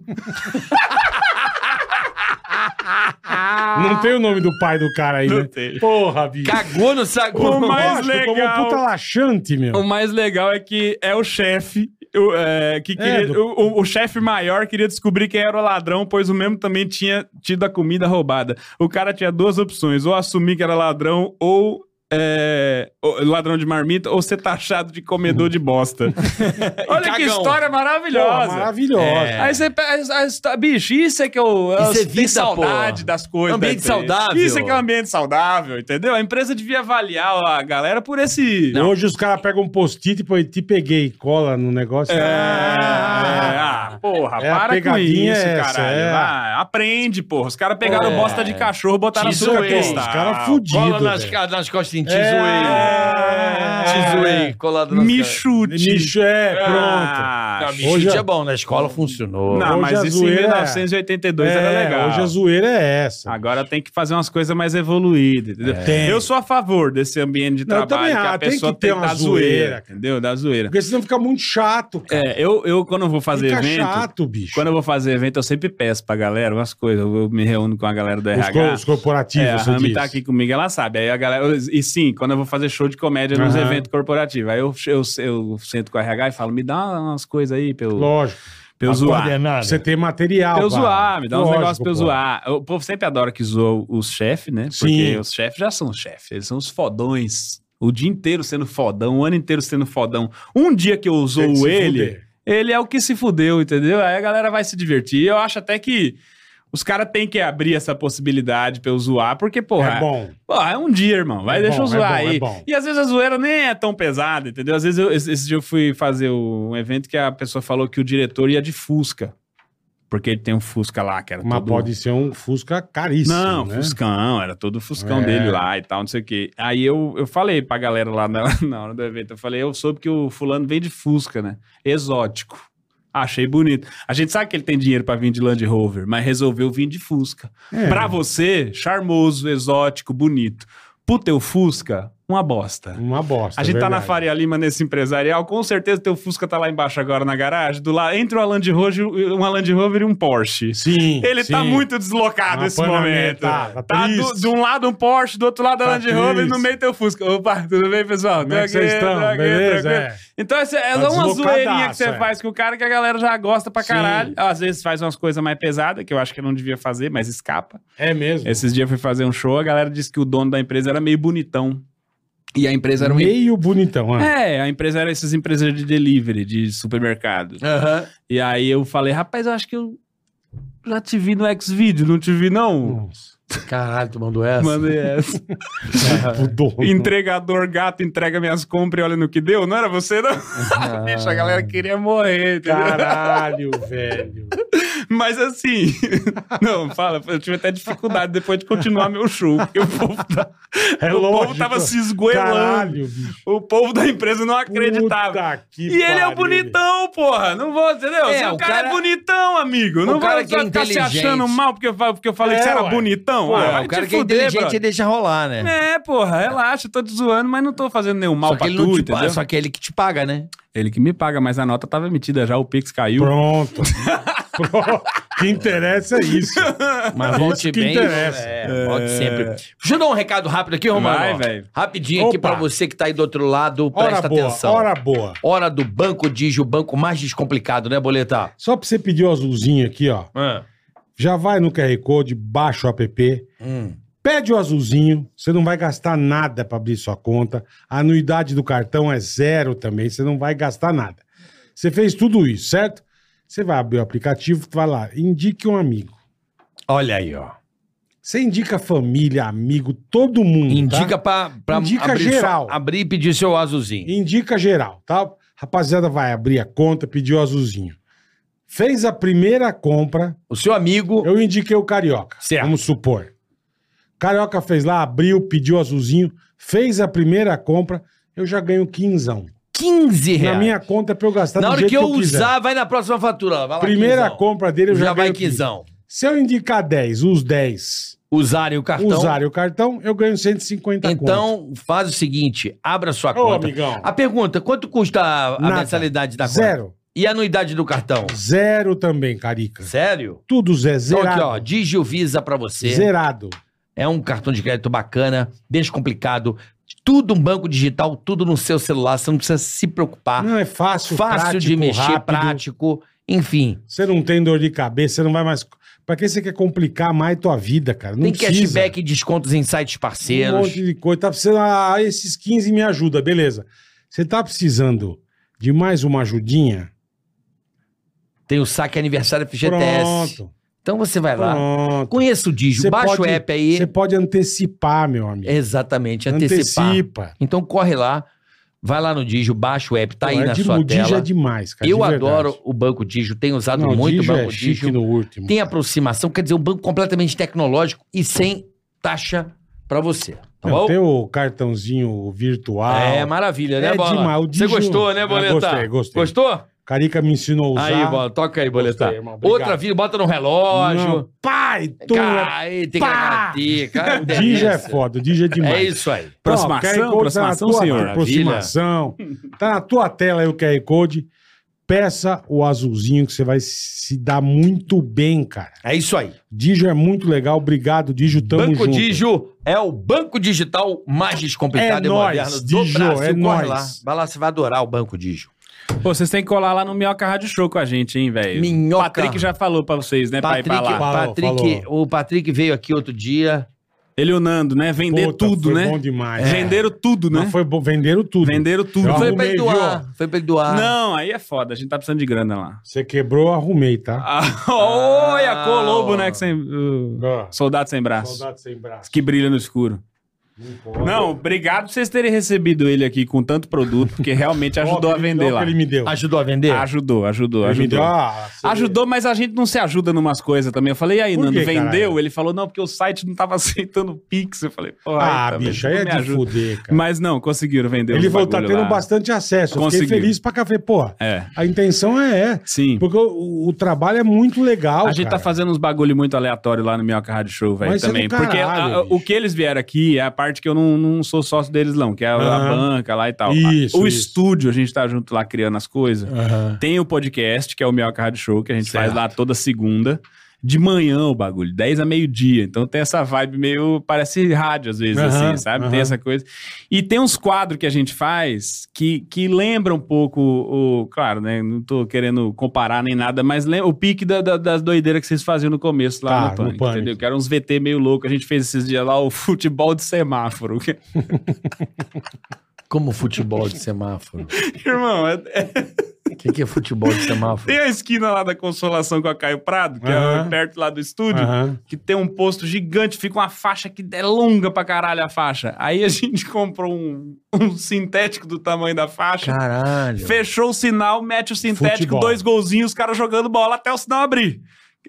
B: Não tem o nome do pai do cara aí, né?
D: Ah. tem.
B: Porra, bicho.
C: Cagou no saco.
D: O mais
B: Lógico,
D: legal.
B: Tomou um puta laxante, meu.
D: O mais legal é que é o chefe. O, é, que queria-
B: do-
D: o- o- o chefe maior queria descobrir quem era o ladrão, pois o mesmo também tinha tido a comida roubada. O cara tinha duas opções: ou assumir que era ladrão, ou. é, ou- ladrão de marmita ou ser taxado de comedor de bosta. *laughs* Olha que
C: Cagão.
D: história maravilhosa.
B: Porra, maravilhosa.
C: É.
D: Aí você pega. aí você tá- Bicho, isso é que eu.
C: Isso
D: eu
C: é
D: tenho
C: vida,
D: saudade
C: pô.
D: das coisas.
C: Ambiente
D: da empresa.
C: saudável.
D: Isso é que é um ambiente saudável, entendeu? A empresa devia avaliar a galera por esse.
B: Hoje os caras pegam um post-it e põe, te peguei, cola no negócio.
D: É,
B: Ah,
D: ah, porra,
B: É, a
D: para com
B: pegadinha
D: isso,
B: é essa,
D: caralho.
B: é.
D: Vai, aprende, porra. Os caras pegaram
C: É.
D: bosta de cachorro, botaram
C: Te
D: açúcar
C: zoei.
D: cristal.
B: Os caras fudidos.
C: Cola nas,
B: velho.
C: ca- nas costas em te
B: É.
C: zoei. Te
D: é.
C: zoei, colado nas
D: Me
C: costas.
D: chute.
B: Nicho, é, pronto.
D: Ah,
C: Não, me
B: Hoje
C: chute
B: a-
C: é bom, na escola funcionou.
D: Não,
B: Hoje
D: mas
B: a
D: isso em
B: zoeira-
D: 1982 era
B: É,
D: legal. Ah,
B: Hoje a zoeira é essa. É.
D: Agora tem que fazer umas coisas mais evoluídas, entendeu?
B: Tem.
D: Eu sou a favor desse ambiente de
B: Não, eu
D: trabalho,
B: também
D: que a
B: acho, tem
D: pessoa
B: que ter
D: tem que
B: uma
D: dar zoeira,
B: zoeira, cara.
D: entendeu? Da zoeira.
B: Porque senão fica muito chato, cara.
D: É, eu, eu quando eu vou fazer
B: fica
D: evento,
B: chato, bicho.
D: quando eu vou fazer evento, eu sempre peço pra galera umas coisas, eu eu me reúno com a galera do
B: os,
D: RH.
B: co- os corporativos,
D: É, a
B: você
D: Rami
B: diz.
D: tá aqui comigo, ela sabe. Aí a galera. eu- E sim, quando eu vou fazer show de comédia nos
B: Aham.
D: eventos corporativos. Aí eu, eu, eu sento com a RH e falo, me dá umas coisas aí pra eu,
B: Lógico.
D: pra eu
E: Uma
D: zoar.
E: coordenada.
B: Você tem material.
D: Pra eu
B: cara.
D: zoar, me dá uns
B: Lógico,
D: negócios pra eu
B: pô.
D: zoar. O povo sempre adora que zoa os chefes, né? Porque
B: Sim.
D: os chefes já são chefes, eles são os fodões. O dia inteiro sendo fodão, o ano inteiro sendo fodão. Um dia que eu
B: Tem que
D: zoo
B: se
D: ele,
B: fuder.
D: ele é o que se fudeu, entendeu? Aí a galera vai se divertir. Eu acho até que os caras têm que abrir essa possibilidade pra eu zoar, porque, porra,
B: É bom.
D: Pô, é um dia, irmão. Vai,
B: É
D: deixa
B: bom,
D: eu
B: é
D: zoar
B: bom, é
D: aí.
B: bom.
D: E às vezes a zoeira nem é tão pesada, entendeu? Às vezes eu, esse, esse dia eu fui fazer o- um evento que a pessoa falou que o diretor ia de Fusca. Porque ele tem um Fusca lá, que era
B: Mas
D: todo...
B: pode ser um Fusca caríssimo.
D: Não,
B: né?
D: Fuscão, era todo o Fuscão
B: É.
D: dele lá e tal, não sei o quê. Aí eu, eu falei pra galera lá na, *laughs* na hora do evento, eu falei, eu soube que o fulano vem de Fusca, né? Exótico. Achei bonito. A gente sabe que ele tem dinheiro pra vir de Land Rover, mas resolveu vir de Fusca.
B: É.
D: Pra você, charmoso, exótico, bonito. Pro teu Fusca, uma bosta.
B: Uma bosta.
D: A gente
B: é
D: tá na
B: verdade.
D: Faria Lima nesse empresarial, com certeza teu Fusca tá lá embaixo agora na garagem, do lado, entre uma Land Rover, uma Land Rover e um Porsche.
B: Sim.
D: Ele tá
B: sim.
D: muito deslocado
B: Uma
D: nesse
B: Panamera,
D: momento.
B: tá,
D: Tá,
B: tá
D: do,
B: triste.
D: de um lado um Porsche, do outro lado a
B: Tá
D: Land Rover e no
B: triste.
D: meio tem o Fusca. Opa, tudo bem, pessoal?
B: Como é que vocês estão? Beleza? É.
D: Então, essa é
B: Tá
D: uma zoeirinha que
B: deslocadaço,
D: você
B: é.
D: faz com o cara que a galera já gosta pra
B: Sim.
D: caralho. Às vezes faz umas coisas mais pesadas, que eu acho que eu não devia fazer, mas escapa.
B: É mesmo.
D: Esses dias eu fui fazer um show, a galera disse que o dono da empresa era meio bonitão. E a empresa era uma...
B: Meio bonitão, né?
D: É, a empresa era essas empresas de delivery, de supermercado.
B: É.
C: Aham.
D: E aí eu falei, rapaz, eu acho que eu já te vi no X-Video, não te vi não?
B: Nossa.
C: Caralho, tu mandou
B: é assim.
C: essa?
D: Mandei essa.
B: *laughs*
D: *laughs*
B: Pudor.
D: Entregador gato entrega minhas compras e olha no que deu. Não era você, não? *laughs* Bicho, a galera queria morrer, entendeu?
B: Caralho, velho.
D: *laughs* Mas assim, *laughs* não, fala, eu tive até dificuldade depois de continuar meu show. Porque o povo, tá-
B: É
D: *laughs* o povo
B: lógico.
D: tava se esgoelando.
B: Caralho, bicho.
D: O povo da empresa não acreditava.
B: Puta que
D: E ele é o
B: pariu.
D: bonitão, porra. Não vou, entendeu?
C: É,
D: Se o,
C: o
D: cara,
C: cara-
D: é bonitão, amigo. não
C: cara
D: vai
C: que é
D: vai ficar se
C: inteligente.
D: achando mal porque eu, fa- porque eu falei que
B: É,
D: você era
B: ué.
D: bonitão.
B: Pô,
D: ah,
C: É,
D: vai
C: o
D: te
C: cara que é
D: fuder,
C: inteligente
D: brother.
C: ele deixa rolar, né?
D: É, porra, relaxa, tô te zoando, mas não tô fazendo nenhum mal
C: só, que
D: pra
C: ele não
D: tu,
C: te paga,
D: entendeu?
C: só que é ele que te paga,
D: *laughs*
C: né?
D: Ele que me paga, mas a nota tava emitida já, o Pix caiu.
B: Pronto. *laughs* Pronto. O que interessa é
D: *laughs*
B: isso.
D: É
C: Mas volte
B: que
C: bem.
B: interessa.
C: É, volte sempre. Deixa eu dar um recado rápido aqui, Romano.
D: Vai,
C: ó.
D: velho.
C: Rapidinho aqui
B: Opa.
C: pra você que tá aí do outro lado, presta
B: Hora boa,
C: atenção. Hora...
B: hora boa.
C: do banco, diz o banco mais descomplicado, né, Boleta?
B: Só pra você pedir o azulzinho aqui, ó. Já vai no QR Code, baixa o app,
C: Hum.
B: pede o azulzinho, você não vai gastar nada pra abrir sua conta. A anuidade do cartão é zero também, você não vai gastar nada. Você fez tudo isso, certo? Você vai abrir o aplicativo, vai lá, indique um amigo.
C: Olha aí,
B: Tá?
C: ó.
B: Você indica família, amigo, todo mundo. tá?
C: Indica pra, pra
B: Indica
C: abrir, só-
B: geral.
C: abrir e pedir seu azulzinho.
B: Indica geral, tá? Rapaziada vai abrir a conta, pediu o azulzinho. Fez a primeira compra,
C: O seu amigo.
B: eu indiquei o Carioca.
C: Certo.
B: Vamos supor. Carioca fez lá, abriu, pediu o azulzinho, fez a primeira compra, eu já ganho quinzão.
C: 15 reais.
B: Na minha conta é pra eu gastar
C: Na
B: do
C: hora
B: jeito
C: que eu
B: quiser.
C: usar, vai na próxima fatura. lá, Vai lá,
B: Primeira
C: quinzão.
B: compra dele eu já,
C: Já vai
B: ganho quinze.
C: quinzão.
B: Se eu indicar 10, os 10
C: Usarem o cartão.
B: usarem o cartão, eu ganho 150 conto.
C: Então, faz o seguinte: abra sua
B: Ô,
C: conta. Ah, tá
B: amigão.
C: A pergunta: quanto custa a- a
B: Nada.
C: mensalidade da conta?
B: Zero.
C: E a anuidade do cartão?
B: Zero também, Carica.
C: Sério?
B: Tudo Zé,
C: Então aqui,
B: zerado.
C: ó, Digio Visa pra você.
B: Zerado.
C: É um cartão de crédito bacana, descomplicado. Tudo um banco digital, tudo no seu celular. Você não precisa se preocupar.
B: Não é fácil,
C: Ah, Fácil de
B: prático,
C: mexer,
B: rápido.
C: prático. Enfim,
B: Você não tem dor de cabeça, você não vai mais. Pra que você quer complicar mais tua vida, cara? Não
C: tem
B: precisa.
C: cashback e descontos em sites
B: Um
C: parceiros.
B: monte de coisa. Tá precisando. Ah, esses 15 me ajuda, beleza. Você tá precisando de mais uma ajudinha?
C: Tem o saque aniversário FGTS.
B: Pronto.
C: Então você vai lá.
B: Pronto.
C: Conheça o Digio,
B: Você
C: baixa o
B: pode-
C: app aí.
B: Você pode antecipar, meu amigo.
C: Exatamente, antecipar.
B: Antecipa.
C: Então corre lá, vai lá no Digio, baixa o app, tá aí
B: Pô, é
C: na
B: de-
C: sua
B: o Digi
C: tela.
B: é demais, cara.
C: Eu
B: de verdade.
C: adoro o Banco Digio, tenho usado
B: Não, o
C: muito o
B: Digi
C: Banco
B: é chique
C: Digio.
B: no último.
C: Tem aproximação, quer dizer, um banco completamente tecnológico e sem taxa pra você, tá
B: Não,
C: bom?
B: Tem o cartãozinho virtual.
C: É maravilha, né,
B: É
C: Bola?
B: demais, o
C: Você
B: Digio-
C: gostou, né,
B: Ah,
C: Boletar?
B: gostei, gostei.
C: Gostou?
B: Carica me ensinou a usar.
C: Aí, Bola, toca aí, Boletar.
B: Gostei, irmão, obrigado.
C: Outra vida, bota no relógio.
B: Não, pai, tu é...
C: Cai, tem que agradecer,
B: *laughs*
C: cara.
B: O
C: que
B: Digi é
C: delícia.
B: foda, o Digi é demais.
C: É isso aí.
D: Aproximação,
B: QR Code tá na
D: aproximação,
B: tua-
D: senhor.
B: Aproximação. Tá na tua tela aí o QR Code. Peça o azulzinho que você vai se dar muito bem, cara.
C: É isso aí.
B: Digio é muito legal. Obrigado, Digio. Tamo
C: banco
B: junto.
C: Digio é o banco digital mais descomplicado
B: É
C: e moderno
B: nóis,
C: do
B: Digio,
C: Brasil.
B: é
C: Corre
B: nóis.
C: lá. Vai lá, você vai adorar o Banco Digio.
D: Pô, vocês têm que colar lá no Minhoca Rádio Show com a gente, hein, velho?
C: Minhoca.
D: Patrick já falou pra vocês, né,
C: Patrick,
D: pra ir pra lá.
B: Falou,
C: Patrick- O Patrick veio aqui outro dia.
D: Ele e o Nando, né? Vender
B: Puta,
D: tudo,
B: foi
D: né?
B: bom demais.
D: Venderam tudo,
B: Não,
D: né?
B: foi bom. Venderam tudo.
D: Venderam tudo.
B: Eu
C: Foi
B: arrumei,
C: pra ele doar. Foi pra ele doar.
D: Não, aí é foda. A gente tá precisando de grana lá.
B: Você quebrou, eu arrumei, tá?
D: Ah, *laughs* olha, colou o boneco sem... o
B: Ó,
D: soldado sem braço.
B: Soldado sem braço.
D: Que brilha no escuro.
B: Não,
D: Não, obrigado por vocês terem recebido ele aqui com tanto produto,
B: *laughs*
D: porque realmente ajudou a vender lá.
B: ele me deu.
C: Ajudou a vender?
D: Ajudou, ajudou,
B: Ele me deu.
D: ajudou.
B: Ah, você-
D: Ajudou, mas a gente não se ajuda numas coisas também. Eu falei, e aí,
B: Por
D: Nando,
B: quê,
D: vendeu?
B: caralho?
D: Ele falou, não, porque o site não tava *laughs* aceitando o Pix. Eu falei, pô,
B: Ah,
D: eita,
B: bicho, aí
D: velho,
B: é
D: tá me
B: de
D: ajuda.
B: fuder, cara.
D: Mas não, conseguiram vender
B: Ele
D: os
B: falou, tá
D: bagulho
B: tendo
D: lá.
B: bastante acesso. Eu Fiquei
D: Conseguiu.
B: feliz pra café. Porra,
D: É,
B: a intenção é, é.
D: sim.
B: Porque o, o trabalho é muito legal.
D: a gente
B: cara.
D: tá fazendo uns bagulho muito aleatório lá no Minhoca Rádio Show, velho,
B: Mas isso é
D: também.
B: do caralho,
D: porque a- a-
B: bicho.
D: o que eles vieram aqui é a parte que eu não, não sou sócio deles, não, que é a, a
B: Aham.
D: banca lá e tal.
B: Isso,
D: o
B: isso.
D: estúdio, a gente tá junto lá criando as coisas.
B: Aham.
D: Tem o podcast, que é o Minhoca Rádio Show, que a gente faz
C: Certo.
D: lá toda segunda. De manhã o bagulho, 10 a meio-dia. Então tem essa vibe meio. Parece rádio às vezes,
B: Aham,
D: assim, sabe?
B: aham.
D: Tem essa coisa. E tem uns quadros que a gente faz que, que lembra um pouco o. Claro, né? Não tô querendo comparar nem nada, mas lembra, o pique da- da- das doideiras que vocês faziam no começo
B: Tá,
D: lá no,
B: no
D: Pânico,
B: Pânico.
D: entendeu? Que era uns VT meio louco. A gente fez esses dias lá o *laughs* futebol de semáforo. *laughs*
C: Como futebol de semáforo.
D: Irmão, é, é-
C: O que, que é futebol de semáforo?
D: *laughs* tem a esquina lá da Consolação com a Caio Prado, que é
B: Aham.
D: perto lá do estúdio.
B: Aham.
D: que tem um posto gigante, fica uma faixa que é longa pra caralho a faixa. Aí a *laughs* gente comprou um, um sintético do tamanho da faixa,
C: Caralho.
D: fechou o sinal, mete o sintético,
B: Futebol.
D: dois golzinhos, os caras jogando bola até o sinal abrir.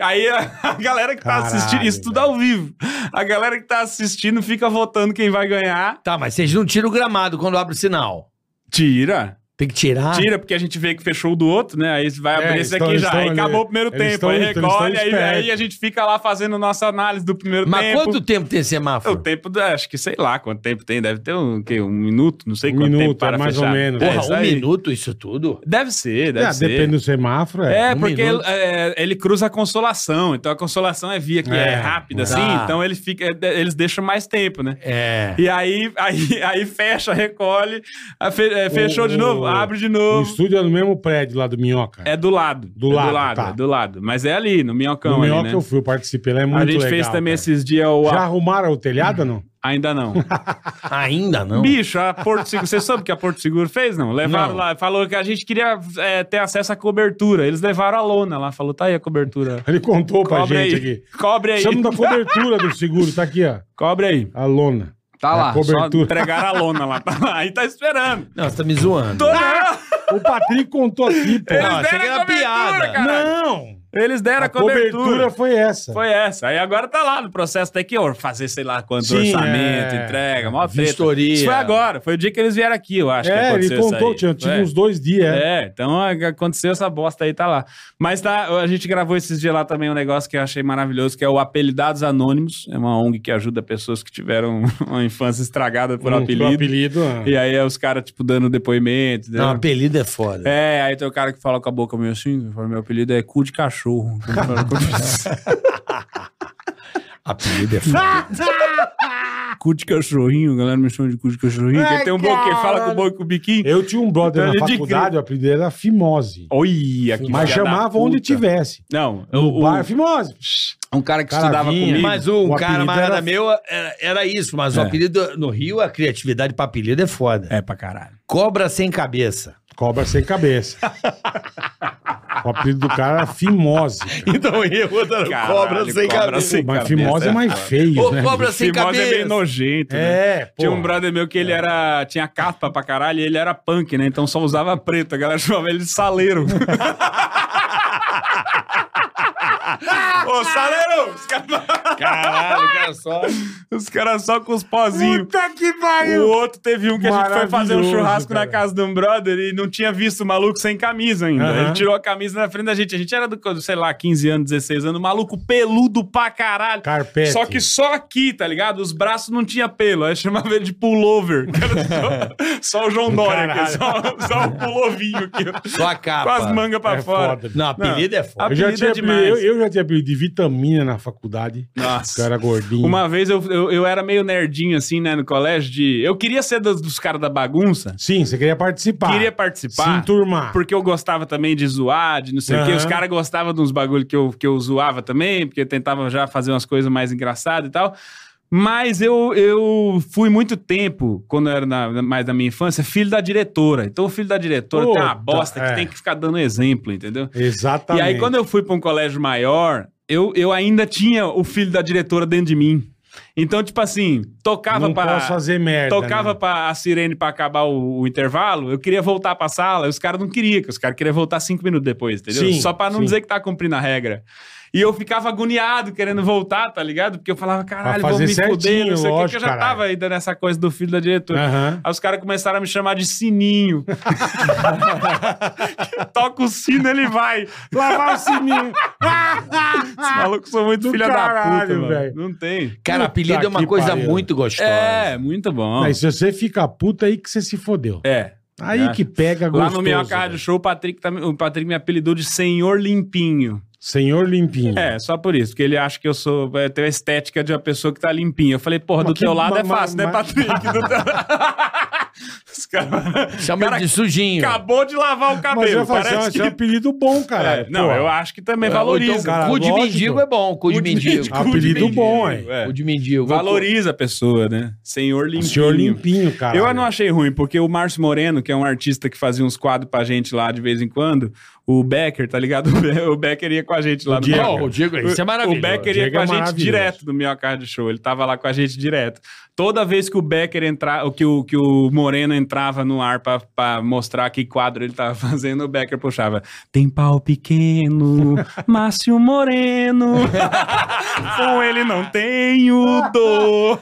D: Aí a, a galera que tá
B: Caralho,
D: assistindo, isso tudo
B: velho.
D: ao vivo. A galera que tá assistindo fica votando quem vai ganhar.
C: Tá, mas vocês não tiram o gramado quando abre o sinal.
D: Tira.
C: Tem que tirar.
D: Tira, porque a gente vê que fechou o do outro, né? Aí vai abrir
B: Ah. É, eles
D: esse
B: tão-
D: aqui
B: eles
D: já.
B: tão
D: Aí
B: ali-
D: acabou o primeiro
B: eles
D: tempo.
B: tão-
D: aí
B: eles tão
D: recolhe, aí,
B: espertos.
D: aí a gente fica lá fazendo nossa análise do primeiro
C: Mas
D: tempo.
C: quanto tempo tem
D: É, O
C: semáforo?
D: tempo, da- acho que sei lá quanto tempo tem, deve ter um, que, um minuto, não sei
B: Um
D: quanto tempo
B: minuto,
D: para
B: é mais
D: fechar.
B: ou menos.
D: É,
C: Porra,
D: isso
C: um
D: aí.
C: minuto isso tudo?
D: Deve ser, deve
B: Ah,
D: ser.
B: depende do semáforo. É.
D: É,
C: Um
D: porque
C: minuto.
D: é, ele cruza a consolação, então a consolação é via que é,
B: É,
D: rápida,
C: tá.
D: assim, então ele fica, é, eles deixam mais tempo, né?
C: É.
D: E aí, aí, aí fecha, recolhe, a fe- é, fechou
B: O-
D: de novo,
B: o-
D: abre de
B: O
D: novo.
B: estúdio é no mesmo prédio lá do Minhoca.
D: É do lado.
B: Do
D: é
B: lado,
D: do lado,
B: tá.
D: é do lado. Mas é ali, no minhocão
B: no
D: ali,
B: Minhoca
D: né?
B: eu fui, eu participei. Lá é muito
D: a gente
B: legal,
D: fez
B: cara.
D: também esses dias o...
B: Já arrumaram o telhado ou não? *laughs*
D: Ainda não.
C: Ainda não.
D: Bicho, a Porto Seguro, você soube o que a Porto Seguro fez? Não, levaram
B: Não.
D: lá, falou que a gente queria é, ter acesso à cobertura. Eles levaram a lona lá, falou, tá aí a cobertura.
B: Ele contou pra
D: Cobre
B: gente
D: aí, É
B: aqui.
D: cobre aí,
B: Chama da cobertura do seguro, tá aqui, ó.
D: *laughs* cobre aí.
B: A lona.
D: Tá
B: A
D: lá, só
B: cobertura. Ah!
D: entregaram a lona lá, tá lá, aí tá esperando.
C: Não, você tá me zoando.
D: Tô não.
B: O Patrick contou aqui,
D: É
B: pô.
C: Não, achei que
D: deram
C: era
D: a cobertura,
C: piada.
D: cara.
B: Não!
D: Eles deram
B: A cobertura foi essa.
D: Foi essa. Aí agora tá lá no processo, tem que or- fazer sei lá quanto
B: Sim,
D: orçamento,
B: é.
D: entrega, mó treta.
C: Vistoria.
D: Isso foi agora, foi o dia que eles vieram aqui, eu acho. que
B: é,
D: aconteceu
B: ele
D: isso
B: contou,
D: aí.
B: tinha, tinha
D: É.
B: uns dois dias. é.
D: É, então a- aconteceu essa bosta aí, tá lá. Mas tá, a gente gravou esses dias lá também um negócio que eu achei maravilhoso, que é o Apelidados Anônimos. É uma ONG que ajuda pessoas que tiveram *laughs* uma infância estragada Hum, por
B: Um
D: apelido.
B: apelido, Ah, é.
D: E aí é os caras, tipo, dando depoimento.
C: Não,
D: Né?
C: apelido é foda.
D: É, aí tem o cara que fala com a boca meio assim, fala, meu apelido é cu de cachorro. *laughs* *laughs*
C: Apelido é foda.
D: cu de cachorrinho, a galera me chama de cu de cachorrinho.
B: Ai,
D: que tem um boquinho, fala com
B: cara.
D: o boca com o biquinho.
B: Eu tinha um brother na
D: Então, ele de
B: faculdade, o apelido dele era Fimose.
D: Olha, que
B: Mas
D: filha da
B: chamava onde
D: puta.
B: tivesse.
D: Não,
B: O,
D: o, o-
B: bar Fimose.
D: um cara que
B: Cara
D: estudava
B: vinha.
D: comigo.
C: Mas um
B: O
C: cara
B: apelido
C: marada
B: era-
C: meu era, era isso, mas o
D: É.
C: apelido no Rio, a criatividade pra apelido é foda.
D: É pra caralho.
C: Cobra sem cabeça.
B: Cobra sem cabeça. o apelido do cara era Fimose. cara.
C: Então eu era
D: Caralho, cobra *laughs* sem
B: Mas
D: cabeça,
B: Fimose é mais feio,
C: Ô,
B: né?
C: cobra sem
D: Fimose é meio
C: cabeça.
D: nojento, né?
B: É, pô.
D: Tinha um brother meu que ele era. Tinha capa pra caralho e ele era punk, né? Então só usava preto. A galera *laughs* chamava ele de
B: *laughs*
D: saleiro. Ô, saleiro! Os caras
C: Caralho, cara só.
D: os cara só com os pozinhos.
B: Puta que
D: O outro teve um que a gente foi fazer um
B: Maravilhoso,
D: churrasco
B: cara.
D: na casa de um brother e não tinha visto o maluco sem camisa ainda.
B: Aham.
D: Ele tirou a camisa na frente da gente. A gente era do, sei lá, 15 anos, 16 anos, maluco peludo pra caralho.
B: Carpete.
D: Só que só aqui, tá ligado? Os braços não tinha pelo. Aí chamava ele de pullover. *laughs* Cara, só, só o João Dória aqui, só, só o pullovinho aqui. ó.
C: Só a
D: Com
C: capa.
D: as mangas pra
B: É
D: fora.
B: foda, bicho.
C: Não, apelido é foda.
B: eu, já
D: apelido
B: tinha
D: é
B: apelido, eu,
D: demais.
B: eu já tinha apelido de vitamina na faculdade.
D: Nossa.
B: Eu era gordinho.
D: Uma vez eu, eu, eu era meio nerdinho assim, né, no colégio de... Eu queria ser dos, dos caras da bagunça.
B: Sim, você queria participar.
D: Queria participar.
B: Se enturmar.
D: Ah. Porque eu gostava também de zoar, de não sei o quê.
B: Aham.
D: Os caras gostavam de uns bagulho que eu, que eu zoava também, porque eu tentava já fazer umas coisas mais engraçadas e tal. Mas eu, eu fui muito tempo, quando eu era na- na- mais na minha infância, filho da diretora. Então o filho da diretora tem uma
B: Puta,
D: bosta
B: é.
D: que tem que ficar dando exemplo, entendeu?
B: Exatamente.
D: E aí quando eu fui pra um colégio maior, eu, eu ainda tinha o filho da diretora dentro de mim. Então, tipo assim, tocava
B: Não
D: pra
B: posso fazer merda.
D: tocava
B: né?
D: pra- a sirene pra acabar o, o intervalo, eu queria voltar pra sala, e os caras não queriam, que os caras queriam voltar cinco minutos depois, entendeu?
B: Sim,
D: Só pra não
B: sim.
D: dizer que tá cumprindo a regra. E eu ficava agoniado querendo voltar, tá ligado? Porque eu falava, caralho, vou
B: fazer
D: me fuder,
B: certinho,
D: não sei o que, que
B: lógico,
D: eu já
B: caralho.
D: tava ainda nessa coisa do filho da diretora.
B: né? Aham.
D: Aí os caras começaram a me chamar
B: *laughs*
D: de Sininho. Toca o sino, ele vai.
B: Lavar o sininho.
D: Os malucos são muito
B: Ah, Do
D: filha da puta,
B: caralho,
D: mano.
B: velho.
D: Não tem.
C: Cara, apelido é uma
B: que
C: coisa
B: pariu.
C: muito gostosa.
D: É, muito bom.
B: Mas se você fica puto, aí que você se fodeu.
D: É.
B: Aí
D: É.
B: que pega gostoso.
D: Lá no meu Card
B: velho.
D: Show, o Patrick, tá- o Patrick me apelidou de Senhor Limpinho.
B: Senhor Limpinho.
D: É, só por isso, porque ele acha que eu sou. Eu tenho a estética de uma pessoa que tá limpinha. Eu falei, porra,
B: Mas
D: do
B: que-
D: teu lado é
B: mas-
D: fácil, né,
B: mas-
D: Patrick? Do teu- *laughs* Os caras-
C: Chama
D: Cara,
C: ele de sujinho.
D: Acabou de lavar o
B: Mas eu
D: cabelo.
B: ia falar,
D: Parece
B: isso é um
D: que.
B: apelido bom, cara.
D: É, não, eu acho que também
C: Ou
D: valoriza.
C: então,
B: cara,
C: cu de
B: lógico.
C: mendigo é bom, cu de mendigo.
B: mendigo. Apelido bom, hein?
D: é.
C: Cu de mendigo.
D: Valoriza a pessoa, né? Senhor limpinho.
B: Senhor Limpinho, cara.
D: Eu não achei ruim, porque o Márcio Moreno, que é um artista que fazia uns quadros pra gente lá de vez em quando, o Becker, tá ligado? *laughs* O Becker ia com a gente lá
B: O
D: no
B: Diego.
D: Becker.
C: Pô, o Diego, isso é maravilhoso.
D: O Becker ia
B: Diego
D: com a
B: é
D: gente
B: maravilhoso.
D: direto no Miocard Show. Ele tava lá com a gente direto. Toda vez que o Becker entrava, que o, que o Moreno entrava no ar pra, pra mostrar que quadro ele tava *laughs* fazendo, o Becker puxava. Tem
B: *laughs*
D: pau pequeno, Márcio Moreno. com ele não tenho
B: *laughs*
D: dor.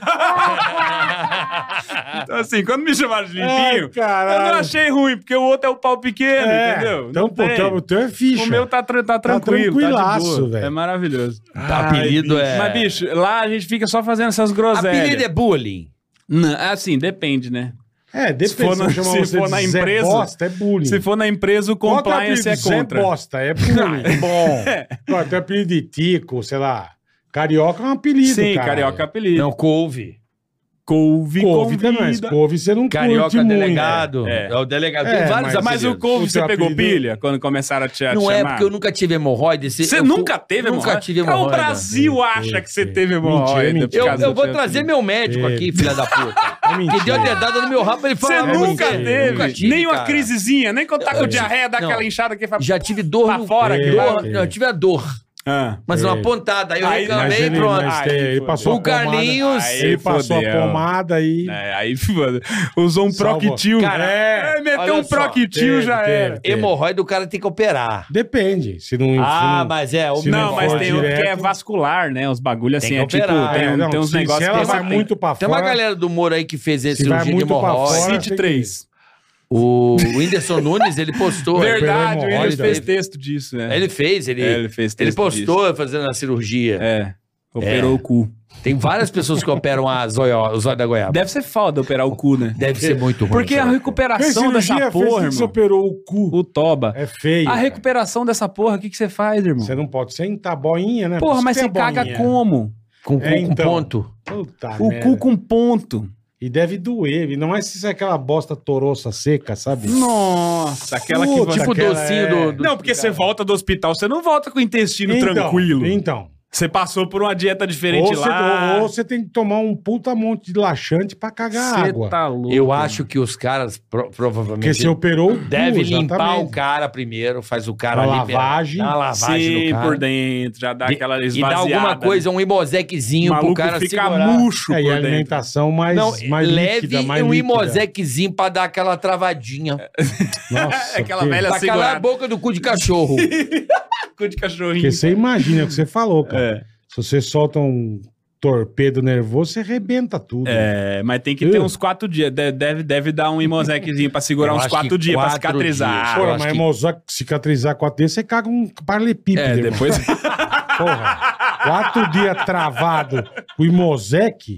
D: então, assim, quando me chamaram de
B: Ai,
D: limpinho, eu não
B: caralho.
D: achei ruim, porque o outro é o pau pequeno,
B: É,
D: entendeu?
B: Então,
D: Não
B: pô,
D: tem.
B: então, o teu é ficha.
D: O meu tá, tran- tá tranquilo, tá, de
B: tranquilaço,
D: boa.
B: velho. Ah,
D: É maravilhoso.
C: Tá, apelido
D: Ai,
C: é-
D: bicho. Mas, bicho, lá a gente fica só fazendo essas groselhas.
C: Apelido é bullying.
D: Não, assim, depende, né?
B: É, depende.
D: Se for na-
B: eu chamar
D: se
B: você
D: for
B: de
D: na
B: Zé
D: empresa-
B: Bosta, é bullying.
D: Se for na empresa, o
B: Qual que
D: compliance
B: o
D: é
B: apelido de Zé
D: contra.
B: Bosta, é
D: *laughs*
B: bullying. é bom. Ó, Tem apelido de Tico, sei lá. Carioca é um apelido,
D: Sim,
B: cara.
D: carioca é apelido.
C: Não, couve.
D: couve,
B: Couve
D: convida.
B: também, mas couve você não curte
C: Carioca
B: muito.
C: delegado.
D: É.
C: É. o delegado.
B: É,
C: Tem vários
B: mas-
D: Mas o
C: apelidos.
D: couve
B: O
D: você
B: seu
D: pegou
B: apelido-
D: pilha quando começaram a te a
C: Não
D: chamar?
C: é porque eu nunca tive hemorroida. esse-
D: Você
C: eu fui-
D: nunca teve
C: Nunca É
D: hemorroida?
C: tive
D: Cara,
C: hemorroida.
D: O Brasil acha
B: Teve,
D: que você
B: teve.
D: teve hemorroida.
B: Mentira,
D: por
C: Eu,
D: causa
C: eu
D: do
C: vou
D: seu
C: trazer meu médico
B: Teve.
C: aqui, filha da puta.
B: É
C: Que deu a
B: mentira.
C: dedada no meu rabo, ele
D: Você
C: falou... "Ah,
D: nunca
B: mentira,
D: teve.
B: nunca
C: tive,
D: nem uma
C: cara.
D: crisezinha, nem quando tá com
C: Eu-
D: diarreia, dá
C: Não.
D: aquela inchada que faz.
C: Já tive dor
D: Pra
C: no...
D: fora,
C: dor-
B: que lá-
C: Não, eu tive a dor.
D: Ah.
C: Mas uma
B: É.
C: pontada, aí eu
B: Mas
D: Aí-
C: reclamei,
B: ele, é
C: pronto. Ah,
B: mas
D: Aí,
B: tem- ele
D: fodeu.
B: passou
C: o
B: a pomada.
C: Carlinhos.
D: Aí,
B: Ele passou
D: fodeu.
B: a pomada e.
D: É, aí, *laughs* mano, usou um
B: Salvou.
D: Proctil.
C: Cara,
D: é, meteu
C: olha
D: um
C: só.
D: Proctil
B: Teve,
D: já
B: teve.
D: era. um
C: Hemorroida, o cara tem que operar.
B: Depende. Se não. se
C: Ah,
B: não-
C: mas é. O
B: se
D: Não,
B: não
D: mas
B: for
D: tem o
B: direto-
D: que é vascular, né? Os bagulhos assim,
C: Tem que
D: é tipo,
C: operar,
D: tem,
B: é,
D: um-
B: não,
D: tem uns
B: se-
D: negócios
B: se
D: que
B: ela vai
D: você tem-
B: muito pra
C: Tem
B: fora.
C: uma galera do Moro aí que fez esse
B: Se vai
C: cirurgia de
B: muito pra
C: hemorroida.
B: fora-
D: City 3.
C: O Whindersson Nunes, ele postou.
D: Verdade,
B: pelo
D: o Willian
C: hemorroida.
D: fez texto disso, né?
C: Ele fez, ele,
D: É,
C: ele,
D: ele fez texto
C: postou fazendo a cirurgia.
D: disso. É, operou o cu.
C: Tem várias pessoas que operam a zoio, os olhos da goiaba.
D: Deve ser foda operar o cu, né?
C: Deve ser muito ruim.
D: *laughs* Porque a
C: cara.
B: Fez
D: recuperação
B: cirurgia, fez
D: dessa porra,
B: que Você
D: irmão, Ah,
B: operou o cu.
D: o toba.
B: É feio.
D: A
B: cara.
D: recuperação dessa porra, o que que você faz, irmão?
B: Você não pode sentar boinha, né?
D: Porra,
B: Por
D: mas
B: isso
D: você
B: que é
D: caga
B: boinha.
D: como?
C: Com, com,
B: É, então.
C: com ponto.
B: Puta
D: O
B: merda.
D: cu com ponto.
B: E deve doer. E não é se isso é aquela bosta toroça seca, sabe?
D: Nossa, aquela que
B: Puta,
D: você...
C: Tipo o
B: aquela
C: docinho
B: é-
C: do, do-
D: Não, porque você volta do hospital, você não volta com o intestino
B: Então,
D: tranquilo.
B: Então.
D: Você passou por uma dieta diferente
B: Ou você,
D: lá.
B: ou você tem que tomar um puta monte de laxante pra cagar
D: Cê
B: água.
D: tá louco.
C: Eu acho que os caras pro-
B: Porque
C: provavelmente
B: você operou o cu,
C: devem limpar o
B: exatamente.
C: cara primeiro, faz o cara
B: Uma
C: liberar,
B: lavagem.
C: dá uma lavagem
D: Sim,
C: no cara.
D: por dentro, já dá
C: E-
D: aquela
C: e
D: esvaziada.
C: dá alguma coisa, um
D: o
C: imozequezinho pro
D: maluco
C: cara
D: fica
C: segurar.
D: murcho
B: É, e
D: por
B: a
D: dentro.
B: alimentação mais,
C: Não,
B: mais
C: leve
B: líquida, mais
C: e um
B: líquida.
C: imozequezinho pra dar aquela travadinha.
B: Nossa,
D: *laughs* Aquela
B: que-
D: velha
C: pra calar
D: segurada.
C: a boca do cu de
D: *laughs*
C: cachorro.
D: Cu de cachorrinho.
B: Porque você imagina o que você falou, cara.
D: É,
B: Se você solta um torpedo nervoso, você arrebenta tudo.
D: é, mas tem que ter
B: Uh.
D: uns quatro dias. Deve, deve, deve dar um imosequezinho pra segurar
C: Eu
D: uns
C: acho
D: quatro
C: que
D: dias, pra
C: quatro
D: cicatrizar.
C: dias.
B: Porra,
C: eu acho
B: mas
C: que-
B: mozar- cicatrizar quatro dias, você caga um paralelepípedo,
D: É,
B: irmão.
D: depois.
B: Porra. Quatro dias travado com o Imosec.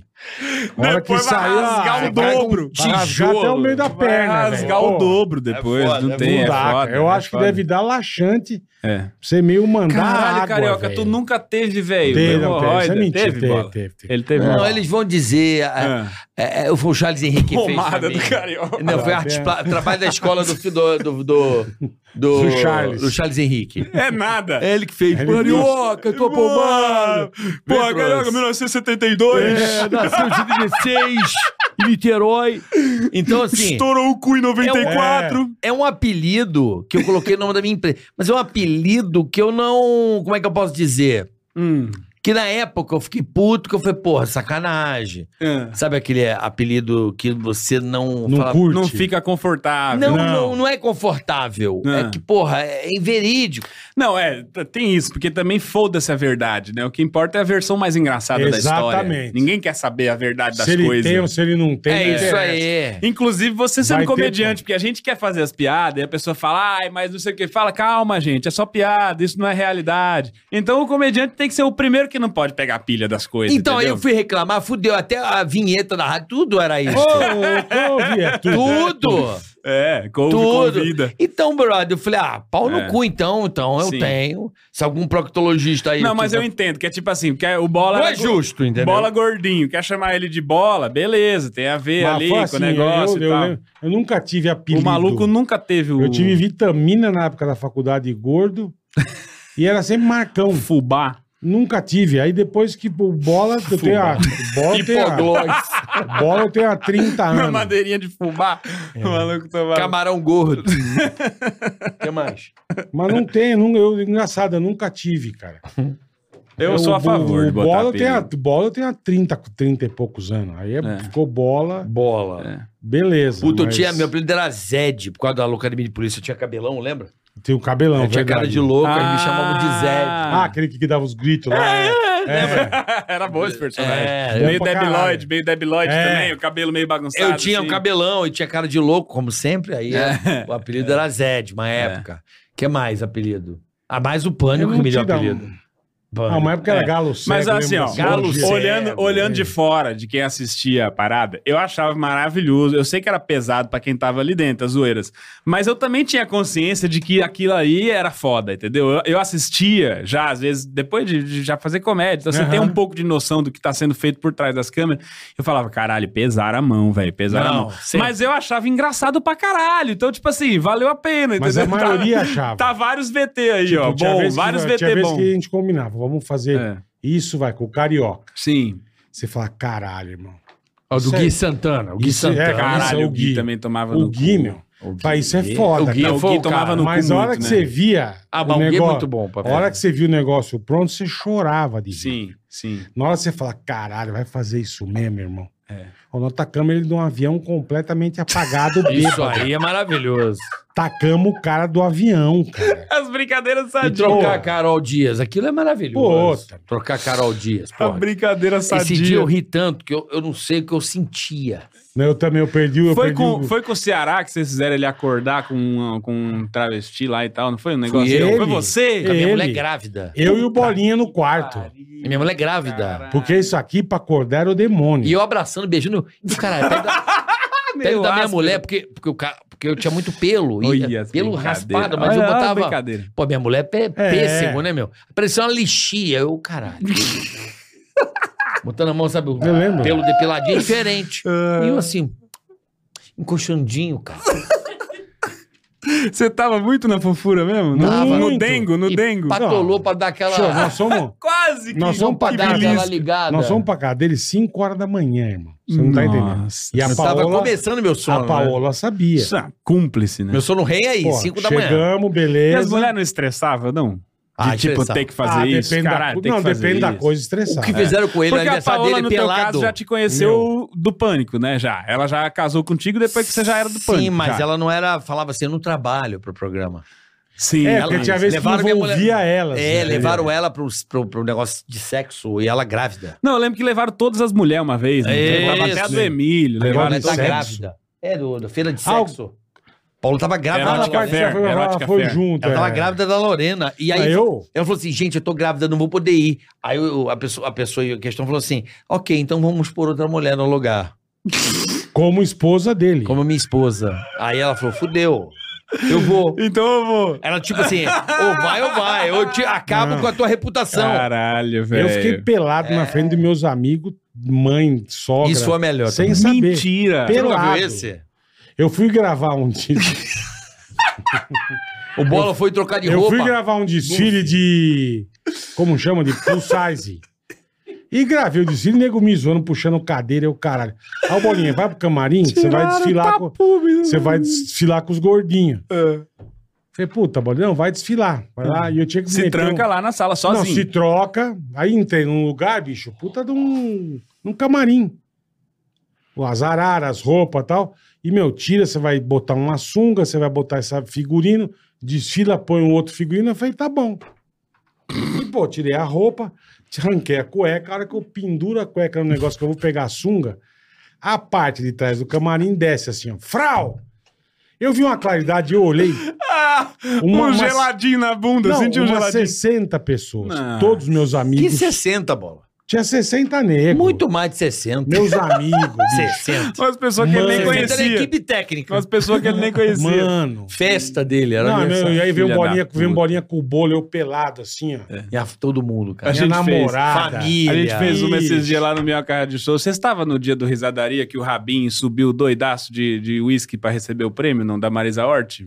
B: a hora que
D: Depois vai
B: saiu,
D: rasgar um
B: ah,
D: o
B: vai-
D: dobro.
B: vai rasgar até o meio da
D: Vai
B: perna,
D: rasgar
B: velho.
D: o dobro depois.
C: É foda,
D: não
C: é
D: tem.
B: Não
D: é
B: dá, cara.
D: foda,
B: um Eu
D: é
B: acho que
D: foda.
B: deve dar laxante
D: É.
B: pra você meio mandar
D: Caralho,
B: água,
D: carioca,
B: velho.
D: tu nunca teve, né? velho.
B: Teve, não teve. Isso
D: hemorroida.
B: é mentira. Teve,
D: bola?
B: teve, teve, teve.
D: Ele teve.
C: Não,
D: bola.
C: eles vão dizer. ah,
D: Ah.
C: é, é, o Charles Henrique
D: Pomada
C: fez.
D: do
C: também.
D: carioca.
C: Não, foi arte, plá- trabalho da escola do, do, do, do,
B: *laughs* Do Charles.
C: do Charles Henrique.
D: É nada.
C: É ele que fez.
B: Ele
C: Carioca, tua pomada.
D: Pô,
C: Vem,
D: carioca,
C: trouxe.
D: 1972.
C: É, nasceu de 16, em Niterói. Então, assim,
D: Estourou o cu em 94.
C: é um apelido que eu coloquei o nome da minha empresa. Mas é um apelido que eu não... Como é que eu posso dizer?
B: É.
D: Hum.
C: Que na época eu fiquei puto, que eu falei, porra, sacanagem. Sabe aquele apelido que você não...
B: Não
C: fala,
B: curte.
D: Não fica confortável.
C: Não,
D: Não,
C: não, não é confortável.
D: Não.
C: É que, porra, é inverídico.
D: é, t- tem isso, porque também foda-se a verdade, né? O que importa é a versão mais engraçada da história.
B: Exatamente.
D: Ninguém quer saber a verdade das
B: Se ele
D: coisas.
B: tem ou se ele não tem.
C: é
B: não
C: isso
B: interessa.
C: aí.
D: Inclusive, você sendo
B: Vai ter,
D: comediante,
B: pô.
D: porque a gente quer fazer as piadas e a pessoa fala, ai, mas não sei o que. Fala, calma, gente, é só piada, isso não é realidade. Então o comediante tem que ser o primeiro que não pode pegar a pilha das coisas.
C: Então, aí
D: entendeu?
C: eu fui reclamar, fudeu, até a vinheta da rádio, tudo era isso.
D: *laughs*
B: Ô, ô, ô, Vieto.
C: Tudo,
D: É, couve
C: tudo.
D: convida.
C: Então, brother, eu falei, ah, pau
D: É.
C: no cu então, então eu
D: Sim.
C: tenho. Se algum proctologista aí...
D: Não, mas eu
C: entendo.
D: entendo que é tipo assim, porque o bola.
C: Não
D: era
C: é justo, entendeu?
D: Bola gordinho, quer chamar ele de bola? Beleza, tem a ver
B: Mas
D: ali
B: foi
D: com
B: assim,
D: o negócio
B: eu,
D: e
B: eu
D: tal.
B: lembro- eu nunca tive apelido.
D: o maluco nunca teve o.
B: Eu tive vitamina na época da faculdade gordo. e era sempre marcão.
D: fubá.
B: Nunca tive. Aí depois que o bola, eu tenho a. Bola, eu tenho a
D: *laughs*
C: Hipoglós,
B: bola eu tenho há 30
D: Uma
B: anos.
D: madeirinha de fubá.
B: É.
D: O maluco tava.
C: camarão
D: *laughs*
C: gordo. O que mais?
B: Mas não tem, não, eu, engraçado, eu nunca tive, cara.
D: Eu, sou a
B: É, O,
D: favor. de
B: o
D: botar
B: bola, eu
D: apelido.
B: tenho a, bola eu tenho há 30, 30 e poucos anos. Aí é-
D: É.
B: ficou bola,
C: Bola.
D: É.
B: beleza.
C: Puta, eu
B: mas
C: tinha, meu apelido era Zed, por causa da louca de polícia, eu tinha cabelão, lembra?
B: Tem o um cabelão,
C: eu tinha
B: verdade.
C: cara de louco, aí me chamavam de Zed.
B: Ah,
D: Ah,
B: aquele que dava os gritos lá. É, é.
D: *laughs* era bom esse personagem.
C: É,
D: meio
B: bom pra
D: debiloide,
B: caralho.
D: meio debiloide
B: É.
D: também, o cabelo meio bagunçado.
C: Eu tinha um
D: assim.
C: cabelão e tinha cara de louco, como sempre. Aí
D: É.
C: o apelido era Zed, uma época. que mais apelido? Ah, mais o Pânico
B: Eu
C: que
B: não
C: me deu
B: te dá
C: apelido. Pânico.
B: Ah, uma época
D: É.
B: era galo cego.
D: Mas assim,
B: lembra?
D: ó,
C: Galo
B: Hoje-
C: cego.
D: olhando, olhando de
C: é.
D: fora, de quem assistia a parada, eu achava maravilhoso. Eu sei que era pesado pra quem tava ali dentro, as zoeiras. Mas eu também tinha consciência de que aquilo aí era foda, entendeu? Eu, eu assistia já, às vezes, depois de, de já fazer comédia. Então você
B: Aham.
D: tem um pouco de noção do que tá sendo feito por trás das câmeras. Eu falava, caralho, pesaram a mão, velho, pesaram a
C: Não,
D: mão.
C: sempre.
D: Mas eu achava engraçado pra caralho. Então, tipo assim, valeu a pena,
B: Mas a
D: entendeu? *laughs* Tá-
B: maioria achava. Tipo,
D: Tá vários VT aí, ó.
B: Tinha
D: Bom,
B: vez que-
D: vários
B: tinha
D: VT
B: vez
D: bom.
B: que a gente combinava, vamos fazer
D: É.
B: isso, vai, com o carioca.
D: Sim.
B: Você fala, caralho, irmão.
C: Ó, do
B: Isso
C: Gui
B: aí.
C: Santana. O Gui
B: Isso é,
C: Santana.
B: cara.
D: Caralho,
B: Isso é
D: o
B: o
D: Gui
B: Gui.
D: também tomava
B: O
D: no
B: Gui,
D: cu.
B: meu. Pá, isso é foda.
C: o Gui-
B: cara.
D: Não, o Gui
C: Pô,
D: tomava
C: cara,
D: no cu
B: Mas a hora
D: muito,
B: que
D: né?
B: você via.
C: Ah,
B: o
C: mas o Gui é
B: negócio-
C: muito bom,
B: A
C: papai.
B: hora que você viu o negócio pronto, você chorava de rir.
D: Sim, sim.
B: Na hora que você fala, caralho, vai fazer isso mesmo, irmão.
D: É.
B: Ó, nós tacamos ele de um avião completamente
D: *laughs*
B: apagado,
C: Isso
B: bêbado.
C: aí é maravilhoso.
B: Tacamos o cara do avião,
D: *laughs*
B: cara.
D: As brincadeiras
C: E
D: sadias.
C: trocar a Carol Dias, aquilo é maravilhoso.
B: Puta.
C: Trocar a Carol Dias,
D: A
C: porra.
D: brincadeira
C: Esse
D: sadia.
C: dia eu ri tanto que eu, eu não sei o que eu sentia.
B: Né, Eu também, eu perdi, eu
D: Foi
B: perdi
D: com,
B: o-
D: foi com o Ceará que vocês fizeram ele acordar com, um- com um travesti lá e tal, não foi um negócio?
C: Fui
D: Não,
B: ele.
D: Foi você?
C: Com a minha
B: Ele?
C: mulher é grávida.
B: Eu e o Bolinha no quarto.
C: A minha mulher é grávida.
B: Porque isso aqui, pra acordar, era o demônio.
C: E eu abraçando, beijando. E o cara, pega, pega da minha
D: áspero.
C: mulher, porque, porque, o cara, porque eu tinha muito pelo. E,
D: Olha as
C: pelo
D: brincadeiras.
C: raspado, mas eu
D: Olha a
C: botava.
D: brincadeira.
C: Pô, minha mulher é pé- pêssego, né, meu? Parecia uma lixia. Eu,
B: *laughs*
C: caralho. Botando a mão, sabe, o
B: Eu lembro. É.
C: pelo depiladinho, diferente. E eu assim, encoxandinho, cara.
D: Você tava muito na fofura mesmo? No-
B: Tava.
D: no
B: Muito.
D: dengo, no
C: E
D: dengo.
C: Patolou pra dar aquela...
B: Show, nós
D: *laughs*
B: somos,
D: Quase que
B: Nós somos
C: pra dar aquela
B: belisco.
C: ligada.
B: nós somos pra casa dele 5 horas da manhã, irmão. Você não tá entendendo.
D: Nossa.
B: E a
C: Eu tava
B: Paola,
C: começando meu sono. né?
B: a Paola sabia.
D: né? Isso é cúmplice, né?
C: Meu sono rei aí,
B: Pô,
C: 5 da manhã.
B: chegamos,
D: E as
B: beleza.
D: mulheres não estressavam, não? De
C: Ah,
D: tipo,
C: estressava.
D: tem que fazer
B: Ah,
D: isso,
B: depende
D: caralho,
B: da,
D: tem
B: Não,
D: que fazer
B: depende da
D: isso.
B: coisa
C: O
B: estressada.
C: que fizeram com ele no
D: Porque a
C: aniversário
D: Paola,
C: dele
D: no teu
C: pelado.
D: caso, já te conheceu do Pânico, né? Já. Ela já casou contigo depois que você já era do Pânico.
C: Sim, mas
D: já.
C: ela não era. Falava assim, eu não trabalho pro programa.
D: Sim,
B: É,
D: ela-
B: porque tinha vez que
C: levaram minha mulher-
B: envolvia elas.
C: É,
B: né?
C: levaram ela pro, pro, pro negócio de sexo e ela grávida.
D: Não, eu lembro que levaram todas as mulheres uma vez, né?
C: É
D: Levaram até
C: isso.
D: a do Emílio,
C: A
D: levaram
C: mulher
B: de
C: tá
D: todas.
B: sexo.
C: grávida. É, do, da feira de
B: Ah, o-
C: sexo. Paulo tava
B: Ah,
C: grávida. da
B: na
D: Erótica
B: parte
C: Lorena.
B: que
D: Fair,
B: você foi,
D: Erótica
B: foi
D: Fair.
B: junto.
C: Ela tava
B: é.
C: grávida da Lorena. E aí
B: eu?
C: Ela falou assim, gente, eu tô grávida, não vou poder ir. Aí eu- a, pessoa, a pessoa em questão falou assim, ok, então vamos por outra mulher no lugar,
B: Como esposa dele.
C: como minha esposa. Aí ela falou, fudeu, eu vou.
D: Então eu vou.
C: Ela tipo assim, ou vai ou vai, eu te acabo
B: Não.
C: com a tua reputação.
D: Caralho, velho.
C: é.
B: eu fiquei pelado na frente dos meus amigos, mãe, sogra.
C: Isso foi a melhor.
B: Sem
C: também.
B: saber.
D: Mentira.
B: Pelo-
C: Nunca
B: pelado.
C: viu esse?
B: Eu fui gravar um desfile.
C: O Bola foi trocar de
B: eu
C: roupa.
B: fui gravar um desfile de. Como chama? De full size. E gravei o desfile, nego me zoando, puxando cadeira, eu caralho. Aí o Bolinha, vai pro camarim, que você vai desfilar com. Você vai desfilar com os gordinhos. Falei, puta, Bolinha, não, vai desfilar. Vai lá. E eu tinha que
D: Se
B: meter um-
D: tranca lá na sala
B: Não, se
D: sozinho.
B: troca. Aí entrei num lugar, bicho, puta de um, num camarim. Com As araras, roupa e tal. E, meu, tira, você vai botar uma sunga, você vai botar essa figurino, desfila, põe um outro figurino. Eu falei, tá bom. E, pô, tirei a roupa, arranquei a cueca. A hora que eu penduro a cueca no negócio que eu vou pegar a sunga, a parte de trás do camarim desce assim, ó. Frau! Eu vi uma claridade, eu olhei.
D: Ah,
B: Uma- uma-
D: na bunda, um
B: Não,
D: senti
B: umas 60 pessoas.
D: Nossa.
B: Todos meus
C: Que
B: amigos.
C: 60, Bola?
B: Tinha 60 negros.
C: Muito mais de 60.
B: Meus
C: *laughs*
B: amigos. bicho.
C: 60.
D: Umas pessoas que ele nem
B: Mano.
C: Era a
B: é
D: conhecia.
C: equipe técnica.
D: Umas pessoas que ele nem conhecia.
B: Mano.
C: Festa dele, era
B: Não,
C: aniversário.
B: não, e aí veio um
D: filha
B: bolinha,
D: da
B: veio um
D: puta. É.
B: bolinha com o bolo, eu pelado, assim, ó.
C: E a- todo mundo, cara.
D: A
B: Minha
D: gente fez.
B: namorada.
C: Família.
D: A gente fez uma
B: Ixi.
D: esses dias lá no Minha Carra de Show. Você estava no dia do Risadaria que o Rabin subiu doidaço de de uísque pra receber o prêmio, não? Da Marisa Hort?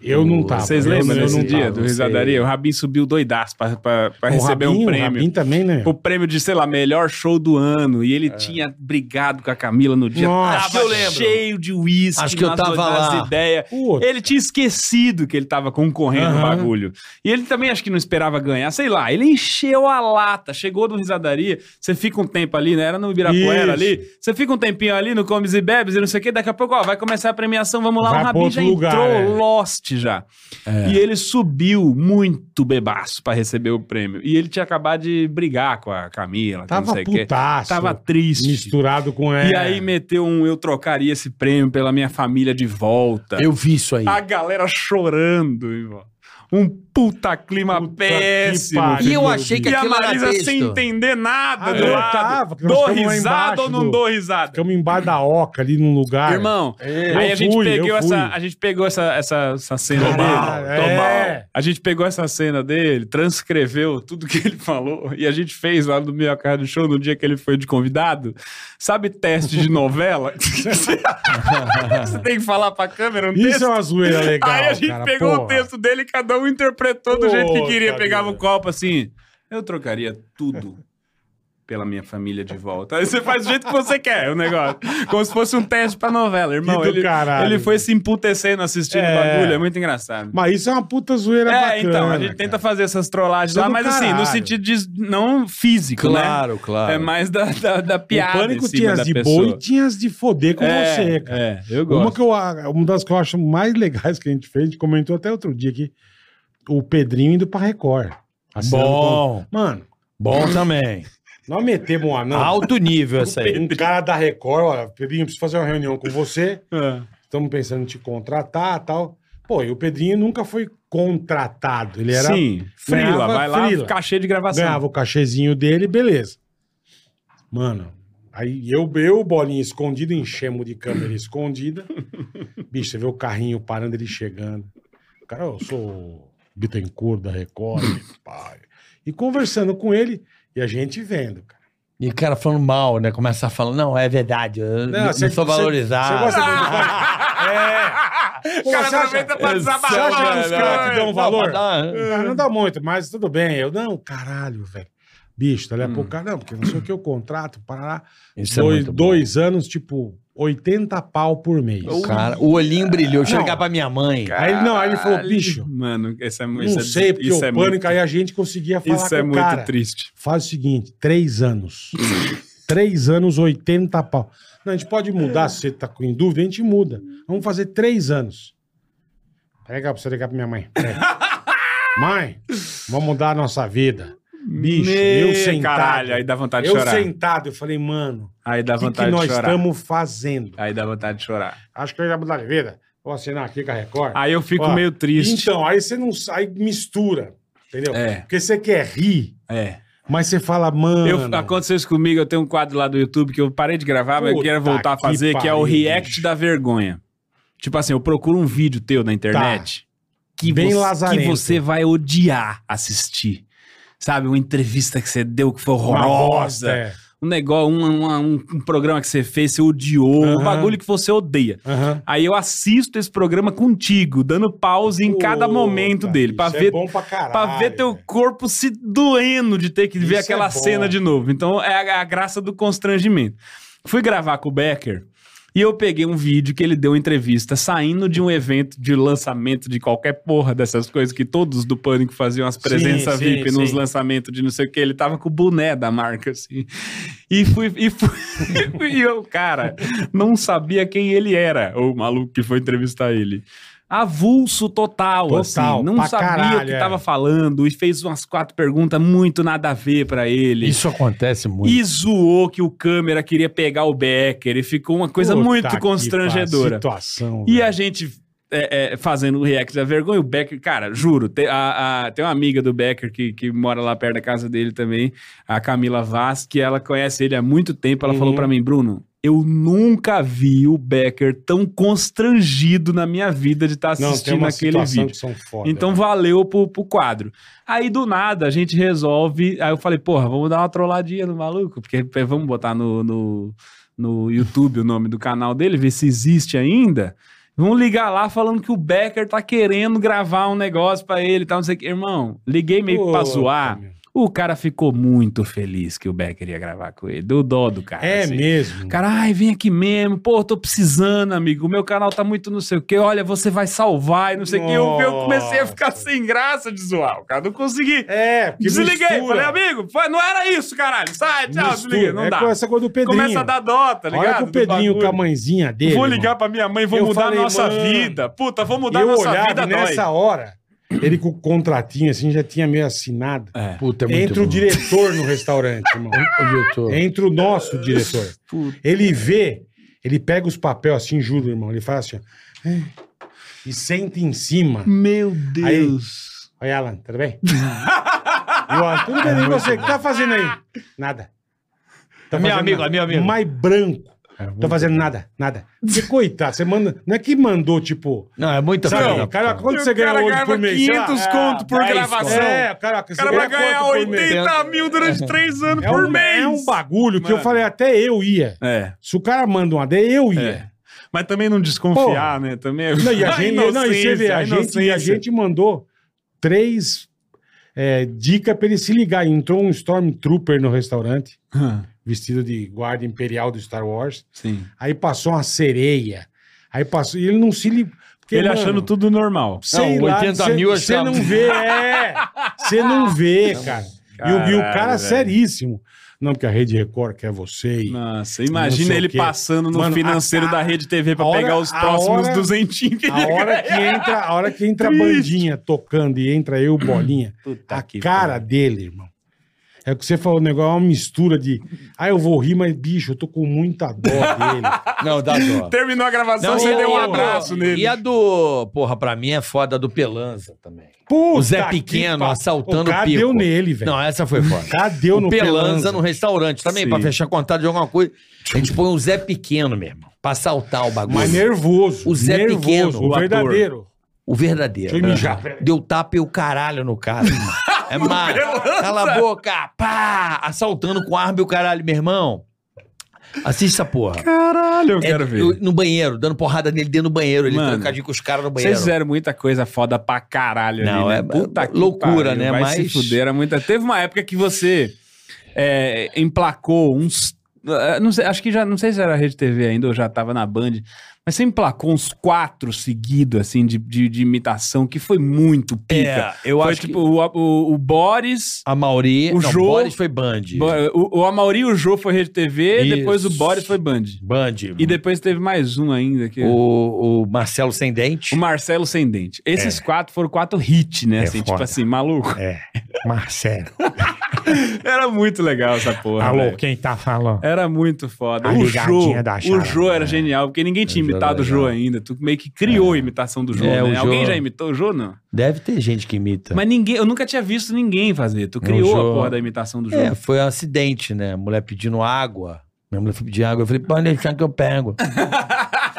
B: Eu não tava.
D: Vocês
B: eu,
D: lembram
B: eu
D: desse
B: não
D: dia
B: tava.
D: do
C: não sei.
D: Risadaria? O Rabin subiu doidaço pra, pra, pra
B: O
D: receber
B: Rabin-
D: um
B: O
D: prêmio.
B: Rabin também, né?
D: O prêmio de, sei lá, melhor show do ano. E ele tinha brigado com a Camila no dia.
B: Nossa.
D: tava
C: Acho que eu lembro.
D: cheio de uísque.
C: Acho que eu
D: nas
C: tava
D: doidadas
C: lá.
D: ideias.
B: Puta.
D: Ele tinha esquecido que ele tava concorrendo no
B: Aham.
D: bagulho. E ele também acho que não esperava ganhar, sei lá. Ele encheu a lata, chegou no risadaria. Você fica um tempo ali, né? Era no Ibirapuera
B: Isso.
D: ali. Você fica um tempinho ali no Comes e Bebes e não sei o quê. Daqui a pouco, ó, vai começar a premiação, vamos lá.
B: Vai
D: o
B: pra
D: Rabi
B: outro
D: já
B: lugar,
D: entrou
B: é.
D: lost já. E ele subiu muito bebaço pra receber o prêmio. E ele tinha acabado de brigar com a Camila, com não
B: Tava
D: sei o quê.
B: putaço.
D: Tava triste.
B: misturado com é, ela.
D: E aí meteu um eu trocaria esse prêmio pela minha família de volta.
C: Eu vi isso aí.
B: Ah, né?
D: A galera chorando, irmão. Um puta clima
B: Puta que
D: é péssimo.
B: pariu.
C: e eu achei que
D: E a
C: aquilo era
D: Marisa
C: texto.
D: sem entender nada
B: Ah,
D: do
B: eu
D: lado.
B: tava, que nós
D: dou
B: ficamos lá
D: risada
B: embaixo
D: ou não
B: do-
D: dou risada?
B: Ficamos embaixo da oca ali num lugar.
D: Irmão,
B: É. eu
D: aí a gente,
B: fui, eu
D: pegou essa,
B: fui.
D: a gente pegou essa, essa, essa cena
B: Caralho,
D: dele.
B: é.
D: Tomou. A gente pegou essa cena dele, transcreveu tudo que ele *laughs* falou e a gente fez lá no meu cara do show no dia que ele foi de convidado. Sabe teste de novela? *laughs* Você tem que falar pra câmera um
B: Isso
D: texto.
B: é uma zoeira legal.
D: *laughs* Aí a gente
B: cara,
D: pegou
B: porra.
D: o texto dele e cada um interpretou do jeito que
B: Puta
D: queria. Pegava o
B: vida.
D: copo assim. Eu trocaria tudo pela minha família de volta. Aí você faz do jeito que você quer o negócio. Como se fosse um teste pra novela, irmão.
B: Que do
D: Ele,
B: caralho.
D: ele foi se emputecendo assistindo o
B: É.
D: bagulho, é muito engraçado.
B: Mas isso é uma puta zoeira
D: é,
B: bacana.
D: então, a gente tenta
B: cara.
D: fazer essas trollagens
B: Isso é
D: lá,
B: do
D: mas assim, no
B: caralho.
D: sentido de não físico, né?
C: claro.
D: É mais da, da, da piada.
B: O
D: em
B: pânico
D: cima
B: tinha as
D: da
B: de
D: pessoa.
B: boi e tinha as de foder com
D: é,
B: você, cara.
D: É, eu
B: Uma,
D: gosto.
B: que eu, a- uma das que eu acho mais legais que a gente fez, a gente comentou até outro dia aqui, o Pedrinho indo pra Record. Assinando
C: Bom.
B: com- Mano,
C: Bom também.
B: nós metemos um anão.
C: Alto nível essa aí.
B: Um cara da Record, olha, Pedrinho, preciso fazer uma reunião com você.
D: É.
B: Estamos pensando em te contratar tal. Pô, e o Pedrinho nunca foi contratado. Ele era.
D: Sim, frila,
B: ganhava
D: vai lá,
B: frila.
D: cachê de gravação.
B: Ganhava o cachezinho dele, beleza. Mano, aí eu, eu bolinha escondida, enchemo de câmera
C: *laughs*
B: escondida. Bicho, você vê o carrinho parando, ele chegando. Cara, eu sou o Bittencourt da
C: *laughs*
B: Record, pai. E conversando com ele, e a gente vendo, cara.
C: E o cara falando mal, né? Começa a falar, não, é verdade, eu não,
B: você-
C: sou
B: você- Você
C: valorizado. *laughs* Ah,
B: gosta muito. É. Pô,
D: O
B: você
D: cara
B: acha-
C: tá
D: aproveita pra desabar.
B: Você acha que os caras te dão
C: né? Não,
B: um
C: né?
B: valor?
C: pra dar-
B: Ah, não dá muito, mas tudo bem. Eu, não, caralho, velho. Bicho,
C: Hum.
B: dali a pouco, cara, não, porque não sei o que eu contrato, parará.
C: Isso é
B: dois,
C: muito bom.
B: dois anos, tipo, 80 pau por mês.
C: O cara, o olhinho brilhou.
B: Não.
C: Chegar pra minha mãe.
B: Aí ele- não, aí ele falou, bicho,
D: Mano, essa é
B: não
D: isso é-
B: sei, porque
D: isso
B: o
D: é
B: pânico,
D: muito,
B: aí a gente conseguia falar
D: Isso
B: com
D: é
B: o
D: muito
B: cara.
D: triste.
B: Faz o seguinte, três
D: *laughs*
B: anos. três anos, 80 pau. Não, a gente pode mudar, se você tá com em dúvida, a gente muda. Vamos fazer três anos. Pega pra você ligar pra minha mãe.
D: *laughs*
B: Pega. mãe, vamos mudar a nossa vida. Bicho, eu
D: Meu
B: sentado.
D: Caralho, aí dá vontade de
B: eu
D: chorar.
B: sentado, eu falei, mano,
D: Aí dá
B: o que, que
D: vontade
B: nós
D: de chorar.
B: estamos fazendo?
D: Aí dá vontade de chorar.
B: Acho que eu ia mudar de vida. Vou assinar aqui com a Record.
D: Aí eu fico
B: Ó,
D: meio triste.
B: Então, aí você não sai, mistura, entendeu?
D: É.
B: Porque você quer rir,
D: É.
B: mas você fala, mano.
D: Eu, aconteceu isso comigo, eu tenho um quadro lá do YouTube que eu parei de gravar, mas eu
B: Puta
D: quero voltar a
B: que
D: fazer, que é o
B: pariu,
D: React
B: bicho.
D: da Vergonha. Tipo assim, eu procuro um vídeo teu na internet que,
B: Bem
D: você, que
B: Tá. lazarento.
D: você vai odiar assistir. Sabe, uma entrevista que você deu que foi
B: uma
D: horrorosa.
B: bosta, é.
D: um negócio, um, um- um- um programa que você fez, você odiou, um
B: Aham.
D: bagulho que você odeia.
B: Aham.
D: Aí eu assisto esse programa contigo, dando pause em cada
B: Puta,
D: momento dele, pra
B: isso
D: ver,
B: É bom pra caralho.
D: pra ver teu
B: velho.
D: corpo se doendo de ter que ver
B: Isso
D: aquela
B: é bom.
D: cena de novo. Então é a, a graça do constrangimento. Fui gravar com o Becker e eu peguei um vídeo que ele deu uma entrevista saindo de um evento de lançamento de qualquer porra dessas coisas que todos do Pânico faziam as presenças
B: sim,
D: VIP nos
B: sim.
D: lançamentos de não sei o que. Ele tava com o boné da marca, assim. E fui, e fui, *laughs* e eu, cara, não sabia quem ele era, o maluco que foi entrevistar ele. Avulso total,
B: Total,
D: assim, não
B: pra
D: sabia o
B: caralho,
D: que
B: é.
D: tava falando e fez umas quatro perguntas muito nada a ver pra ele.
C: Isso acontece muito.
D: E zoou que o câmera queria pegar o Becker e ficou uma coisa
B: Puta que
D: muito
B: pariu,
D: constrangedora.
B: Situação.
D: E
B: velho.
D: a gente é, é, fazendo o react da vergonha, o Becker, cara, juro, tem, a- a- tem uma amiga do Becker que, que mora lá perto da casa dele também, a Camila Vaz, que ela conhece ele há muito tempo, ela
B: Uhum.
D: falou pra mim, Bruno, eu nunca vi o Becker tão constrangido na minha vida de estar
B: não, tem
D: assistindo
B: uma
D: aquele
B: situação
D: vídeo.
B: que são foda.
D: Então valeu pro, pro quadro. Aí do nada a gente resolve. Aí eu falei, porra, vamos dar uma trolladinha no maluco, porque eh, vamos botar no, no, no YouTube o nome do canal dele, ver se existe ainda. Vamos ligar lá falando que o Becker tá querendo gravar um negócio pra ele e tal, não sei o que. Irmão, liguei meio que pra
B: Puta,
D: zoar.
B: meu.
D: O cara ficou muito feliz que o Becker ia gravar com ele. Deu dó do cara.
B: É
D: assim.
B: mesmo.
D: Caralho, vem aqui mesmo. Pô, tô precisando, amigo. O meu canal tá muito não sei o quê. Olha, você vai salvar e não sei o quê. Eu, eu comecei a ficar
B: Nossa.
D: sem graça de zoar. O cara não consegui.
B: É, porque
D: desliguei.
B: mistura.
D: Falei, amigo, foi- não era isso, caralho. Sai, tchau,
B: mistura.
D: desliguei. Não
B: é
D: dá.
B: com essa coisa do Pedrinho.
D: Começa a dar dó, tá ligado?
B: Olha que o
D: Do
B: Pedrinho
D: bagulho.
B: com a mãezinha dele.
D: Vou
B: irmão.
D: ligar pra minha mãe, vou
B: Eu
D: mudar
B: falei,
D: a nossa
B: mano,
D: vida. Puta, vou mudar a
B: eu
D: nossa
B: olhava
D: vida,
B: nessa
D: dói.
B: hora, ele com o contratinho assim já tinha meio assinado.
D: É.
C: Puta, é
B: Entra o
C: bom.
B: diretor no restaurante,
D: *laughs*
B: irmão.
C: O diretor.
B: Entra o nosso diretor.
D: Puta.
B: Ele vê, ele pega os papéis assim, juro, irmão. Ele faz assim, ó. e senta em cima.
D: Meu
B: Oi, Alan, tudo
D: *laughs*
B: bem? E o Alan, tudo
D: É
B: bem, e você? O que tá fazendo aí? Nada. Tá
C: É meu
B: fazendo
C: amigo,
B: nada.
C: é meu amigo.
B: Mais branco.
D: É
B: Tô fazendo nada, nada. Porque, coitado, você manda. Não é que mandou, tipo.
C: Não, é muita
B: Sabe,
C: coisa.
B: cara,
C: pô.
B: quanto você
D: O cara
B: ganha hoje
D: ganhava
B: por mês? Sei lá,
D: 500
B: é,
D: conto por
B: 10
D: gravação.
B: É, cara,
D: O cara vai ganhar
B: quanto por mês?
D: 80 mil durante 3 anos
B: É um,
D: por mês.
B: é um bagulho que eu
D: Mano.
B: falei, até eu ia.
D: É.
B: Se o cara manda uma D, eu ia.
D: É. Mas também não desconfiar, né? *laughs* Também é...
B: Não, e a gente, não, e você vê, a gente, e a gente mandou três é, dica pra ele se ligar. Entrou um Stormtrooper no restaurante,
D: *laughs* Ah,
B: vestido de guarda imperial do Star Wars.
D: Sim.
B: Aí passou uma sereia. Aí passou. E ele não se ligou. Porque,
D: ele
B: mano,
D: achando tudo normal.
B: Sei
C: Não,
B: lá,
C: 80
B: cê-
C: mil eu
B: Você
C: achava.
B: não vê, é. Você
C: *laughs*
B: não vê, cara. E o, e o cara
D: Caralho,
B: seríssimo. Não, porque a Rede Record quer você. e-
D: Nossa,
B: Não
D: imagina
B: sei
D: ele
B: o quê.
D: passando no
B: Mano,
D: financeiro
B: a-
D: da Rede TV pra
B: a hora-
D: pegar os
B: a
D: próximos
B: hora-
D: duzentinhos que
B: *laughs*
D: ele
B: A hora que entra, a hora que entra a
D: Triste.
B: bandinha tocando e entra eu,
C: *clears throat*
B: bolinha,
D: Puta
B: a
D: que
B: cara dele, irmão. É o que você falou, o negócio é uma mistura de. Ah, eu vou rir, mas bicho, eu tô com muita dó dele.
C: *laughs* Não, dá dó.
D: *laughs* Terminou a gravação,
C: Não,
D: você
C: e-
D: deu um
C: e a do-
D: abraço nele.
C: E a do. Porra, pra mim é foda a do Pelanza também.
B: Puta
C: o Zé
B: que
C: Pequeno
B: pa-
C: assaltando
B: o
C: o
B: cara
C: Pico.
B: deu nele, velho.
C: Não, essa foi foda.
B: Cadê o
C: o
B: no
C: Pelanza no restaurante também,
D: Sim.
C: pra fechar contato de alguma coisa. A gente põe o Zé Pequeno, meu irmão, pra assaltar o bagulho.
B: Mas nervoso.
C: O Zé
B: nervoso,
C: Pequeno,
D: o
B: O
D: ator.
B: verdadeiro.
C: O verdadeiro.
B: Deixa eu mijar.
C: Deu tapa e o caralho no cara. irmão. é má. Cala a boca. Pá! Assaltando com arma e o caralho, meu irmão. Assista, porra.
D: Caralho, eu
C: É, eu- no banheiro, dando porrada nele dentro do banheiro. Ele
D: Mano,
C: trancadinho com os caras no banheiro.
D: Vocês fizeram muita coisa foda pra caralho
C: Não,
D: ali, né?
C: é-
D: Puta que
C: loucura,
D: pariu,
C: né?
D: Vai se
C: Mas-
D: fuder, era muita... Teve uma época que você é, emplacou uns... eh, Não sei, acho que já... Não sei se era Rede TV ainda ou já tava na Band, mas você emplacou uns quatro seguidos, assim, de, de, de imitação, que foi muito pica.
C: É, eu
D: foi
C: acho
D: tipo
C: que
D: o, o, o Boris...
C: a Mauri...
D: O
C: não,
D: Jô-
C: Boris foi Band.
D: Bo- O, o Amauri e o Jô foi Rede TV,
C: Isso.
D: depois o Boris foi Band.
C: Band.
D: E depois teve mais um ainda, que...
C: o, o Marcelo Sem Dente.
D: O Marcelo Sem Dente. Esses quatro foram quatro hits, né?
C: É
D: assim, tipo
C: foda.
D: assim, maluco.
C: É, Marcelo.
D: Era muito legal essa porra. velho.
B: quem tá falando?
D: Era muito foda.
B: A
D: o
B: ligadinha
D: Jô,
B: da
D: o
B: chave,
D: Jô era
C: né?
D: genial, porque ninguém tinha
C: O Jô era
D: imitado o Jô
C: legal.
D: ainda. Tu meio que criou a imitação do Jô,
C: É, o
D: né?
C: Jô-
D: Alguém já imitou o Jô, não?
C: Deve ter gente que imita.
D: Mas ninguém, eu nunca tinha visto ninguém fazer. Tu
C: O
D: criou a
C: Jô-
D: porra da imitação do Jô.
C: É, foi um acidente, né? A mulher pedindo água. Minha mulher foi pedir água. Eu falei, pode deixar que eu
D: *laughs*
C: pego.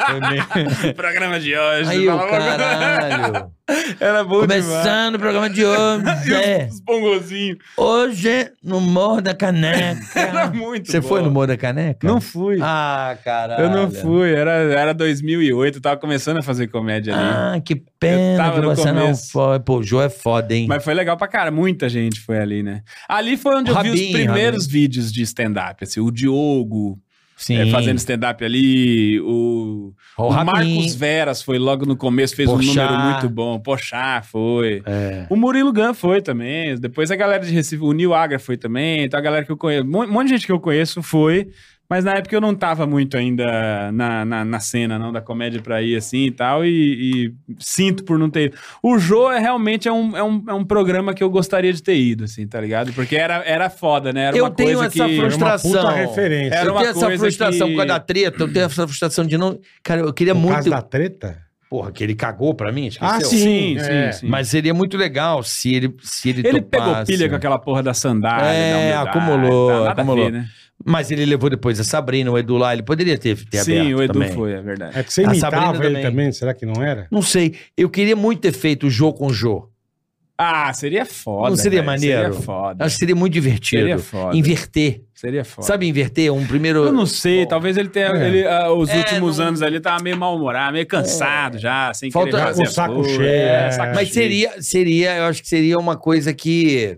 C: Foi meio-
D: Programa de hoje.
C: Aí o
D: fala logo.
C: caralho.
D: *laughs* Era bom demais.
C: Começando o programa de hoje.
D: E
C: é.
D: os, os bongozinhos.
C: Hoje no Morro da
D: Era
C: Caneca.
D: muito
C: Você
D: bom.
C: foi no Morro da Caneca?
D: Não fui.
C: Ah, caralho.
D: eu não fui. Era, era 2008. Eu tava começando a fazer comédia ali.
C: Ah, que
D: Eu
C: pena
D: tava
C: que
D: no
C: você não
D: começo.
C: foi. Pô, o Jô é foda, hein?
D: Mas foi legal pra cara, muita gente foi ali, né? Ali foi onde eu vi os
C: Rabinho,
D: primeiros vídeos de stand-up, assim, o Diogo
C: Sim.
D: eh, fazendo stand-up ali, o,
C: o
D: o Marcos
C: Marcos
D: Veras foi logo no começo, fez um
C: Porchat.
D: número muito bom, Pochá foi.
C: É.
D: O Murilo Gun foi também, depois a galera de Recife, o Nil Agra foi também, então a galera que eu conheço, um mon- monte de gente que eu conheço foi, mas na época eu não tava muito ainda na, na, na cena, não, da comédia pra ir assim e tal, e, e sinto por não ter ido. O Jô é realmente é um, é, um, é um programa que eu gostaria de ter ido, assim, tá ligado? Porque era, era foda, né? Era
C: Eu
D: uma
C: tenho
D: coisa
C: essa
D: que...
B: Era uma
C: Frustração.
B: puta referência.
D: Era
C: eu
D: uma
C: tenho essa
D: coisa
C: frustração
D: que-
C: por causa da treta, eu tenho essa frustração de não. Cara, eu queria
B: Por
C: muito.
B: causa da treta?
C: Porra, que ele cagou pra mim, esqueceu?
B: É Ah,
D: Sim,
B: sim, é.
D: sim, sim.
C: Mas seria muito legal se ele se ele,
D: Ele
C: topasse.
D: pegou pilha com aquela porra da sandália,
C: É,
D: da humildade,
C: acumulou,
D: tá? Nada a
C: acumulou.
D: ver, né?
C: Mas ele levou depois a Sabrina, o Edu lá, ele poderia ter, ter aberto
D: Sim, o Edu
C: também.
D: foi, é verdade.
B: É que você
C: A
B: imitava
C: Sabrina
B: ele também.
C: também.
B: será que não era?
C: Não sei, eu queria muito ter feito o jogo com o Jô.
D: Ah, seria foda.
C: Não seria
D: velho,
C: maneiro?
D: Seria foda.
C: Acho que seria muito divertido.
D: Seria foda.
C: Inverter.
D: Seria foda.
C: Sabe inverter? Um primeiro...
D: Eu não sei, talvez ele tenha.
B: É.
D: ele, ah, os
C: É,
D: últimos
C: não-
D: anos ali tava meio mal-humorado, meio cansado já, sem
C: Falta-
D: querer fazer
B: Com o saco
D: a coisa.
B: cheio,
D: É,
B: é.
D: saco
C: Mas
D: cheio.
C: seria, seria, eu acho que seria uma coisa que...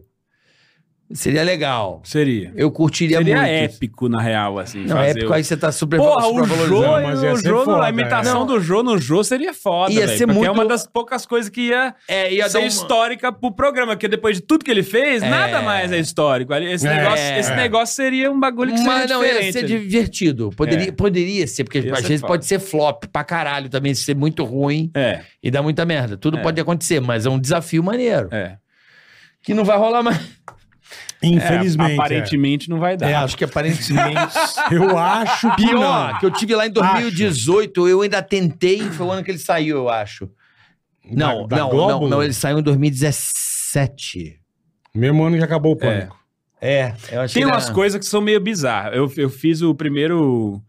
C: Seria legal.
D: Seria.
C: Eu curtiria
D: Seria
C: muito.
D: épico, na real, assim.
C: Não,
D: fazer
C: épico,
D: o-
C: aí você tá super
D: Porra, o Jô,
C: supervalorizando.
B: Joe- mas ia
D: o
B: ser
D: Jô
B: foda,
D: a imitação
C: é.
D: do Jô no Jô seria foda,
C: Ia
D: velho.
C: ser
D: porque é
C: muito-
D: uma das poucas coisas que ia,
C: É, ia
D: ser
C: dar uma...
D: histórica pro programa, porque depois de tudo que ele fez,
C: É.
D: nada mais é histórico. Ali, Esse,
B: É.
D: negócio, esse
B: É.
D: negócio seria um bagulho que seria
C: Mas não,
D: diferente.
C: ia ser
D: ali.
C: divertido. Poderia,
D: É.
C: poderia ser, porque
D: Ia
C: às
D: ser
C: vezes
D: foda.
C: pode ser flop pra caralho também, ser muito ruim
D: É,
C: e dar muita merda. Tudo
D: É.
C: pode acontecer, mas é um desafio maneiro.
D: é.
C: Que não vai rolar mais.
B: Infelizmente.
D: É,
B: é.
D: aparentemente não vai dar.
C: É, acho que aparentemente.
B: *laughs* Eu acho que
C: Pior,
B: não.
C: que eu tive lá em 2018, eu ainda tentei, foi o ano que ele saiu, eu acho. Não,
B: Da- da
C: não,
B: Globo?
C: não, não, ele saiu em 2017.
B: Mesmo ano que acabou o pânico.
C: É, eu achei.
D: Tem
C: que
D: umas
C: era-
D: coisas que são meio bizarras. Eu, eu fiz o primeiro.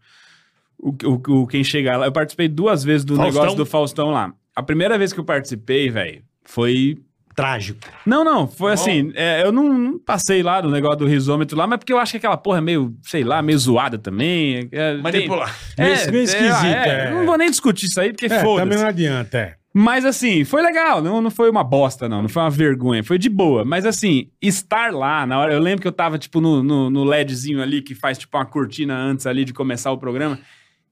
D: O, o, o- quem chegar lá. Eu participei duas vezes do
B: Faustão?
D: negócio do Faustão lá. A primeira vez que eu participei, velho, foi.
B: Trágico.
D: Não, não, foi assim. é, eu não, não passei lá no negócio do risômetro lá, mas porque eu acho que aquela porra é meio, sei lá, meio zoada também. É, tem-
C: Manipular.
D: É,
B: Meio- meio
D: é,
B: esquisita,
D: é,
B: é.
D: Não vou nem discutir isso aí, porque
B: É, também
D: foda-se.
B: não adianta, é.
D: Mas assim, foi legal, não, não foi uma bosta, não, não foi uma vergonha, foi de boa. Mas assim, estar lá na hora, eu lembro que eu tava, tipo, no, no, no LEDzinho ali que faz, tipo, uma cortina antes ali de começar o programa.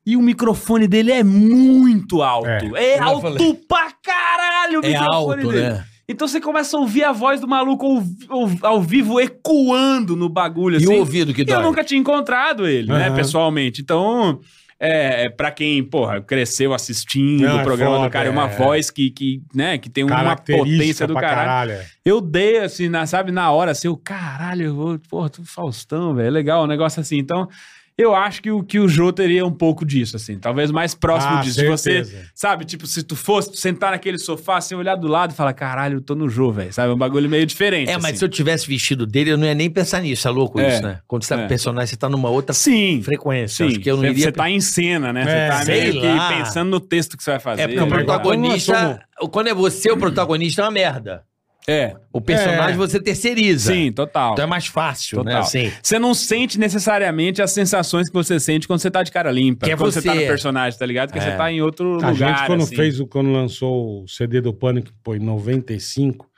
D: E o microfone dele é muito alto. É,
C: Eu
D: alto
C: falei.
D: pra caralho o
C: É
D: microfone
C: alto,
D: dele.
C: né?
D: Então você começa a ouvir a voz do maluco ao, vi- ao- ao vivo ecoando no bagulho.
C: E
D: assim.
C: o ouvido que
D: E
C: dói.
D: eu nunca tinha encontrado ele, né,
B: Aham.
D: pessoalmente. Então, é, pra quem, porra, cresceu assistindo
B: Não,
D: o
B: é
D: programa
B: foda,
D: do cara, é uma
B: é.
D: voz que, que, né, que tem uma
B: Característica
D: potência do
B: pra
D: caralho.
B: é.
D: Eu dei, assim, na, sabe, na hora, assim, eu, caralho, eu vou, porra, tu Faustão, velho, é legal, um negócio assim. Então, eu acho que o, que o Jô teria um pouco disso, assim, talvez mais próximo
B: Ah,
D: disso. Se Você,
B: certeza.
D: sabe, tipo, se tu fosse sentar naquele sofá, assim, olhar do lado e falar, caralho, eu tô no Jô, velho, sabe, é um bagulho meio diferente,
C: É, mas
D: assim.
C: se eu tivesse vestido dele, eu não ia nem pensar nisso. É louco
D: É,
C: isso, né? Quando você tá
D: é.
C: com personagem, você tá numa outra
D: Sim,
C: frequência.
D: Sim,
C: Acho que eu não
D: você,
C: iria.
D: tá em cena, né? Você
B: É,
D: tá
C: sei
D: meio que
C: lá.
D: pensando no texto que você vai fazer.
C: É porque o
B: Sim, Nós
C: protagonista. Quando é você o protagonista, é uma merda.
D: É,
C: O personagem
B: É.
C: você terceiriza.
D: sim, total.
C: Então é mais fácil, né?
D: Total.
C: Assim.
D: Você não sente necessariamente as sensações que você sente quando você tá de cara limpa.
C: Que é
D: quando você. tá no
C: você.
D: personagem, tá ligado? Porque
C: É.
D: você tá em outro
B: A
D: lugar,
B: gente, quando
D: assim.
B: fez o quando lançou o CD do Pânico, pô, em 95,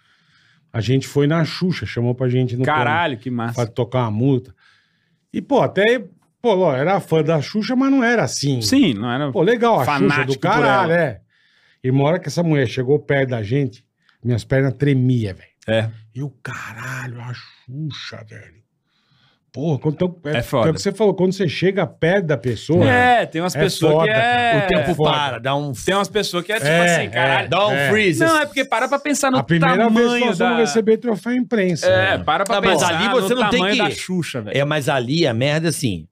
B: a gente foi na Xuxa, chamou pra gente no
D: Caralho, que
B: Pânico
D: massa.
B: pra tocar uma multa. E, pô, até, pô, ó, era fã da Xuxa, mas não era assim.
D: Sim, não era...
B: Pô, legal, a Xuxa
D: Fanático
B: do
D: por
B: caralho,
D: ela.
B: é. E uma hora que essa mulher chegou perto da gente, minhas pernas tremiam, velho.
D: É.
B: Eu, caralho, a Xuxa, velho. Porra, quando então,
D: É foda.
B: É o que você falou, quando você chega perto da pessoa.
D: É, tem umas
B: É
D: pessoas
B: foda,
D: que
B: cara.
D: é...
C: O tempo
B: foda.
C: para, dá um.
D: Tem umas pessoas que é tipo
B: É,
D: assim, caralho.
C: Dá um
B: É.
C: freeze.
D: Não, é porque para pra pensar no
B: a primeira vez que
D: tamanho
B: nós
D: da...
B: vamos receber troféu imprensa.
D: É,
B: velho.
D: para pra
C: Não, mas
D: pensar
C: ali você
D: no
C: não tem
D: tamanho
C: que-
D: da Xuxa, velho.
C: É, mas ali a merda, assim.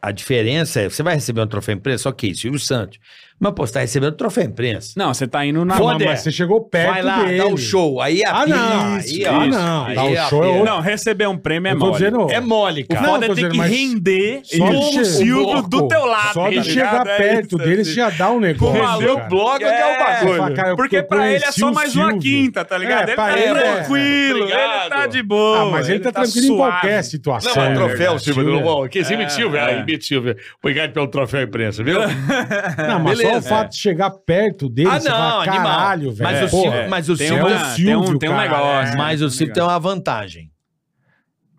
C: A diferença é, você vai receber um troféu imprensa, ok, Silvio Santos. Mas, pô, você tá recebendo troféu imprensa.
D: Não, você tá indo na...
B: Não,
C: Foda-se.
B: mas você chegou perto
C: Vai lá,
B: dele.
C: dá o show. Aí a
B: Ah, não.
C: Aí,
B: Isso,
C: ó,
B: ah, não.
C: aí
B: Dá o
C: a
B: show, é
C: pira.
B: outro.
D: Não, receber um prêmio é
B: Eu tô
D: mole.
B: dizendo,
C: É mole,
D: O
B: Não,
C: cara.
D: foda
B: tô
D: é ter
B: dizendo,
D: que
B: mas
D: render
B: só
D: com
B: de
D: o
B: che-
D: Silvio
C: louco.
D: do teu lado.
B: Só de
D: tá
B: chegar
D: ligado? É
B: perto
D: isso,
B: dele,
D: assim.
B: você já dá um
D: Com
B: negócio.
D: o maluco
B: cara.
C: bloco onde é o bagulho.
B: Fala, cara, eu-
D: Porque
B: eu
D: pra ele é
B: conheci
D: só
B: o
D: mais uma
B: Silvio.
D: quinta, tá ligado?
B: É,
D: ele
B: pra
D: tá
B: ele é.
D: tranquilo, ele
C: Obrigado.
D: tá de boa.
B: Ah, mas ele tá tranquilo em
D: suave.
B: qualquer situação.
C: um
E: Não, é
B: né,
E: troféu,
B: cara?
E: Silvio Global. Que esse mentiu,
D: é.
E: velho. Mentiu, velho. Obrigado pelo troféu imprensa, viu?
B: Não, mas só o
C: Beleza.
B: fato de chegar perto dele,
C: Ah,
B: você
C: não,
B: fala,
C: animal.
B: caralho, velho.
C: Mas o
B: Porra,
C: Silvio- mas o
D: tem
C: Silvio- É, tá
D: uma-
B: é o
D: tem um-
B: Silvio,
D: Tem um
B: cara.
D: negócio.
C: Mas
D: né?
C: o Silvio tem uma vantagem.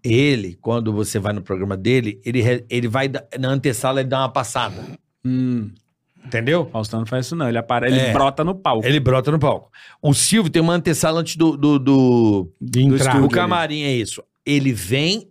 C: Ele, quando você vai no programa dele, ele, re- ele vai da- na antessala e dá uma passada.
D: Hum,
C: Entendeu?
D: Faustão não faz isso, não. Ele, apare... ele
C: É.
D: brota no palco.
C: Ele brota no palco. O Silvio tem uma antessala antes do. do, do-
B: de entrar.
C: o camarim, é isso. Ele vem,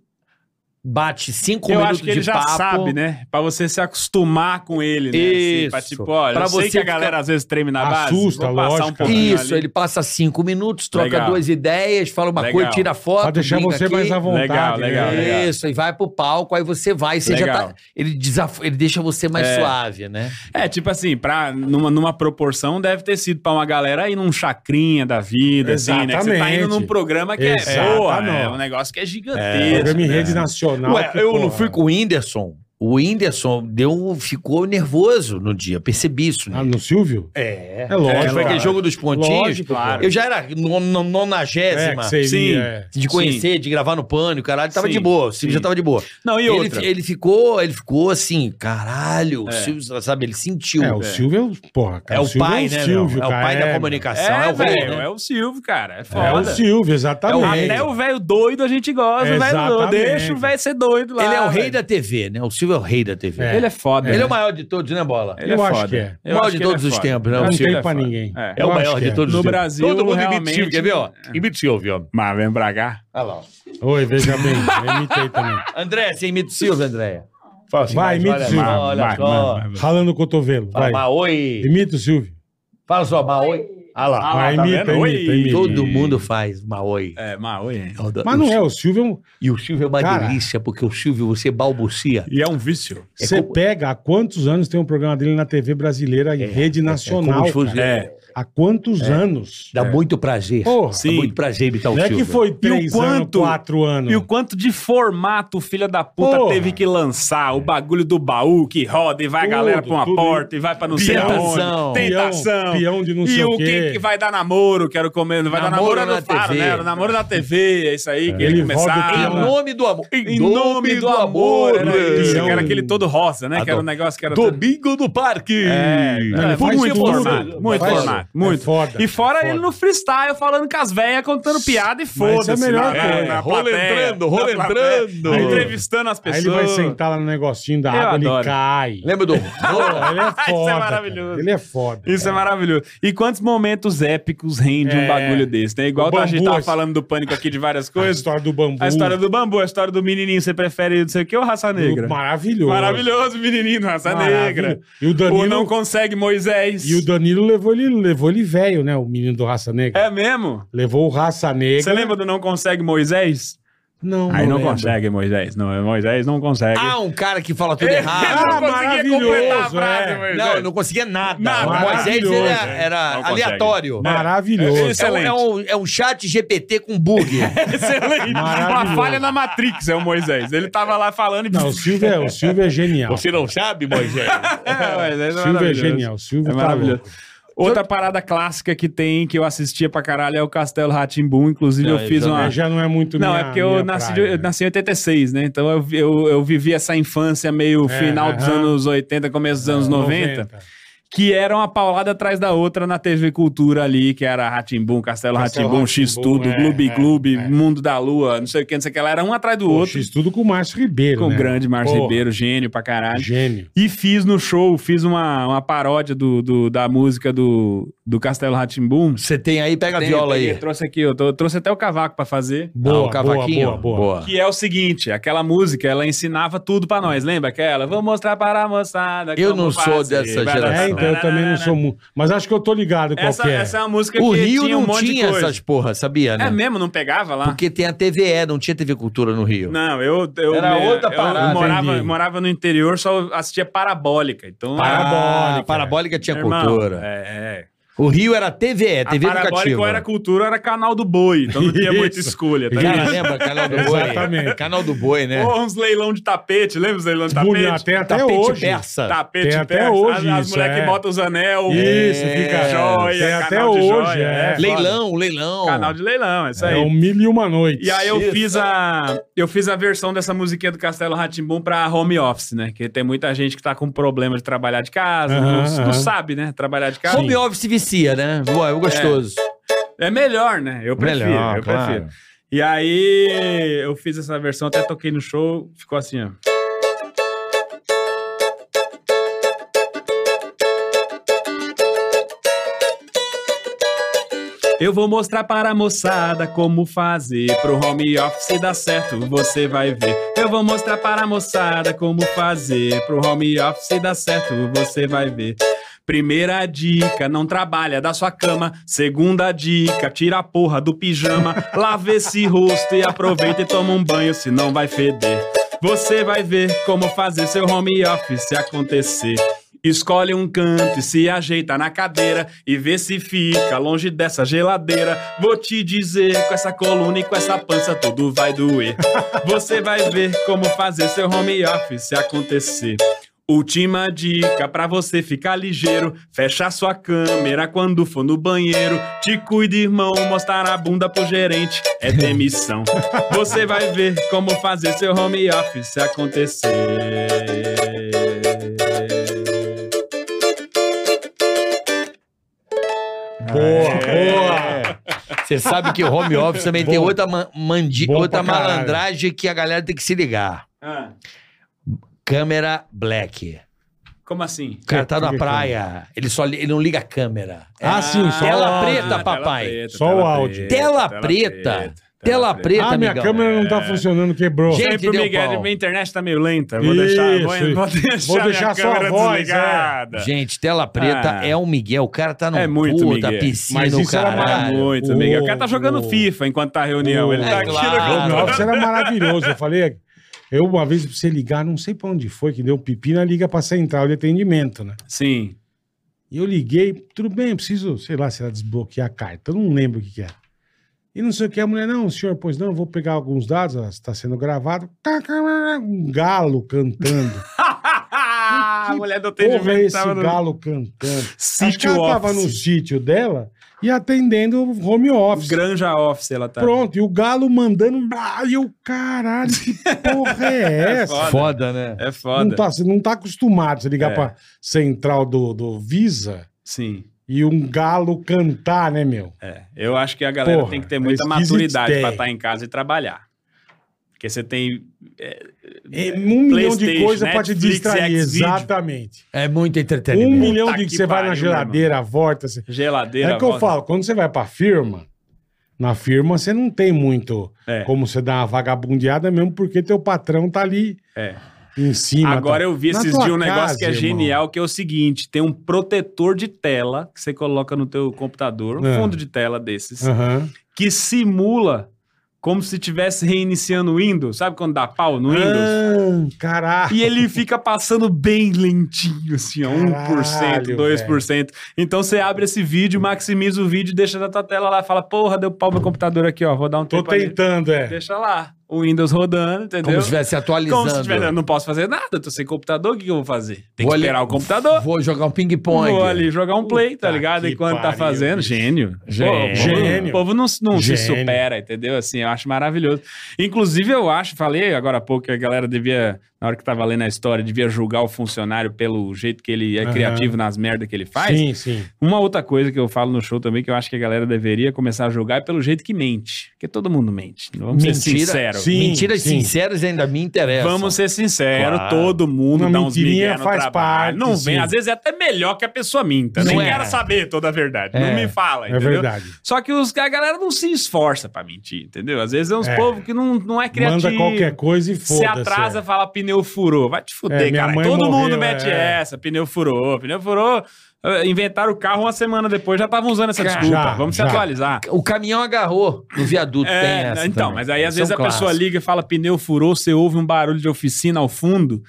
C: bate cinco
D: Eu
C: minutos
D: acho que ele
C: um de
D: já
C: papo.
D: sabe, né? Pra você se acostumar com ele, né?
C: Isso.
D: pra tipo, olha,
C: Pra
D: eu sei
C: você
D: que a
C: ficar-
D: galera às vezes treme na base.
B: Assusta,
D: vou passar
B: lógico.
D: um pouquinho
C: Isso,
D: ali.
C: ele passa cinco minutos, troca
D: Legal.
C: duas ideias, fala uma
D: Legal.
C: coisa, tira foto.
B: Pra deixar
C: brinca
B: você
C: aqui.
B: mais à vontade.
D: Legal,
B: né?
C: Tá
D: legal, legal.
C: Isso, e vai pro palco, aí você vai, você já
D: Legal.
C: tá. Ele, desaf... ele deixa você mais
D: É.
C: suave, né?
D: É, tipo assim, pra, numa, numa proporção, deve ter sido pra uma galera aí num chacrinha da vida, assim, né? Que você tá indo num
B: Exatamente.
D: programa que é
B: Exatamente.
D: boa, né? É um negócio que é gigantesco.
B: Programa em
D: né?
B: rede nacional.
C: Ué,
B: que,
C: eu não
B: porra,
C: fui com o Whindersson. O Whindersson deu, um, ficou nervoso no dia, percebi isso.
B: Ah,
C: Né?
B: no Silvio?
C: É.
B: É lógico.
C: Foi aquele
B: cara.
C: jogo dos pontinhos.
B: Lógico, claro.
C: Eu já era no- no-
B: É,
C: nonagésima.
B: que seria,
D: Sim.
B: é.
C: de conhecer, de gravar no pânico, caralho, tava
D: Sim,
C: de boa. O Silvio
D: sim.
C: já tava de boa.
D: Não, e outra?
C: Ele, ele ficou, ele ficou assim, caralho, o
D: É.
C: Silvio, sabe, ele sentiu.
B: É, o Silvio é o. Porra,
C: É
B: cara,
C: o
B: Silvio
C: pai,
B: o
C: né?
B: Silvio,
C: meu? é o
B: cara,
C: pai da
B: meu.
C: comunicação, é,
D: É,
C: o rei,
D: velho,
C: né?
D: é o Silvio, cara. É
B: É o
D: foda.
B: Silvio,
D: É o
B: exatamente.
D: até o velho doido a gente gosta, o velho doido.
B: Exatamente.
D: Deixa o velho ser doido lá.
C: Ele é o rei
D: velho.
C: da TV, né? O Silvio é o rei da TV.
B: É.
D: Ele é foda.
C: Ele é o
D: uma...
C: maior de todos, né, Bola?
D: ele é
B: Eu acho
D: foda.
B: que é.
D: Eu
C: Maior
D: acho
C: de
D: que ele
C: todos
D: é
C: os
D: foda.
C: tempos, né?
D: Eu
B: Não
D: acho que
B: tem
D: ele é
B: pra
D: foda.
B: ninguém.
D: É.
C: É
B: Eu
C: o
B: acho
C: maior
B: que
C: de
B: é.
C: todos os
D: No
C: tempos.
D: Brasil,
E: Todo mundo
D: realmente...
E: imitiu, quer ver, ó? Imitiu, viu?
D: Mas vem pra cá.
C: Olha lá. ó.
B: Oi, veja bem, eu imitei
C: *laughs*
B: também.
C: André, você imita o Silvio, André.
E: Fala assim,
B: Vai, imita o
E: olha,
B: Silvio.
E: vai.
C: Olha
D: Vai,
C: só.
D: vai, vai, vai.
B: Ralando o cotovelo,
C: Fala,
B: vai.
C: Maoi.
B: Imita o Silvio.
C: Fala só, Maoi. Olha lá.
D: Ah lá,
B: Vai,
D: tá
B: imita,
D: vendo?
B: imita,
D: Oi.
B: imita.
C: Todo mundo faz Maoi.
D: É, mas oi.
B: Mas não é, o Silvio é um...
C: E o Silvio é uma
B: Cara.
C: delícia, porque o Silvio, você balbucia.
D: E é um vício.
C: É
B: Você
C: como- É,
B: pega há quantos anos tem um programa dele na TV brasileira em rede nacional?
C: se fosse-
B: cara?
D: É.
B: Há quantos anos?
C: Dá muito prazer.
B: Porra.
C: Dá
D: Sim.
C: muito prazer imitar o
B: Não é
C: Silvio.
B: que foi três anos,
D: quanto-
B: quatro anos.
D: E o quanto de formato o filho da puta
B: Porra.
D: teve que lançar. O bagulho do baú que roda e vai
B: Tudo,
D: a galera pra uma
B: tudo.
D: porta e vai pra não sei
C: Tentação.
D: aonde. Tentação.
B: Peão- peão de não
D: e
B: sei o
D: o
B: quê.
D: quem que vai dar namoro, quero comer. Não vai
C: Namoro
D: dar namoro,
C: na
D: é do Faro,
C: TV.
D: né? Era o namoro na TV, é isso aí que
B: Ele
D: ele
B: roda o
C: Em
B: peão.
D: começava.
C: nome do amor.
D: Em nome do amor,
C: né?
D: era isso.
B: Peão.
D: Que era aquele todo rosa, né? Que era um
C: Adoro.
D: negócio que era todo...
C: Domingo no Parque.
D: É,
B: Não, ele
D: foi
B: faz
D: muito
B: tudo.
D: formado, muito
B: Faz-
D: formado. Muito.
B: É foda,
D: E fora
B: é foda.
D: ele no freestyle, falando com as velhas, contando piada e foda-se.
B: é a melhor
D: na-
B: coisa.
D: na
E: Rola
D: plateia,
E: entrando,
D: na
E: rola
D: plateia,
E: entrando.
D: Entrevistando as
B: Aí
D: pessoas.
B: ele vai sentar lá no negocinho da
D: Eu
B: água, ele
D: adoro. é
B: cai.
E: Lembra
B: *laughs*
E: do...
B: Porra, ele é
D: *laughs* Isso
B: foda.
D: é
B: cara.
D: maravilhoso.
B: Ele é foda.
D: Isso é. maravilhoso. E quantos momentos épicos rende
B: É.
D: um bagulho desse, né? Igual
B: O
D: a gente
B: bambu,
D: tava
B: assim.
D: falando do pânico aqui de várias
B: A
D: coisas.
B: história do bambu.
D: é A história do bambu, a história do menininho, você prefere não sei o que ou raça negra?
B: Maravilhoso.
D: Maravilhoso, menininho, raça
B: Maravilhoso.
D: negra.
B: E o
D: Ou
B: Danilo,
D: não consegue Moisés.
B: e o Danilo levou ele, levou ele velho, né? O menino do Raça Negra.
D: É mesmo?
B: Levou o Raça Negra.
D: Você lembra do Não Consegue Moisés?
B: né? Não,
D: Aí não
B: lembro.
D: consegue Moisés. Não, É, Moisés não consegue.
C: Ah, um cara que fala tudo errado.
B: Ah, maravilhoso, é.
D: Moisés.
C: Não, eu não conseguia nada.
D: Nada.
C: O Moisés ele
B: Maravilhoso,
C: era,
D: é.
C: era
D: Não consegue.
C: aleatório.
B: Maravilhoso.
D: Esse-
C: É um, é, um, é um chat GPT com bug.
D: *laughs* Excelente.
B: Maravilhoso.
D: Uma falha na Matrix é o Moisés. Ele tava lá falando e... *laughs*
B: Não, o Silvio, é- o Silvio é genial.
E: Você não sabe, Moisés?
D: É, Moisés
B: O Silvio
D: é
B: é
D: maravilhoso.
B: genial. O Silvio
D: É
B: tá
D: maravilhoso.
B: louco.
D: Outra parada clássica que tem, que eu assistia pra caralho, é o Castelo Ratimbum. Inclusive,
C: Não,
D: eu fiz
C: eu
D: uma.
B: Mas já não é muito
D: Não,
B: minha-
D: é porque
B: minha
D: eu nasci, de-
B: praia,
D: eu
B: né?
D: nasci em 86, né? Então eu, vi- eu, eu vivi essa infância meio
B: É,
D: final dos
B: aham. É,
D: anos 80, começo dos anos 90, que era uma paulada atrás da outra na TV Cultura ali, que era Ratimbum, Castelo
B: Castelo
D: Ratimbum, X
B: Rá-Tim-Bum,
D: Tudo,
B: é,
D: Clube
B: é,
D: Clube,
B: é.
D: Mundo da Lua, não sei o que, não sei o que lá, era um atrás do
B: Poxa,
D: outro.
B: isso tudo com o Márcio Ribeiro,
D: Com o
B: né?
D: grande Márcio
B: Porra,
D: Ribeiro, gênio pra caralho.
B: Gênio.
D: E fiz no show, fiz uma, uma paródia do, do- da música do, do Castelo
C: *laughs*
D: Ratimbum.
C: Você tem aí, pega a viola aí.
D: Trouxe aqui, eu, tô- eu trouxe até o cavaco pra fazer.
C: Ah,
B: Boa,
C: o cavaquinho.
B: boa, boa, boa.
D: Que é o seguinte, aquela música, ela ensinava tudo pra nós, lembra aquela? Vou mostrar para a moçada
C: Eu
D: como
C: não sou
D: fazer.
C: dessa
D: Vai,
C: geração.
B: É,
D: vai,
B: então eu
D: vai,
B: também
D: vai,
B: não
D: vai,
B: sou muito. Mas acho que eu tô ligado
D: vai.
B: qual
D: Essa,
B: que é.
D: essa é uma música
C: O
D: que
C: Rio
D: tinha um
C: não
D: monte
C: tinha
D: de coisa.
C: essas porra, sabia, né?
D: É mesmo, não pegava lá?
C: Porque tem a TVE, não tinha TV Cultura no Rio.
D: Não, eu, eu,
E: Era
D: eu-
E: outra
D: eu
E: parada,
D: morava,
B: entendi.
D: morava no interior, só assistia parabólica. Então,
B: Parabólica.
C: Ah, parabólica tinha
D: Irmão,
C: cultura.
D: É, é.
C: O Rio era TVE, TV
D: a parabólica ou
C: educativa.
D: era cultura, ou era canal do boi, então não tinha muita
B: Isso.
D: escolha, tá
C: Cara,
D: ligado?
C: lembra? Canal do Boi.
B: Exatamente.
C: Canal do Boi, né?
D: Ou uns leilão de tapete, lembra os leilão de tapete?
B: Bonito, até, até
C: Tapete
B: hoje.
C: persa.
D: Tapete
B: Tem até
D: persa,
B: hoje
D: as, as
B: isso,
D: mulheres
B: é.
D: que botam os anel,
B: Isso,
D: é,
B: fica-
D: joia,
B: tem até
D: canal de
B: hoje,
D: joia,
B: é.
D: é.
C: leilão, leilão.
D: Canal de leilão, é isso
B: É
D: aí.
B: um mil e uma noite.
D: E aí eu fiz a eu fiz a versão dessa musiquinha do Castelo Ratimbum pra home office, né? Que tem muita gente que tá com problema de trabalhar de casa,
B: Aham,
D: não, não
B: aham.
D: sabe, né? Trabalhar de casa.
C: Home office vicia, né? Bom, é gostoso.
D: É melhor, né? Eu prefiro, eu prefiro. E aí eu fiz essa versão, até toquei no show, ficou assim, ó. Eu vou mostrar para a moçada como fazer pro home office dar certo, você vai ver. Eu vou mostrar para a moçada como fazer pro home office dar certo, você vai ver. Primeira dica, não trabalha da sua cama. Segunda dica, tira a porra do pijama. Lava esse rosto e aproveita e toma um banho, senão vai feder. Você vai ver como fazer seu home office acontecer. Escolhe um canto e se ajeita na cadeira e vê se fica longe dessa geladeira. Vou te dizer, com essa coluna e com essa pança tudo vai doer. Você vai ver como fazer seu home office acontecer. Última dica pra você ficar ligeiro, fecha sua câmera quando for no banheiro. Te cuide, irmão, mostrar a bunda pro gerente é demissão. Você vai ver como fazer seu home office acontecer. Ah, é.
B: Boa, boa.
C: Você sabe que o home office também tem
B: Bom.
C: outra, ma- mandi-
B: Bom
C: outra
B: pra caralho.
C: malandragem que a galera tem que se ligar.
D: Ah,
C: Câmera black.
D: como assim?
C: O cara tá
B: Que-
C: na
B: que-
C: praia, ele, só, li- ele não liga a câmera. É
B: Ah, sim, só
C: tela
B: o áudio.
D: Ah,
C: preta, papai.
B: Só o áudio.
C: Tela preta. Tela preta,
B: Ah, minha
C: amigão.
B: câmera
D: É.
B: não tá funcionando, quebrou.
C: Gente,
D: Sempre o
C: deu
D: Miguel,
C: pau.
D: minha internet tá meio lenta. Vou deixar,
B: Isso.
D: vou, vou deixar,
B: Vou deixar
D: minha
B: só a
D: câmera
B: voz, é.
D: desligada.
C: Gente, tela preta
D: Ah.
C: é um Miguel. O cara tá no
D: É muito
C: puta
D: Miguel.
C: piscina,
B: Mas
C: o
B: isso era
D: Para
C: caralho.
D: muito,
B: Ô,
D: Miguel. O cara tá jogando
B: ô.
D: FIFA enquanto tá a reunião. Ele
B: Ô,
D: tá
C: é
D: aqui
C: claro.
D: no
B: Home office era maravilhoso. Eu falei, eu uma vez pra você ligar, não sei pra onde foi, que deu pipi na liga pra central de atendimento, né?
D: Sim.
B: E eu liguei, tudo bem, eu preciso, sei lá, se ela desbloquear a carta, eu não lembro o que, que é. E não sei o que, a mulher, não, senhor, pois não, eu vou pegar alguns dados, ó, está sendo gravado. Um galo
D: *laughs*
B: cantando.
D: a mulher do
B: Porra, é
D: atendimento
B: esse
D: tava no...
B: galo cantando.
D: Sítio
B: a cara tava
D: office.
B: no sítio dela e atendendo o home office.
D: Granja office ela tá.
B: Pronto, e o galo mandando. Ah, e eu, caralho, que porra
D: *laughs*
B: é essa?
D: foda.
C: Foda, né?
D: É
B: Não
D: foda.
B: tá, você não tá acostumado. Você ligar
D: É.
B: pra central do, do Visa
D: Sim.
B: e um galo cantar, né, meu?
D: É, Eu acho que a galera
B: Porra,
D: tem que ter
B: é
D: muita
B: esquisito
D: maturidade
B: ter.
D: pra estar em casa e trabalhar. Porque você tem. é,
B: É, um milhão de
D: PlayStation,
B: coisas pra te
D: Netflix,
B: distrair.
D: Xvideo.
B: Exatamente.
C: É muito
B: Um
C: entretenimento.
B: milhão
D: Puta
B: de que,
D: que
B: você vai na
D: pariu, meu
B: geladeira, volta. Você...
D: geladeira.
B: É o que eu
D: volta-
B: falo, quando você vai pra firma, na firma você não tem muito
D: É.
B: como você dar uma vagabundeada mesmo, porque teu patrão tá ali
D: É.
B: em cima. tá?
D: Agora eu vi
B: Na
D: esses
B: tua
D: dias um negócio
B: casa,
D: que é
B: irmão.
D: genial, que é o seguinte: tem um protetor de tela que você coloca no teu computador, um
B: É.
D: fundo de tela desses,
B: tá. Aham.
D: que simula como se estivesse reiniciando o Windows. Sabe quando dá pau no Windows?
B: Ah, caralho.
D: E ele fica passando bem lentinho, assim, ó, 1%,
B: Caralho,
D: 2%. Então você abre esse vídeo, maximiza o vídeo, deixa na tua tela lá, fala, porra, deu pau meu computador aqui, ó, vou dar um
B: Tô
D: tempo ali."
B: tentando, é.
D: Deixa lá, o Windows rodando, entendeu?
C: Como se estivesse atualizando.
D: Como se tivesse, eu não posso fazer nada, eu tô sem computador, o que, que eu vou fazer? Tem que
C: Vou ali-
D: esperar o computador,
C: Vou jogar um ping-pong.
D: vou ali jogar um play, tá
B: Puta
D: ligado?
B: que
D: Enquanto tá
B: pariu,
D: fazendo.
B: bicho.
D: Gênio.
C: Gênio.
D: Pô, o povo-
B: Gênio.
D: O povo não, não se
B: Gênio.
D: supera, entendeu? Assim, eu acho maravilhoso. Inclusive, eu acho, falei agora há pouco que a galera devia, na hora que tava lendo a história, devia julgar o funcionário pelo jeito que ele é
B: Aham.
D: criativo nas merdas que ele faz.
B: Sim, sim.
D: Uma outra coisa que eu falo no show também, que eu acho que a galera deveria começar a julgar é pelo jeito que mente. Porque todo mundo mente. né? Vamos ser
C: Mentira.
D: sinceros.
B: Sim,
C: Mentiras
B: sim.
C: sinceras ainda me interessam.
D: Vamos ser sinceros,
E: Claro.
D: todo mundo
B: Uma
D: dá uns
B: mentirinha
D: migué no
B: faz
D: trabalho.
B: parte,
D: não vem,
B: sim.
D: às vezes é até melhor que a pessoa minta.
C: Não
D: Nem
C: é.
D: quero saber toda a verdade.
C: É.
D: Não me fala,
B: É
D: entendeu?
B: verdade.
D: Só que os, a galera não se esforça pra mentir, entendeu? Às vezes é uns
B: É.
D: povo que não, não é criativo.
B: Manda qualquer coisa e foda-se.
D: Se atrasa, fala pneu furou. Vai te
B: É,
D: fuder,
B: minha
D: cara.
B: mãe
D: Todo
B: morreu,
D: mundo mete
B: é.
D: essa. Pneu furou, pneu furou. Eh, Inventaram o carro uma semana depois, já estavam usando essa
C: Já,
D: desculpa. Vamos
B: já.
D: se atualizar.
C: O caminhão agarrou no viaduto,
D: É,
C: tem essa.
D: então,
C: também.
D: mas aí às
C: São
D: vezes a pessoa
C: clássicos.
D: liga e fala pneu furou, você ouve um barulho de oficina ao fundo,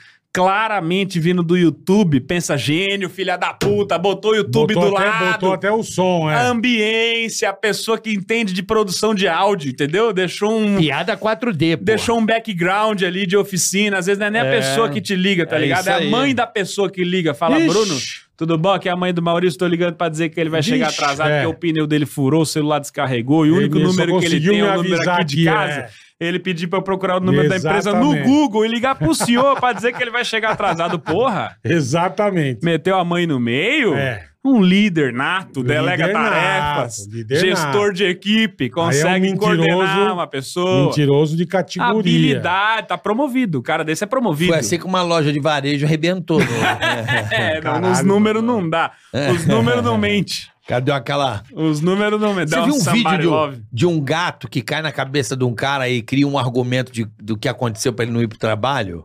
D: claramente vindo do YouTube, pensa gênio, filha da puta, botou o YouTube
B: botou
D: do
B: até,
D: lado.
B: Botou até o som,
D: A
B: é.
D: ambiência, a pessoa que entende de produção de áudio, entendeu? Deixou um
C: Piada 4D, pô.
D: Deixou um background ali de oficina, às vezes não é nem
C: É.
D: a pessoa que te liga, tá
C: É
D: ligado?
C: isso
D: É a
C: aí.
D: mãe da pessoa que liga, fala,
B: Ixi.
D: Bruno, tudo bom? Aqui é a mãe do Maurício, tô ligando pra dizer que ele vai chegar
B: Ixi,
D: atrasado,
B: é.
D: porque o pneu dele furou, o celular descarregou, e o
B: Ele
D: único
B: só
D: número que ele
B: conseguiu
D: tem é
B: me
D: o número
B: avisar
D: aqui de
B: aqui,
D: casa.
B: é.
D: Ele pediu pra eu procurar o número da empresa no
B: Exatamente.
D: Google e ligar pro senhor pra dizer que ele vai chegar atrasado, porra.
B: Exatamente.
D: Meteu a mãe no meio?
B: É.
D: Um líder nato,
B: Líder
D: delega
B: nato,
D: tarefas,
B: líder
D: gestor
B: nato. é
D: de equipe, consegue
B: um mentiroso-
D: coordenar uma pessoa.
B: Mentiroso de categoria.
D: Habilidade, tá promovido. O cara desse é promovido.
C: Tipo, Foi assim que uma loja de varejo arrebentou. né?
D: *laughs* É, não,
B: Caralho,
D: os números não dá.
C: É.
D: Os números não mentem.
C: Cadê aquela...
D: Os números não mentem.
C: Você
D: Dá
C: viu um
D: somebody
C: vídeo de
D: love.
C: um, de um gato que cai na cabeça de um cara e cria um argumento de, do que aconteceu pra ele não ir pro trabalho?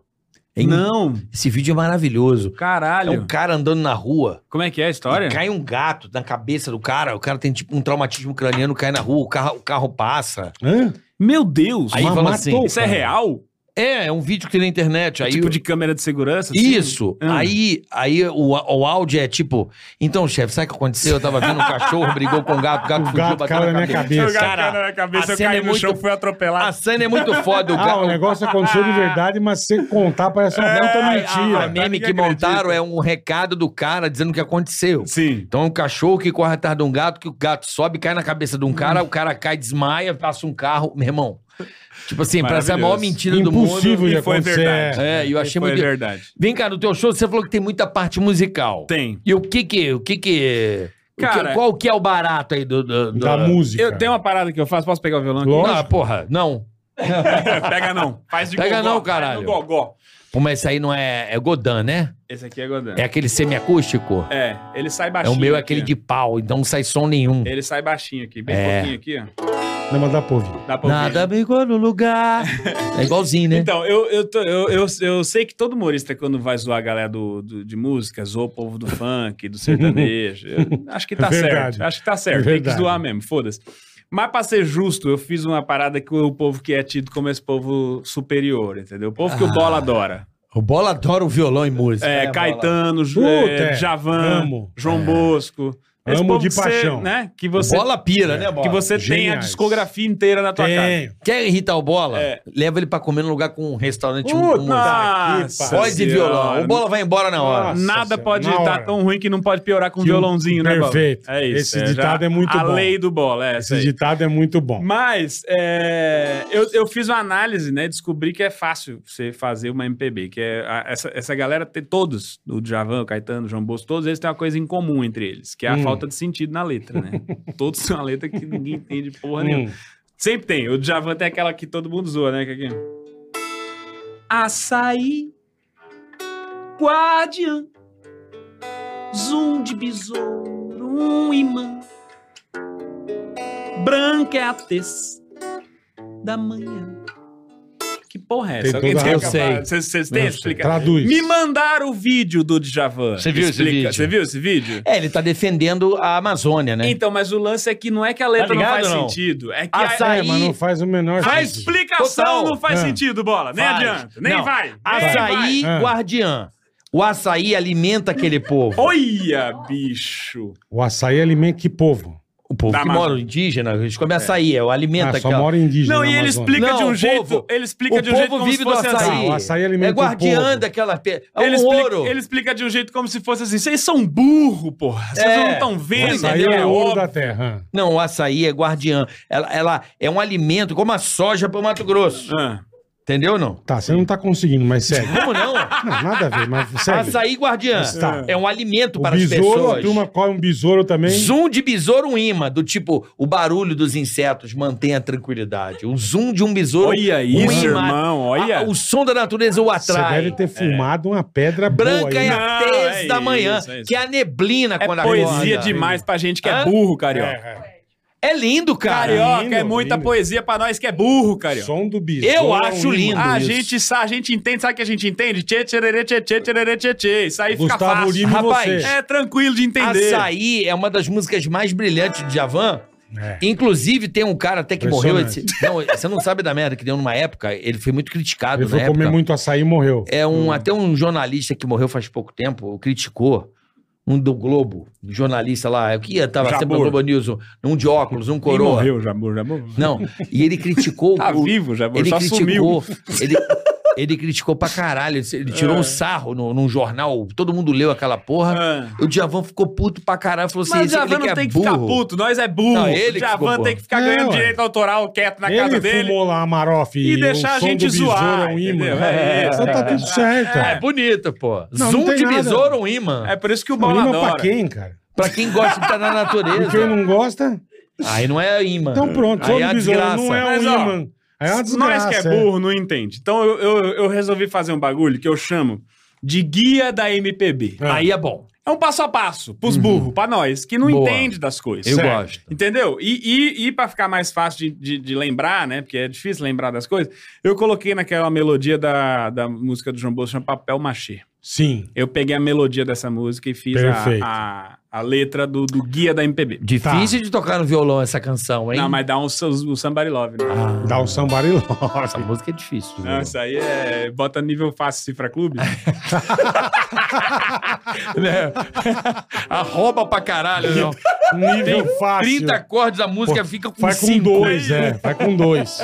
C: Hein?
D: Não,
C: Esse vídeo é maravilhoso. É
D: caralho.
C: um cara andando na rua
D: Como é que é a história?
C: E Cai um gato na cabeça do cara, o cara tem tipo um traumatismo craniano, cai na rua, o carro, o carro passa.
B: Hã?
D: Meu Deus.
C: Aí
D: mano,
C: fala
B: matou
C: assim,
B: o
D: isso é
B: cara.
D: real?
C: é, é um vídeo que tem na internet. Aí
D: tipo
C: o-
D: de câmera de segurança? assim?
C: Isso.
D: Ah.
C: Aí, aí o, o áudio é tipo, então, chefe, sabe o que aconteceu? Eu tava vendo um cachorro, brigou com um gato, o gato
B: O
C: fugiu,
B: gato
C: bateu
B: caiu
C: na
B: na minha
C: cabeça.
B: cabeça.
D: Eu
C: Cara,
D: cara, na
C: a
D: cabeça, eu
C: cena
D: caí
C: é
D: no
C: muito-
D: chão, fui
C: A
D: atropelado.
C: cena é muito foda, o
B: Ah, o
C: gato.
B: negócio aconteceu de verdade, mas se contar parece
D: É,
B: uma puta
D: ah,
C: Ah, A, a
B: mentira.
C: meme que
D: Ninguém acredita.
C: montaram é um recado do cara dizendo o que aconteceu.
D: Sim.
C: Então é um cachorro que corre atrás de um gato, que o gato sobe, cai na cabeça
D: Hum.
C: de um cara, o cara cai, desmaia, passa um carro. Meu irmão. Tipo assim, parece a maior
D: Maravilhoso.
C: mentira do
B: Impossível
C: mundo.
B: de
D: e foi
B: acontecer.
D: verdade.
C: É, eu achei
D: Foi
C: muito.
D: verdade.
C: Vem cá, no teu show você falou que tem muita parte musical.
D: Tem.
C: E o que que. O que que. o que-
D: Cara-
C: qual que é o barato aí do. do, do...
B: Da música.
D: Eu tenho uma parada que eu faço, posso pegar o violão aqui?
B: Lógico.
C: Não, porra, não.
D: *laughs* Pega não. Faz de
C: Pega
D: gogó,
C: não,
D: faz
C: caralho.
D: no gogó.
C: Mas isso aí não é. É Godin, né?
D: Esse aqui é Godin.
C: É aquele semiacústico.
D: É, ele sai
C: É,
D: baixinho.
C: o meu é
D: aqui,
C: aquele
D: ó. É.
C: de pau, então não sai som nenhum.
D: Ele sai baixinho aqui, bem
C: É.
D: pouquinho aqui, ó.
B: Não, mas dá pra ouvir.
D: Dá pra ouvir.
C: Nada brigou no lugar. É igualzinho, né?
D: Então, eu, eu, tô- eu, eu, eu sei que todo humorista, quando vai zoar a galera do, do- de música, zoa o povo do
C: *laughs*
D: funk, do sertanejo. Eu acho que tá
B: É verdade.
D: certo. Acho que tá
C: É
D: certo. Tem que
B: verdade.
D: zoar mesmo, foda-se. Mas pra ser justo, eu fiz uma parada que o povo que é tido como esse povo superior, entendeu? O povo
C: Ah.
D: que o Bola adora.
C: O Bola adora o violão e música.
D: É,
C: né, Bola?
D: Caetano, Ju-
B: Puta,
D: é,
B: é.
D: Javan,
B: Amo.
D: João
C: É.
D: Bosco.
B: Amo de
D: que você-
B: paixão.
D: né? Que você, É.
C: Bola pira, né, Bola?
D: que você tem a
B: Geniais.
D: discografia inteira na tua casa.
B: Tenho.
C: Quer irritar o Bola?
D: É.
C: Leva ele pra comer num lugar com um restaurante um-
D: Puta,
C: um-
D: nossa
C: voz e violão.
D: senhora.
C: O Bola vai embora na hora.
B: Nossa
D: Nada
B: senhora,
D: pode
B: na
D: estar
B: hora.
D: tão ruim que não pode piorar com um
B: Que um-
D: violãozinho, né, Bola?
B: perfeito.
D: É isso.
B: Esse ditado
D: já
B: é muito
D: a
B: bom.
D: A lei do Bola, é essa
B: Esse
D: aí.
B: ditado é muito bom.
D: Mas é, eu, eu fiz uma análise, né? Descobri que é fácil você fazer uma MPB, que é a- essa, essa galera tem todos, o Djavan, o Caetano, o João Bosco, todos eles têm uma coisa em comum entre eles, que é a
B: Hum.
D: falta de sentido na letra,
B: *laughs*
D: né? Todos são uma letra que ninguém entende porra nenhuma.
B: Hum.
D: Sempre tem. O Djavan tem aquela que todo mundo zoa, né? Que aqui. Açaí, guardiã, zoom de besouro, um imã. Branca é a tez da manhã. Que porra é
B: Tem
D: essa? Alguém
B: toda
D: tem
B: a
D: essa-
C: razão.
D: Vocês vocês têm
C: Eu
D: essa
C: sei.
D: explicação?
B: Traduz.
D: Me mandaram o vídeo do Djavan.
E: Você viu esse vídeo?
D: Você viu esse vídeo?
C: É, ele tá defendendo a Amazônia, né?
D: Então, mas o lance é que não é que a letra
E: Tá
D: não
E: ligado,
D: faz
E: não?
D: sentido. É que a-
C: Açaí-
B: É, mas não faz o menor
D: a
B: sentido.
D: explicação
C: Total.
D: não faz
B: É.
D: sentido, bola. Nem
C: Faz.
D: adianta. Nem
C: Não.
D: vai. É. Nem
C: Açaí
B: vai.
C: guardiã. O açaí alimenta aquele
D: vai.
C: povo.
D: Olha, bicho.
B: O açaí alimenta que povo?
C: O povo
D: Da
C: que
D: Amazônia.
C: mora indígena, a gente come açaí, é o alimento
B: Ah, só
C: aquela-
B: mora indígena.
D: Não,
B: na
D: e ele
B: Amazônia.
D: explica
C: Não,
D: de
C: o
D: um jeito.
C: povo-
D: ele explica
C: o
D: de um jeito
C: povo
D: como se
C: vive do
D: fosse
C: açaí.
D: assim.
B: Não, o açaí alimenta
C: É
B: o povo.
C: guardiã daquela pedra. É um
D: Ele explica,
C: ouro.
D: ele explica de um jeito como se fosse assim. Vocês são burro, porra. Vocês
C: É.
D: não estão
B: O
D: vendo.
B: açaí
D: entendeu?
B: é o ouro
D: óbvio.
B: da terra.
C: Não, o açaí é guardiã. Ela, ela é um alimento, como a soja pro Mato Grosso.
D: Ah.
C: Entendeu ou não?
B: Tá, você não tá conseguindo, mas segue.
C: Como
B: *laughs*
C: não?
B: Não, nada a ver, mas segue.
D: *laughs*
C: açaí guardiã.
B: Está.
C: É um alimento
B: o
C: para as
B: besouro, a
C: pessoas.
B: turma come um besouro também.
C: Zoom de besouro um imã, do tipo, o barulho dos insetos mantém a tranquilidade. O zoom de um besouro.
D: Olha
C: um
D: isso,
C: imã.
D: irmão. Olha.
C: A- o som da natureza o
B: Você
C: atrai.
B: deve ter fumado uma pedra
C: Branca
B: boa aí. né?
C: é
D: Não,
C: a tez
D: é
C: da manhã,
D: isso, é isso.
C: que é a neblina
D: É
C: quando
D: poesia
C: acorda.
D: demais pra gente que é
C: Hã?
D: burro, carioca.
B: É,
C: É lindo, cara.
D: Carioca, é
B: lindo,
D: muita
B: lindo.
D: poesia pra nós que é burro,
B: é.
D: carioca.
B: Som do besouro.
C: Eu
B: é um
C: acho
B: imã.
C: lindo.
D: A
C: isso.
D: gente, sa- a gente entende, sabe o que a gente entende? Tchê, tchererê, tchê, tchê, tchererê, tchê, tchê. Isso aí fica
B: Gustavo
D: fácil.
B: Lima e
C: Rapaz,
B: você.
D: É tranquilo de entender.
C: Açaí é uma das músicas mais brilhantes de Javan.
B: É.
C: Inclusive, tem um cara até que morreu.
B: Impressionante.
C: esse- não, você não sabe da merda que deu numa época. Ele foi muito
D: Tá
C: criticado
B: Ele
C: na
B: foi
C: época.
B: comer muito açaí e morreu.
C: É um, Até um jornalista que morreu faz pouco tempo criticou. Um do Globo, um jornalista lá, que ia- tava sempre no
D: Jabor.
C: Globo News, um- um de óculos, um
D: Quem
C: coroa.
D: morreu, Jabur, Jabur?
C: Não, e ele criticou.
D: Tá
C: o-
D: vivo, Jabur,
C: ele
D: só sumiu.
C: criticou. Ele, ele criticou pra caralho. Ele, ele tirou um sarro no, num jornal, todo mundo leu aquela porra.
D: Ah.
C: O Djavan ficou puto pra caralho. Falou assim:
D: Mas
C: esse-
D: o Javan
C: ele
D: não
C: é
D: tem que
C: burro.
D: ficar puto, nós é burro.
C: Não, ele que
D: o Javan
C: ficou
D: tem que ficar
B: burro.
D: ganhando
B: É, ué.
D: direito autoral quieto tá na casa
B: Ele
D: dele
B: fumou lá a Marof
D: e deixar
B: o
D: a
B: som
D: gente
B: do besouro
D: zoar.
B: É um imã.
D: entendeu? É isso.
B: Então tá tudo certo.
C: É bonito, pô.
B: não
C: Zoom
B: tem
C: de
B: nada.
C: besouro, um imã.
D: É por isso que o
B: Um
D: Bola
B: imã
D: adora.
B: pra quem, cara?
C: Pra quem gosta de estar na
B: E quem
C: natureza.
B: não gosta,
C: Aí não é imã.
B: então pronto. Som
C: Aí é
B: do
C: a
B: besouro
C: desgraça.
B: não é um
D: Mas, ó,
B: imã. É uma
D: Nós
B: desgraça.
D: que é burro não entende. Então eu, eu, eu resolvi fazer um bagulho que eu chamo de guia da MPB.
B: É.
C: Aí é bom.
D: É um passo a passo pros burros, pra nós, que não
C: Boa.
D: entende das coisas.
C: Eu
B: Uhum. Certo. Tá.
C: gosto.
D: Entendeu? E, e, e para ficar mais fácil de, de, de lembrar, né? Porque é difícil lembrar das coisas, eu coloquei naquela melodia da, da música do João Bolsonaro, chama Papel Machê.
B: Sim.
D: Eu peguei a melodia dessa música e fiz a,
B: Perfeito.
D: a, a letra do, do guia da MPB.
C: Difícil de tocar no violão essa canção, hein?
D: Não, mas dá um, sa- um somebody love, né?
C: Ah,
B: Dá um somebody
C: Essa música é difícil.
D: Não, isso aí é. Bota nível fácil cifra clube.
C: né? *laughs* Arroba pra caralho, não.
B: Nível fácil.
C: 30 acordes, a música fica com
B: Vai com
C: cinco.
B: dois, é. Vai com
D: *laughs*
B: dois.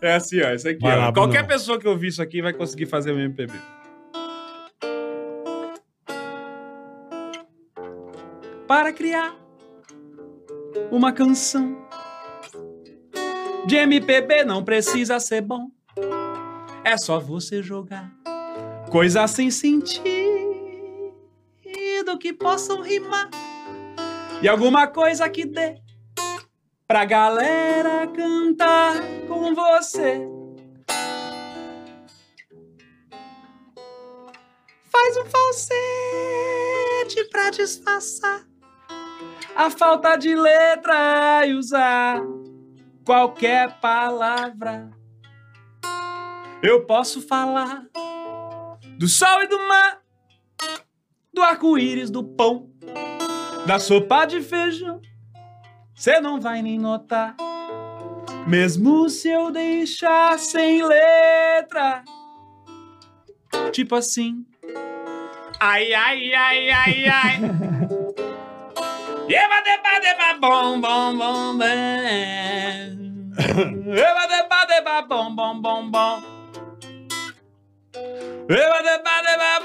D: É assim, ó. Isso aqui,
B: Vai
D: ó.
B: lá,
D: Qualquer
B: Bruno.
D: pessoa que ouvir isso aqui vai conseguir fazer o MPB. Para criar uma canção de MPB não precisa ser bom. É só você jogar coisas sem sentido que possam rimar e alguma coisa que dê pra galera cantar com você. Faz um falsete pra disfarçar a falta de letra e usar qualquer palavra. Eu posso falar do sol e do mar, do arco-íris, do pão, da sopa de feijão. Cê não vai nem notar. Mesmo se eu deixar sem letra. Tipo assim. Ai, ai, ai, ai, ai. *laughs* Eba, deba, deba, bom, bom, bom, bem. Eba, deba, deba, bom, bom, bom, bom. Eba, deba, deba,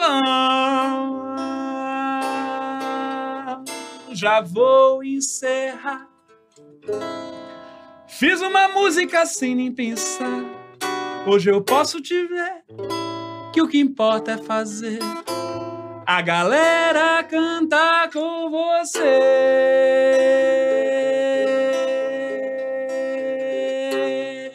D: bom. Já vou encerrar. Fiz uma música sem nem pensar. Hoje eu posso te ver. Que o que importa é fazer A galera canta com você.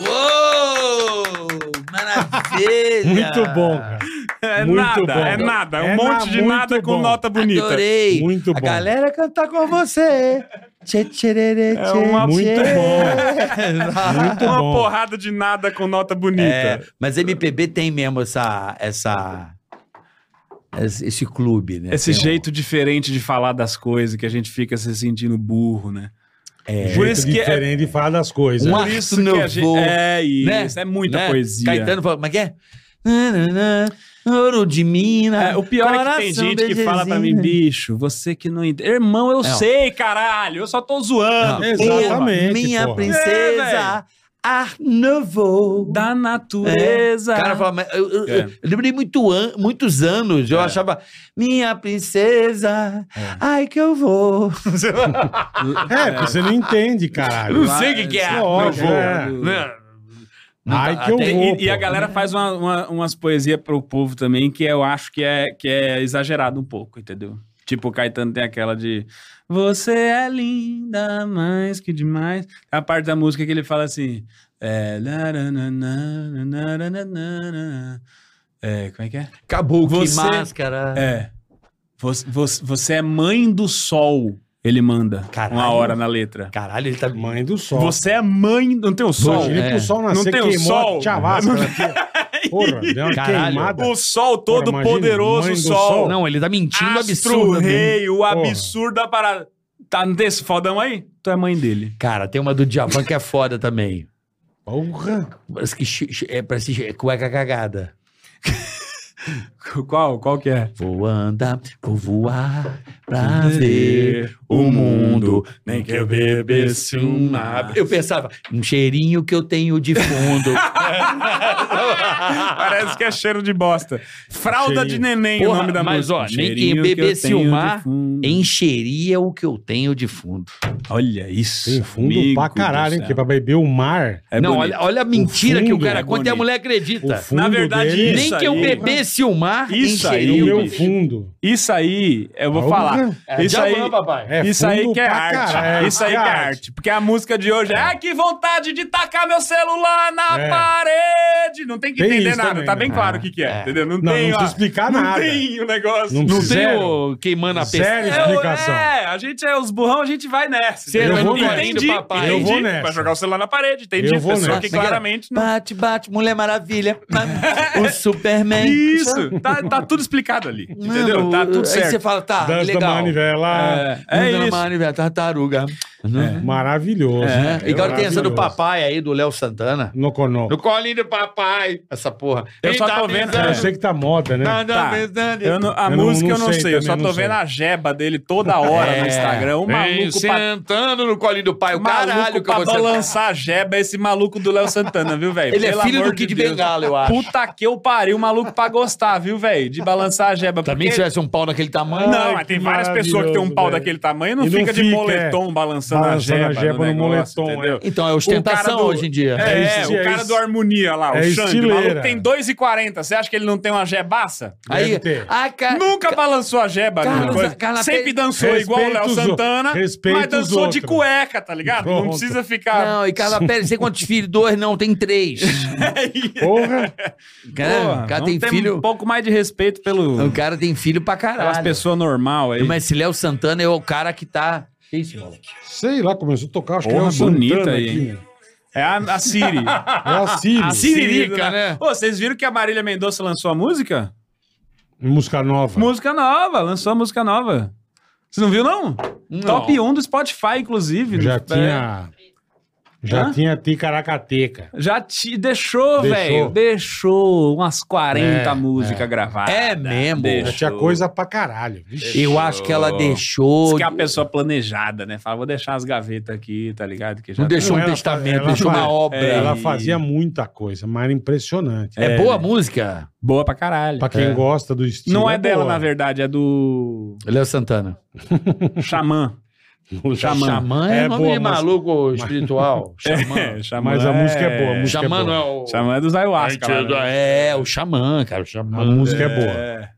C: Uou! Maravilha!
B: Muito
D: Ah.
B: bom, cara.
D: É
B: Muito
D: nada,
B: bom.
D: é nada. Um
B: É
D: monte
B: na-
D: de nada
B: muito
D: com
B: bom.
D: nota bonita.
C: Adorei.
B: Muito
C: A
B: bom.
C: galera cantar com você. Tchê, tchererê,
D: É uma- É.
B: Muito
C: *laughs* bom.
B: Muito
D: Uma
B: bom.
D: porrada de nada com nota bonita.
C: É, mas MPB tem mesmo essa, essa esse esse clube,
B: É,
C: né?
D: Esse
C: Tem um-
D: jeito diferente de falar das coisas que a gente fica se sentindo burro, né?
C: É.
D: Por
B: Jeito
D: isso que é-
B: diferente de falar das coisas.
C: Um
D: Por isso que a gente.
C: novo,
D: É
C: né?
D: isso, é muita
C: né?
D: poesia.
C: Caetano falou, mas que é? Nananã, Ouro de mina.
D: É, o pior é que tem
C: coração
D: gente que fala pra mim,
C: belezinha.
D: bicho, você que não entende. Irmão, eu
C: Não.
D: sei, caralho, eu só tô zoando.
C: Não,
D: porra.
B: Exatamente,
C: Minha
B: porra.
D: É,
C: princesa, ar novo.
D: Da natureza.
C: É. O cara fala, mas eu, eu,
D: É.
C: eu demorei muito an- muitos anos, eu achava, minha princesa,
D: É.
C: ai que eu vou.
B: É, porque você não entende, caralho.
D: sei o que que é.
B: Lógico, é.
C: Né?
B: Ai que eu
D: E-
B: vou.
D: e, e a
B: pô. é.
D: galera faz uma- uma- umas poesias pro povo também que eu acho que é, que é exagerado um pouco, entendeu? Tipo, o Caetano tem aquela de Você é linda, mais que demais. A parte da música que ele fala assim. É, laranananananananana. É, como é que é?
C: Acabou que
D: Você-
C: máscara.
D: É. Você, você, você é mãe do sol, ele manda.
C: Caralho.
D: Uma hora na letra.
C: Caralho, ele tá.
B: Mãe do sol.
D: Você é mãe. Não tem o sol?
B: Imagina
C: é.
B: pro sol nascer,
D: Não tem o
B: queimou
D: sol? É
B: a chavasca. ela
D: *laughs*
B: tinha- Porra, deu uma
C: Caralho.
B: queimada.
D: O sol todo
B: Porra, imagina,
D: poderoso,
B: mãe do
D: sol.
B: sol.
C: Não, ele tá mentindo
D: Astro
C: absurdo. né?
D: Rei, o
B: Porra.
D: absurdo da parada. Tá não tem esse fodão aí? Tu é mãe dele. *laughs*
C: Cara, tem uma do Djavan que é foda também.
B: Porra.
C: Parece que chi- chi- é, parece chi- é cueca cagada.
D: Qual? Qual
C: *laughs*
D: que é?
C: Vou andar, vou voar pra ver o mundo, nem que eu bebesse uma. Eu pensava, um cheirinho que eu tenho de fundo.
D: Parece que é cheiro de bosta. Fralda
B: Cheirinho.
D: de neném é o
C: Porra,
D: nome da
C: mas,
D: música.
C: ó, nem
D: Cheirinho
C: quem
D: que eu
C: bebesse
D: tenho
C: o
D: de
C: mar
D: fundo.
C: Encheria o que eu tenho de fundo.
D: Olha isso.
B: Tem fundo
D: amigo
B: pra
D: do
B: caralho, hein?
D: céu.
B: Porque pra beber o mar,
D: É
C: Não,
D: bonito.
C: olha, olha a mentira que o
B: fundo
C: cara
D: é
C: conta e a
D: bonito.
C: mulher
B: o
C: acredita.
B: fundo
D: Na verdade,
B: dele
D: isso
C: Nem que eu
D: aí-
C: bebesse o mar
D: Isso aí,
B: é o
C: encheria o
B: meu
C: que-
D: bicho.
B: fundo.
D: Isso aí, eu vou
B: Porra.
D: falar. Isso aí,
C: Djavan, papai.
B: É
D: isso aí
B: fundo
D: que é
B: pra
D: arte.
B: caralho,
D: isso aí que é arte. Porque a música de hoje é. Ah, que vontade de tacar meu celular na
B: É.
D: parede. Não tem que
B: Tem
D: entender
B: isso
D: nada.
B: também,
D: tá bem
B: né?
D: claro o que, que é,
C: É.
D: entendeu? Não,
B: Não,
D: tem.
B: não
D: ó,
B: precisa explicar
D: não
B: nada.
D: tem o negócio.
B: Não
C: Não
B: precisa.
C: tem
B: Zero.
C: o queimando a peste.
B: Zero
D: É,
B: explicação.
D: É, a gente é os burrão, a gente vai nessa.
C: Você
D: entendeu?
B: eu vou nessa.
D: entendi,
C: Papai.
D: entendi.
B: Eu vou nessa.
D: Vai jogar o celular na parede, entendi.
B: Eu vou
D: Pessoa
B: nessa.
D: que claramente não.
C: Bate, bate, Mulher
D: *laughs*
C: Maravilha. o Superman.
D: Isso, tá, tá tudo explicado ali,
C: Mano,
D: entendeu? Tá tudo
C: Aí você
D: certo.
C: fala, tá,
B: Dança da
C: legal.
B: manivela.
D: É, é
C: Manda
D: isso.
C: manivela, tartaruga. Uhum.
B: Maravilhoso.
C: É,
B: É,
C: Igual tem essa do
B: maravilhoso.
C: papai aí, do Léo Santana.
B: No conoco.
C: No colinho do papai. Essa porra.
D: Eu só tô vendo-
B: Eu
D: É.
B: sei que tá moda, né?
D: Tá. Eu não- a
B: Eu não-
D: música
B: não
D: eu não sei,
B: sei
D: eu só
B: também,
D: tô
B: não sei.
D: vendo a jeba dele toda hora no Instagram. O maluco pra,
C: sentando no colinho do pai. O
D: maluco
C: caralho que eu
D: pra
C: vou sentar.
D: balançar a jeba é esse maluco do Léo Santana, viu, velho?
C: Ele é
D: Pelo
C: filho
D: amor
C: do Kid
D: Deus.
C: Bengala, eu acho.
D: Puta que eu pariu, o maluco pra gostar, viu, velho? De balançar a jeba.
C: Também se
D: porque-
C: tivesse um pau daquele tamanho.
D: Não,
B: Ai,
D: mas
B: que
D: tem várias pessoas que tem um pau
B: maravilhoso,
D: daquele tamanho e não,
B: E não
D: fica de
B: fica,
D: moletom
B: é.
D: balançando,
B: Balançando
D: a jeba. no, negócio, moletom, entendeu?
C: Então, é
D: O
C: ostentação
D: cara do-
C: hoje em dia.
D: É,
B: esse-
D: o
B: é
D: cara
B: esse-
D: do Harmonia lá, o
B: é
D: Xande, o maluco
B: estileira.
D: tem 2,40. Você acha que ele não tem uma jebaça?
C: Aí,
B: deve ter.
C: a ca-
D: Nunca balançou a jeba,
C: Carlos-
D: né? Coisa-
C: Carla
D: Sempre
C: Pérez-
D: dançou igual o Léo
B: Respeita os
D: Santana,
B: outros. Respeita
D: mas dançou
B: os
D: de
B: outros.
D: cueca, tá ligado? Não
B: Pronto.
D: precisa ficar.
C: Não, e Carla Pérez, tem quantos filhos? Dois? Não, tem três.
B: Porra.
D: *laughs*
C: Cara, o cara tem filho...
D: um pouco mais de respeito
C: O
D: pelo
C: cara tem filho pra
D: pelas
C: caralho.
D: pessoas normal aí.
C: Mas esse Léo Santana é o cara que tá... Que isso, maluco?
B: Sei lá, começou a tocar, acho
D: Porra,
B: que é uma
D: bonita
B: bonita
D: aí,
B: aí.
D: hein? É a,
C: *laughs*
D: a Siri.
B: É a Siri.
D: a
C: Siririca, né?
D: Ô, vocês viram que a Marília Mendonça lançou a música?
B: Música nova.
D: Música nova, lançou a música nova. Você não viu, não? Top 1 do Spotify, inclusive.
B: Já
D: É.
B: tinha. Já
D: Hã?
B: tinha Ticaracateca.
D: Já te deixou,
B: Deixou.
D: velho. Deixou umas 40
B: É,
D: músicas gravadas.
C: É mesmo?
B: Já
D: Deixou.
B: tinha coisa pra caralho. Vixe.
C: Eu acho que ela
D: Diz
C: deixou...
D: que é uma pessoa planejada, né? Fala, vou deixar as gavetas aqui, tá ligado? Que já
C: Não deixou
B: Não,
C: um
B: ela-
C: testamento,
B: ela
C: deixou uma
B: faz-
C: obra.
D: É,
B: Ela
D: e-
B: fazia muita coisa, mas era impressionante.
C: É, boa a música?
D: tá Boa pra caralho.
B: Pra quem gosta do estilo.
D: Não é dela,
B: boa.
D: na verdade,
B: *laughs*
D: é do
C: Léo Santana.
D: Xamã.
B: O
D: Xamã.
C: Xamã é,
B: É
C: nome
B: boa
C: de
B: a música.
C: maluco espiritual. Xamã.
D: É, Xamã
B: Mas a música é boa, a música
C: Xamã
B: é
C: não
B: boa.
C: é o...
D: Xamã é dos ayahuasca. lá, né?
C: É, o Xamã, cara. O
B: A
C: Xamã.
B: música é boa.
D: É.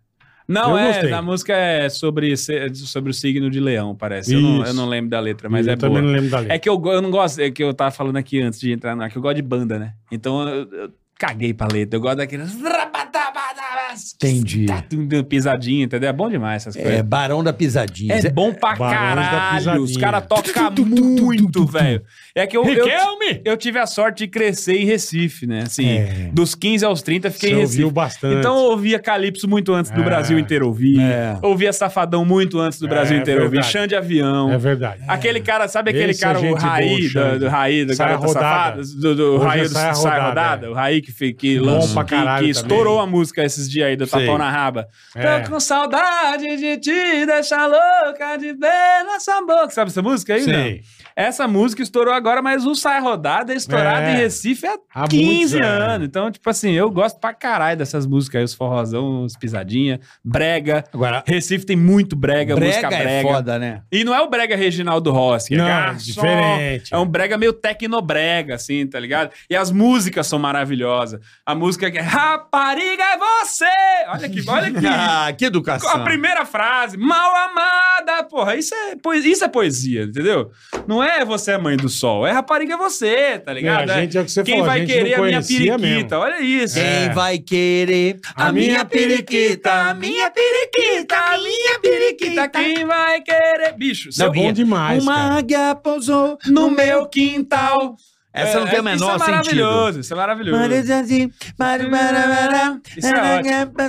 D: Não,
B: Eu
D: é,
B: gostei.
D: na música é sobre, ser- sobre o signo de leão, parece. Eu não,
B: Isso.
D: eu não lembro da letra, mas
B: eu
D: é
B: também
D: boa.
B: não lembro da letra.
D: É que eu, go- eu não gosto, é que eu tava falando aqui antes de entrar no ar, que eu gosto de banda, né? Então eu, eu caguei pra letra, eu gosto daqueles... Ah,
B: Tá
C: Entendi.
D: Tá Pisadinha, entendeu? É bom demais essas coisas.
C: É, Barão da Pisadinha.
D: É bom pra
B: Barões da
D: caralho. Os
B: Pisadinha.
D: caras tocam muito, velho. É que eu, eu,
E: Riquelme!
D: eu tive a sorte de crescer em Recife, né? Assim,
B: É.
D: dos 15 aos 30 fiquei
B: Você
D: em
B: ouviu
D: Recife.
B: bastante.
D: Então eu ouvia Calypso muito antes do
B: É.
D: Brasil inteiro ouvir.
C: É.
D: Ouvia Safadão muito antes do
B: É,
D: Brasil inteiro ouvir.
B: verdade.
D: Xande Avião.
B: é verdade.
D: Aquele cara, sabe aquele
B: Esse é
D: cara, o
B: gente boa,
D: Raí,
B: Xande.
D: do, do Raí, do
B: Saia
D: Garota
B: Rodada.
D: Safada, do, do
B: Hoje é
D: Raí do
B: Saia
D: Saia
B: Rodada,
D: Rodada,
B: é.
D: o Raí que, fe- que
B: Bom
D: lançou,
B: pra
D: que-
B: caralho
D: que,
B: também.
D: estourou a música esses dias aí do
C: Sei.
D: Tapão na Raba.
B: É.
D: Tô com saudade de te deixar louca de ver nossa boca. Sabe essa música aí?
B: Sei.
D: não? Essa música estourou agora, mas o Saia Rodada é estourado
B: É.
D: em Recife há
B: Há
D: 15
B: muitos
D: anos. Então, tipo assim, eu gosto pra caralho dessas músicas aí, os forrozão, os pisadinha, brega.
C: Agora,
D: Recife tem muito brega, música
C: brega
D: brega.
C: é foda, né?
D: E não é o brega Reginaldo Rossi, é
B: Não,
D: garçom,
B: diferente.
D: É um brega meio tecnobrega, assim, tá ligado? E as músicas são maravilhosas. A música que é Rapariga é você! Olha que,
B: *laughs*
D: olha que.
C: Ah, que educação.
D: A primeira frase, mal amada, porra, isso é, poesia, isso é poesia, entendeu? Não é você é mãe do sol, é rapariga é você, tá
B: É,
D: ligado?
B: a
D: É-
B: gente é o que você
D: Quem
B: falou, a
D: vai
B: gente não
D: querer a minha
B: conhecia
D: periquita?
B: mesmo.
D: Olha isso.
C: Quem
B: É.
C: vai querer a, minha periquita?
D: a minha periquita, a minha periquita, quem vai querer? Bicho, se
B: É
D: eu
B: bom
D: ia-
B: demais,
C: Uma
B: cara.
C: águia pousou
D: no meu quintal.
C: Essa não tem o menor
D: isso é maravilhoso, Isso é maravilhoso.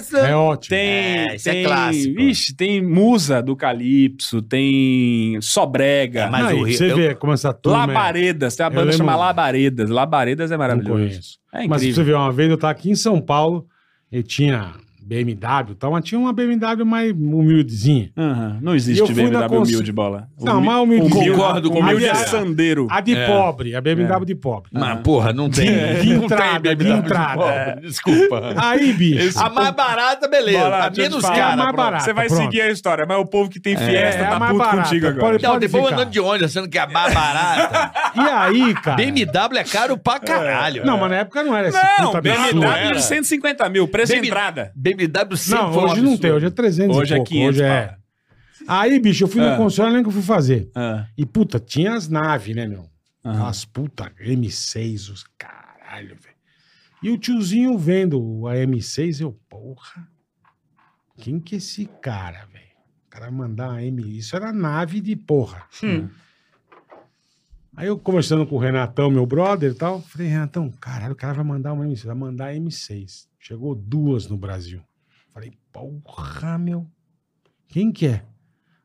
D: Isso é
B: É ótimo.
D: Tem,
C: É, isso é
D: tem-
C: clássico.
D: Ixi, tem Musa do Calypso, tem Sobrega,
C: É, mas
B: Não,
C: o
B: e
C: Rio-
B: você
C: eu-
B: vê como essa turma é.
D: Labaredas, tem uma
B: Eu
D: banda
B: lembro-
D: chamada Labaredas. Labaredas é
B: Não
D: maravilhoso.
B: conheço.
D: É
B: Mas pra
D: incrível.
B: você ver, uma vez eu tava aqui em São Paulo e tinha BMW e tal, mas tinha uma BMW mais humildezinha.
D: Aham, Não
B: E eu
D: existe
B: fui na
D: BMW
B: cons-
D: humilde bola.
B: Não, mas
D: humilde.
B: humildezinha.
D: Concordo com
B: A
D: humilde
B: de-
D: é sandeiro.
B: A de pobre, a BMW de pobre.
C: Mas, porra, não tem.
B: De- de entrada, de
E: BMW
B: entrada.
E: pobre, Desculpa.
B: Aí, bicho.
C: É. A mais barata, beleza.
D: Bora,
C: a
D: deixa eu
C: menos
D: te falar,
C: cara.
B: É a mais
D: pronto.
B: barata,
D: Você vai
B: pronto.
D: seguir a história, mas o povo que tem fiesta
B: é a
D: tá
B: mais
D: puto
B: barata,
D: contigo agora.
B: pode-
C: Não, depois eu
B: ficar.
C: andando de onde, achando que é a mais
B: *laughs*
C: barata.
B: E aí, cara?
C: BMW é caro pra caralho. né?
B: Não, mas na época não era esse
D: Não,
B: puta absurdo. É.
D: BMW
E: era.
D: de 150 mil, preço de
C: BMW
D: entrada.
C: BMW sempre
B: Não,
C: foi um
B: hoje não
C: absurdo.
B: tem, hoje é 300
D: Hoje
B: e
D: é
B: pouco,
D: 500
B: hoje é.
D: pau.
B: Aí, bicho, eu fui no
D: Ah.
B: concessionário, lembro que eu fui fazer.
D: Ah,
B: E, puta, tinha as naves, né, meu?
D: aham.
B: As puta M6, os caralho, velho. E o tiozinho vendo a M6, eu, porra, quem que é esse cara, velho? O cara mandar a M... Isso era nave de porra. Aí eu conversando com o Renatão, meu brother e tal, falei, Renatão, caralho, o cara vai mandar uma M6, vai mandar a M6. Chegou duas no Brasil. Falei, porra, meu, quem que é?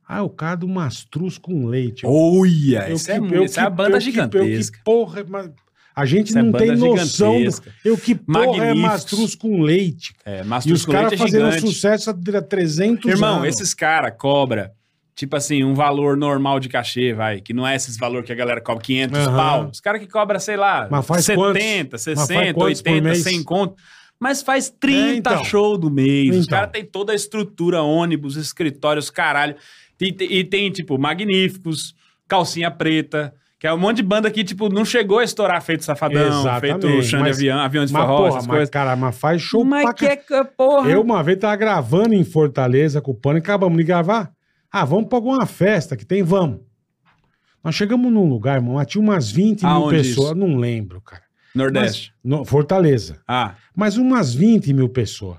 B: Ah, o cara do Mastruz com leite. Eu,
D: Olha,
B: eu
D: isso
B: que-
D: é,
B: eu
D: isso é a
B: que- eu
D: banda
B: que- eu que
D: gigantesca.
B: porra, mas a gente
D: Isso é
B: não tem
D: banda
B: noção. do-
D: gigantesca.
B: eu que porra é
D: Magníficos.
B: Mastruz com leite.
D: É,
B: E os
D: Mastruz com
B: caras
D: Leite é
B: fazendo
D: gigante.
B: sucesso há 300
D: Irmão,
B: anos.
D: esses caras cobra tipo assim, um valor normal de cachê, vai, que não é esses valor que a galera cobra 500
B: Aham.
D: pau. Os caras que cobra, sei lá,
B: Mas faz
D: 70,
B: quantos? Mas faz
D: 60,
B: quantos por
D: 80,
B: mês?
D: 100 conto. Mas faz 30
B: É, então.
D: show do mês. Os
B: Então.
D: caras têm toda a estrutura, ônibus, escritórios, caralho. E, te- e tem, tipo, Magníficos, Calcinha Preta, que é um monte de banda que, tipo, não chegou a estourar feito Safadão,
B: Exatamente,
D: feito Xande
B: mas-
D: Avião, Avião de
B: Mas,
D: Forró,
B: porra,
D: essas
B: mas,
D: coisas.
B: cara, mas faz show pra
D: que é que- porra.
B: Eu uma vez tava gravando em Fortaleza com o Pânico, acabamos de gravar. Ah, vamos pra alguma festa que tem, vamos. Nós chegamos num lugar, irmão, lá tinha umas 20 mil
D: Aonde
B: pessoas,
D: isso?
B: não lembro, cara.
D: Nordeste.
B: No- Fortaleza.
D: Ah,
B: Mas umas 20 mil pessoas.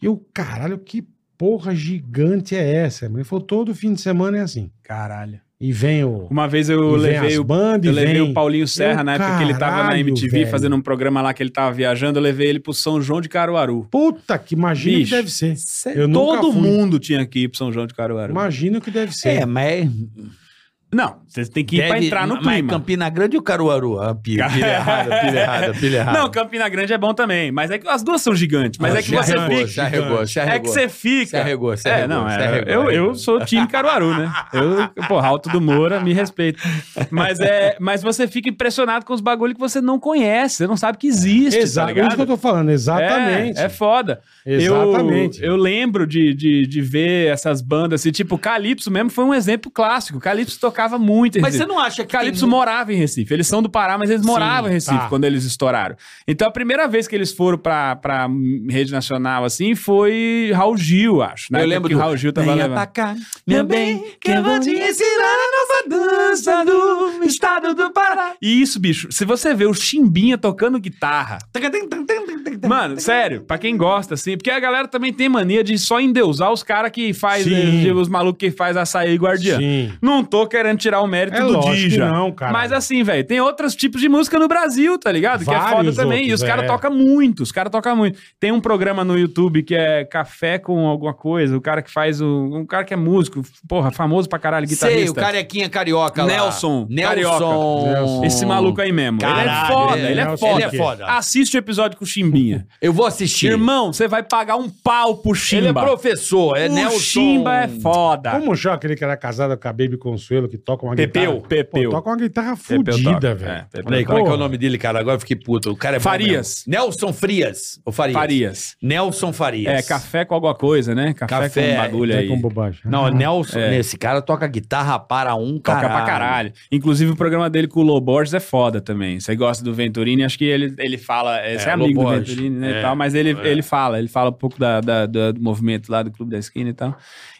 B: E eu, caralho, que porra gigante é essa? irmão? Ele falou, todo fim de semana é assim.
D: caralho.
B: E vem o...
D: Uma vez eu
B: e vem
D: levei
B: as
D: o
B: bandas,
D: Eu
B: e
D: levei
B: vem...
D: o Paulinho Serra
B: Eu,
D: na época que ele tava na
B: caralho,
D: MTV
B: velho.
D: fazendo um programa lá que ele tava viajando, eu levei ele pro São João de Caruaru.
B: Puta, que imagina
D: Bicho,
B: que deve ser.
D: cê-
B: Eu nunca
D: todo
B: fui.
D: mundo tinha que ir pro São João de Caruaru.
B: Imagina que deve ser.
C: É, mas.
D: Não, você tem que ir pra
C: deve-
D: entrar no
C: mas é
D: clima.
C: Campina Grande ou Caruaru? Ah,
D: *laughs*
C: pilha, pilha errada, pilha errada, pilha errada.
D: Não, Campina Grande é bom também, mas é que as duas são gigantes, mas
C: Ah,
D: é que
C: já
D: você
C: regou,
D: fica...
C: Já regou, já regou.
D: É que você fica...
C: Se arregou, se
D: É,
C: arregou,
D: não,
C: se
D: é,
C: arregou,
D: eu,
C: arregou.
D: eu sou time Caruaru, né? Eu, porra, Alto do Moura, me respeito. Mas, é, mas você fica impressionado com os bagulho que você não conhece, você não sabe que existe, tá
B: Exato, é
D: ligado?
B: isso que eu tô falando, exatamente.
D: É, é foda.
B: Exatamente.
D: Eu, eu lembro de, de, de ver essas bandas, assim, tipo, Calypso mesmo foi um exemplo clássico. Calypso tocava tocava muito em
C: Mas
D: Recife.
C: você não acha que.
D: Calypso
C: tem...
D: morava em Recife. Eles são do Pará, mas eles moravam em Recife
B: tá.
D: quando eles estouraram. Então a primeira vez que eles foram pra, pra rede nacional, assim, foi Raul Gil, acho. Na
C: Eu
D: época
C: lembro
D: que
C: do-
D: Raul Gil tava
C: Venha
D: levando.
C: pra cá, meu bem, que eu vou te ensinar a nossa dança do estado do Pará.
D: E isso, bicho, se você vê o Chimbinha tocando guitarra.
C: *laughs*
D: Mano, sério, pra quem gosta, assim, porque a galera também tem mania de só endeusar os caras que faz,
B: Sim.
D: eh, os malucos que faz açaí e guardiã.
B: Sim.
D: Não tô querendo tirar o mérito
B: É
D: do
B: lógico que
D: Dija.
B: não, cara.
D: Mas assim, velho, tem outros tipos de música no Brasil, tá ligado? que é foda
B: Vários
D: também. e
B: outros,
D: os caras
B: é.
D: tocam muito, os caras tocam muito. Tem um programa no YouTube que é Café com alguma coisa, o cara que faz o. Um cara que é músico, porra, famoso pra caralho, guitarrista.
C: Sei, o carequinha carioca lá.
D: Nelson,
C: Nelson.
D: carioca.
C: é
D: Esse maluco aí mesmo.
C: Caralho,
D: ele é foda,
C: é,
D: ele é
B: Nelson
D: foda.
B: o quê?
D: Assiste o episódio com o Chimbinha.
C: Eu vou assistir.
D: Irmão, você vai pagar um pau pro Chimba.
C: Ele é professor, é
D: o
C: Nelson.
D: Chimba é foda.
B: Como chama aquele que era casado com a Baby Consuelo, que toca uma
D: Pepeu,
B: guitarra?
D: Pepeu.
B: Pô, toca uma guitarra
D: Pepeu toca,
B: fodida,
D: é,
B: velho.
D: Pepeu
E: Olha aí, como é que é o
B: Porra.
E: nome dele, cara? Agora eu fiquei puto. O cara é bom
D: Farias.
E: mesmo.
C: Nelson Frias. Ou Farias?
D: Farias.
C: Nelson Farias.
D: É, café com alguma coisa, né? Café,
C: Café, é,
D: com bagulho
B: Tá
D: aí.
B: com bobagem.
C: Não, Nelson.
D: É.
C: Esse cara toca guitarra para um
D: Toca
C: caralho.
D: pra caralho. Inclusive, o programa dele com o Loborges é foda também. Você gosta do Venturini, acho que ele, ele fala. é, Você é,
E: É,
D: amigo
E: Loborges.
D: do Venturini, né?
E: É,
D: e tal, mas ele,
E: é.
D: ele fala, ele fala um pouco da, da- da- do movimento lá do Clube da Esquina e tal.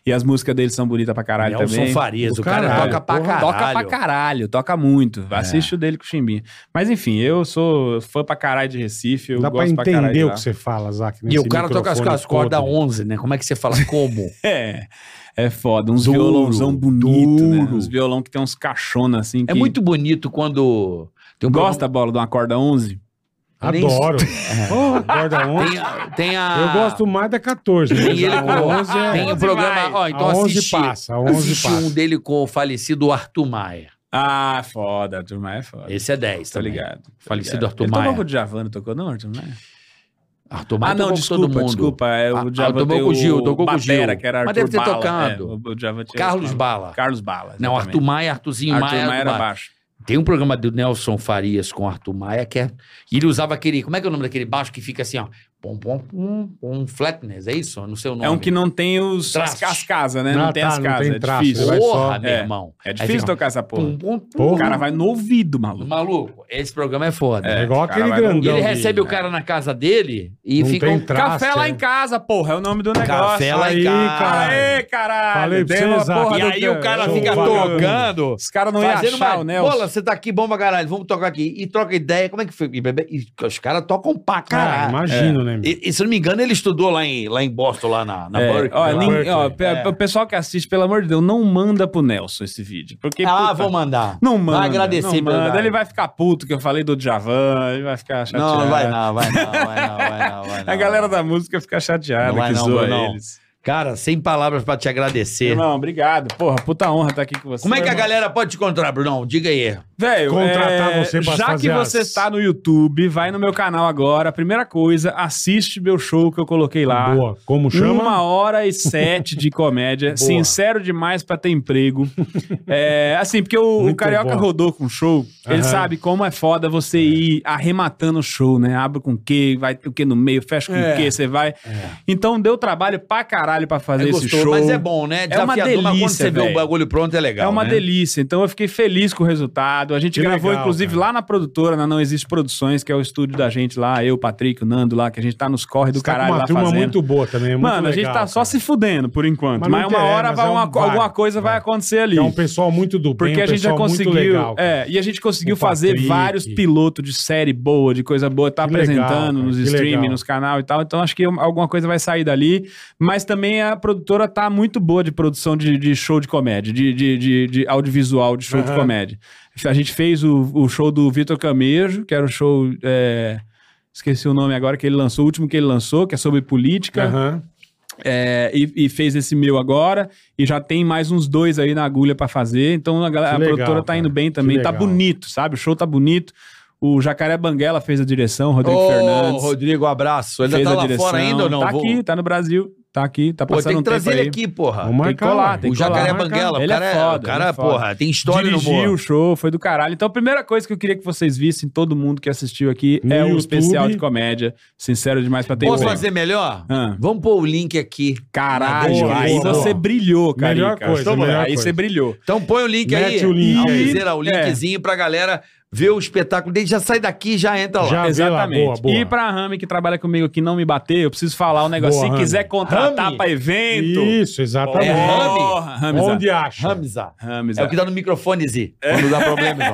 D: E as músicas dele são bonitas pra caralho
C: Nelson
D: também.
C: Farias.
B: Do
C: O cara
B: caralho,
C: toca pra
B: porra.
C: caralho. É.
D: Toca pra caralho, toca muito. Assiste o dele com o Chimbinha. Mas enfim, eu sou fã pra caralho de Recife. Eu
B: Dá pra
D: gosto pra, caralho.
B: entender
D: de
B: o
D: lá.
B: que você fala, Zac.
C: E
B: nesse
C: o cara toca as,
B: microfone
C: as cordas
B: podre.
C: 11, né? Como é que você fala? Como?
D: *laughs* É. É foda, uns
C: Duro,
D: violãozão bonito, né?
C: duro.
D: Uns violão que tem uns caixona assim.
C: É
D: que-
C: muito bonito quando. Tem um
D: Gosta, bola, de uma corda 11?
C: Nem-
B: Adoro. Porra, corda 11.
C: Tem, a- tem a.
B: Eu gosto mais da 14.
C: Tem,
B: mas
C: Ah. ele
B: *laughs* a
C: com-
B: 11 é-
C: tem o
D: 11
C: programa.
D: vai.
C: Ó, então
B: a 11
C: assiste.
B: passa, a 11
C: assiste um
B: passa.
C: dele com o falecido Arthur Maia.
D: Ah, foda, Arthur Maia é foda.
C: Esse é 10,
D: Tá
C: tá ligado?
D: ligado.
C: Falecido
D: ligado.
C: Arthur
D: Ele
C: Maia.
D: tocou com o Djavan, não tocou não, Arthur Maia?
C: Arthur Maia
D: Ah, não,
C: tocou com
D: desculpa,
C: todo mundo.
D: desculpa. É,
C: Ah,
D: o Djavan
C: tocou
D: tem
C: com o Gil, tocou com o
D: Batera,
C: Gil.
D: que era
C: Mas
D: Arthur
C: deve ter
D: Bala,
C: tocado.
D: é, o- o Djavan tinha-
C: Carlos Bala.
D: Carlos Bala.
C: Não, Arthur
D: exatamente.
C: Maia, Arthurzinho
D: Arthur
C: Maia.
D: Maia
C: Arthur
D: era
C: Maia.
D: baixo.
C: Tem um programa do Nelson Farias com Arthur Maia que é. E ele usava aquele. Como é que é o nome daquele baixo que fica assim, ó? Pom, pom, pom, pom, flatness, é isso? Eu Não sei o nome.
D: É um que não tem os, as,
C: Traços.
D: as casas, né? Não,
B: Ah,
D: tem
B: tá,
D: as
B: não
D: casas,
B: tem
D: é
B: traço,
D: difícil.
B: vai
C: Porra,
B: só.
C: meu
D: É.
C: irmão.
D: É
C: Aí
D: difícil
B: um
C: fica,
D: tocar essa porra.
C: Pum, pum, pum.
D: O cara vai no ouvido, maluco.
C: Maluco, esse programa é foda.
B: É igual
D: o cara
B: aquele
D: vai no-
B: grandão.
C: E ele
B: de-
C: recebe o cara na casa dele e
B: Não
C: fica
B: tem
C: um
B: tra- Traço,
D: Café lá
B: é.
D: em casa, porra, é o nome do negócio.
C: café lá em
B: Aí,
C: casa.
B: cara.
D: Aê, caralho.
B: Falei pra ah,
D: tem
B: você,
D: uma
B: Zaca.
D: porra
C: E
D: do-
C: aí o cara
D: Show,
C: fica
D: valeu.
C: tocando.
D: Os caras não iam
C: Fazendo
D: achar
C: uma...
D: o Nelson.
C: Bola, você tá aqui bom pra caralho, vamos tocar aqui. E troca ideia, como é que foi? E, bebê- e os caras tocam pra
B: Cara,
C: caralho.
B: Ah, imagino, né? meu?
C: e, e se eu não me engano, ele estudou lá em, lá em Boston, lá na, na É.
D: É,
C: Berkeley,
D: ó,
C: lá.
D: nin-
B: Berkeley.
D: ó, pe- O pessoal que assiste, pelo amor de Deus, não manda pro Nelson esse vídeo. Porque,
C: Ah,
D: puta,
C: vou
D: *laughs*
C: mandar.
D: Não manda.
C: Vai agradecer,
D: não manda.
C: verdade.
D: Ele vai ficar puto que eu falei do Djavan, ele vai ficar chateado.
C: Não, não vai não, vai não, vai não, vai não. vai não.
D: *laughs* A galera da música fica chateada
C: Não vai
D: que
C: não,
D: zoa
C: Brunão.
D: eles.
C: Cara, sem palavras pra te agradecer.
D: Irmão, obrigado. Porra, puta honra estar aqui com você.
C: Como é que a
D: irmão.
C: galera pode te encontrar, Brunão? Diga aí. É
D: Velho,
B: Contratar
D: é,
B: você pra
D: já
B: fazer
D: que você
B: as-
D: está no YouTube, vai no meu canal agora. Primeira coisa, assiste meu show que eu coloquei lá.
B: Boa. Como chama?
D: É. Uma hora e sete
B: *laughs*
D: de comédia. Sincero demais pra ter emprego. É, assim, porque o, o
B: Muito
D: Carioca
B: bom.
D: rodou com show, ele
B: Aham.
D: sabe como é foda você ir arrematando o show, né? Abre com o quê, vai o que no meio, fecha com
B: É.
D: o quê, você vai. Então deu trabalho pra caralho pra fazer
C: É
D: esse
C: gostoso,
D: show.
C: mas é bom, né?
D: É uma
C: mas quando
D: delícia,
C: você vê
D: velho.
C: o bagulho pronto é legal,
D: é uma
C: né?
D: delícia. Então eu fiquei feliz com o resultado. A gente
B: Que
D: gravou,
B: legal,
D: inclusive,
B: cara.
D: lá na produtora, na Não Existe Produções, que é o estúdio da gente lá, eu, o Patrick, o Nando lá, que a gente tá nos corre do
B: Você tá com
D: caralho
B: uma
D: lá
B: turma
D: fazendo.
B: muito boa também. é muito
D: Mano, a gente
B: legal,
D: tá só
B: cara.
D: se fudendo por enquanto.
B: Mas
D: Mas,
B: não
D: uma
B: interessa,
D: hora
B: mas
D: vai
B: é um-
D: uma co-
B: vai,
D: alguma coisa vai,
B: vai.
D: acontecer ali.
B: É um pessoal muito do bem,
D: porque
B: um
D: a gente já
B: pessoal muito
D: conseguiu.
B: legal, cara.
D: é, e a gente conseguiu
B: O
D: fazer
B: Patrick.
D: vários pilotos de série boa, de coisa boa, tá
B: Que legal,
D: apresentando
B: cara,
D: nos
B: que
D: streaming,
B: legal.
D: nos canal e tal. Então acho que alguma coisa vai sair dali. Mas também a produtora tá muito boa de produção de, de show de comédia, de, de, de, de audiovisual de show de
B: Aham.
D: comédia. A gente fez o, o show do Vitor Camejo, que era o show. é, Esqueci o nome agora que ele lançou, o último que ele lançou, que é sobre política.
B: Aham.
D: É, e, e fez esse meu agora. E já tem mais uns dois aí na agulha pra fazer. Então a,
B: Que
D: galera, a
B: legal,
D: produtora tá
B: cara.
D: indo bem
B: Que
D: também. Tá
B: legal.
D: bonito, sabe? O show tá bonito. O Jacaré Banguela fez a direção, o Rodrigo
C: Ô,
D: Fernandes.
C: Rodrigo, abraço. Ele
D: fez
C: ainda
D: a
C: tá lá
D: direção.
C: fora ainda ou não?
D: Tá
C: Vou-
D: aqui, tá no Brasil. tá aqui, tá
E: Pô,
D: passando
E: tem
D: um
E: que trazer
D: tempo
E: ele
D: aí.
E: aqui, porra.
B: Vamos
D: tem que colar,
B: marcar,
D: tem
E: o
D: que colar.
E: Jacaré
D: Marca-
E: Banguela, o
D: Ele é
E: cara, é-
D: foda,
E: o cara
D: ele é foda.
E: porra, tem história no
D: Dirigiu
E: humor.
D: o show, foi do caralho. Então, a primeira coisa que eu queria que vocês vissem, todo mundo que assistiu aqui,
B: No
D: é o
B: YouTube.
D: especial de comédia. Sincero demais pra ter
C: Posso
D: Boa.
C: fazer melhor?
D: Ah.
C: Vamos pôr o link aqui.
D: Caralho,
B: Boa,
D: aí
B: boa,
D: você
B: boa.
D: brilhou, cara.
B: Melhor coisa, melhor
D: aí
B: coisa.
D: você brilhou.
C: Então põe o link
B: Mete
C: aí.
B: o link
C: ao
B: aí.
C: dizer, ao
D: É.
C: linkzinho pra galera ver o espetáculo dele. Já sai daqui já entra lá.
B: Já vê lá,
D: Exatamente.
B: boa, boa.
D: E pra Rami, que trabalha comigo aqui, não me bater, eu preciso falar um negócio.
B: Boa,
D: Se
B: Rami.
D: quiser contratar
C: Rami?
D: pra evento.
B: Isso, exatamente.
C: É Rami?
D: Porra, Ramizá.
B: Onde acha?
C: Hamza.
D: Ramizá.
C: É o que dá no microfone, Z.
D: É.
C: Quando dá problema,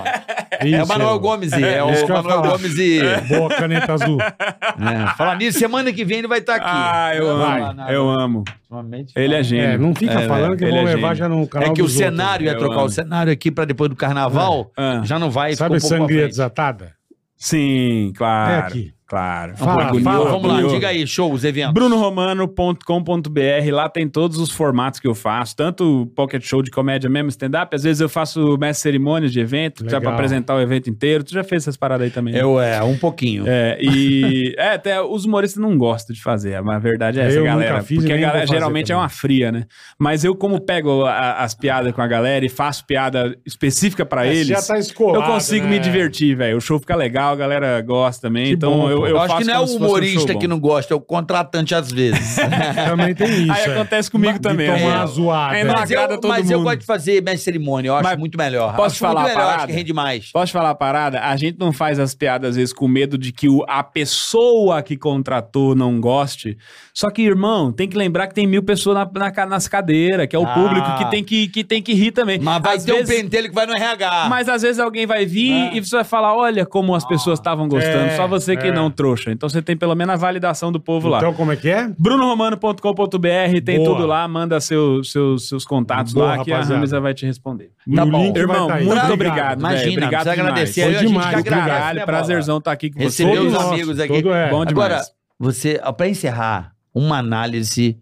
D: *laughs*
C: Ivan. É o Manuel Gomes, Z. É o
B: isso que eu ia
C: Manuel
B: falar.
C: Gomes Z.
D: É.
B: Boa caneta azul.
C: É. Falar nisso, semana que vem ele vai estar aqui.
D: Ah, eu
C: Não,
D: amo.
C: não, não.
D: Eu amo.
C: Ultimamente,
D: Ele é
B: tá É,
D: gênio.
B: não fica
D: É,
B: falando que
D: ele
B: vão
D: é
B: levar
D: gênio.
B: já no canal
C: É que o
B: dos outros.
C: cenário é
D: Eu
C: trocar
D: amo.
C: o cenário aqui pra depois do carnaval.
D: Ah.
C: Já não vai.
B: Sabe
C: ficou um pouco
B: sangria
C: à frente.
B: desatada?
D: Sim, claro.
B: É aqui.
D: Claro.
B: Fala,
D: Orgulhoso,
B: fala,
C: Vamos lá,
D: orgulhoso.
C: diga aí, show, os eventos.
D: brunoroMano.com.br, lá tem todos os formatos que eu faço, tanto o pocket show de comédia mesmo, stand-up, às vezes eu faço mestre cerimônias de evento, já é
B: Legal.
D: pra apresentar o evento inteiro, tu já fez essas paradas aí também. né?
C: Eu, é, um pouquinho.
D: É, e. *laughs* é, até os humoristas não gostam de fazer, mas a verdade é essa,
B: Eu
D: galera.
B: nunca fiz e
D: porque a
B: nem vou
D: galera
B: fazer
D: geralmente é
B: também.
D: uma fria, né? Mas eu, como pego a- as piadas com a galera e faço piada específica pra
B: É,
D: eles.
B: já tá escolado,
D: eu consigo
B: né?
D: me divertir, velho. O show fica legal, a galera gosta também.
B: Que
D: então
B: bom,
D: eu,
B: pô.
D: eu,
C: Eu, acho
D: faço
C: que não é
D: como
C: o
D: se fosse um
C: humorista
D: show
C: que
D: bom.
C: não gosta, é o contratante às
D: *laughs*
C: vezes.
B: Também tem isso.
D: Aí
B: é.
D: acontece comigo
B: De
D: também.
B: Tomar
D: é.
B: zoada.
D: Ainda
B: É.
D: mais-
C: mas eu,
D: agrada todo
C: mas eu
D: mundo.
C: gosto de fazer mestre cerimônia, eu acho
D: Mas
C: muito melhor.
D: posso
C: acho
D: falar a
C: muito melhor,
D: parada?
C: acho que rende mais.
D: Posso falar a parada? A gente não faz as piadas, às vezes, com medo de que o- a pessoa que contratou não goste. Só que, irmão, tem que lembrar que tem mil pessoas na, na ca- nas cadeiras, que é o
C: Ah.
D: público que tem que, que, tem que rir também.
C: Mas vai
D: Às
C: ter
D: vezes-
C: um pentelho que vai no RH.
D: Mas às vezes alguém vai vir e você vai falar: olha como as pessoas estavam gostando,
B: Ah. É,
D: só você que
B: é.
D: não trouxa. Então você tem pelo menos a validação do povo lá. Tá
B: Então, como é que é?
D: BrunoRomano.com.br tem
B: Boa.
D: tudo lá, manda seu, seus, seus contatos
B: Boa,
D: lá que
B: rapaziada.
D: a Ramisa vai te responder.
C: Tá
B: No
C: bom.
B: link vai
D: Irmão,
B: tá aí.
D: muito
C: Obrigado.
D: obrigado.
C: Imagina,
D: velho. obrigado
C: precisa agradecer
B: aí,
D: demais.
B: a gente que
D: demais.
B: agradece,
D: Caralho,
C: né,
D: prazerzão estar aqui com você.
C: Recebeu os
B: Todo nosso,
C: amigos aqui.
B: todo é.
D: Bom demais.
C: Agora, você, ó, pra encerrar, uma análise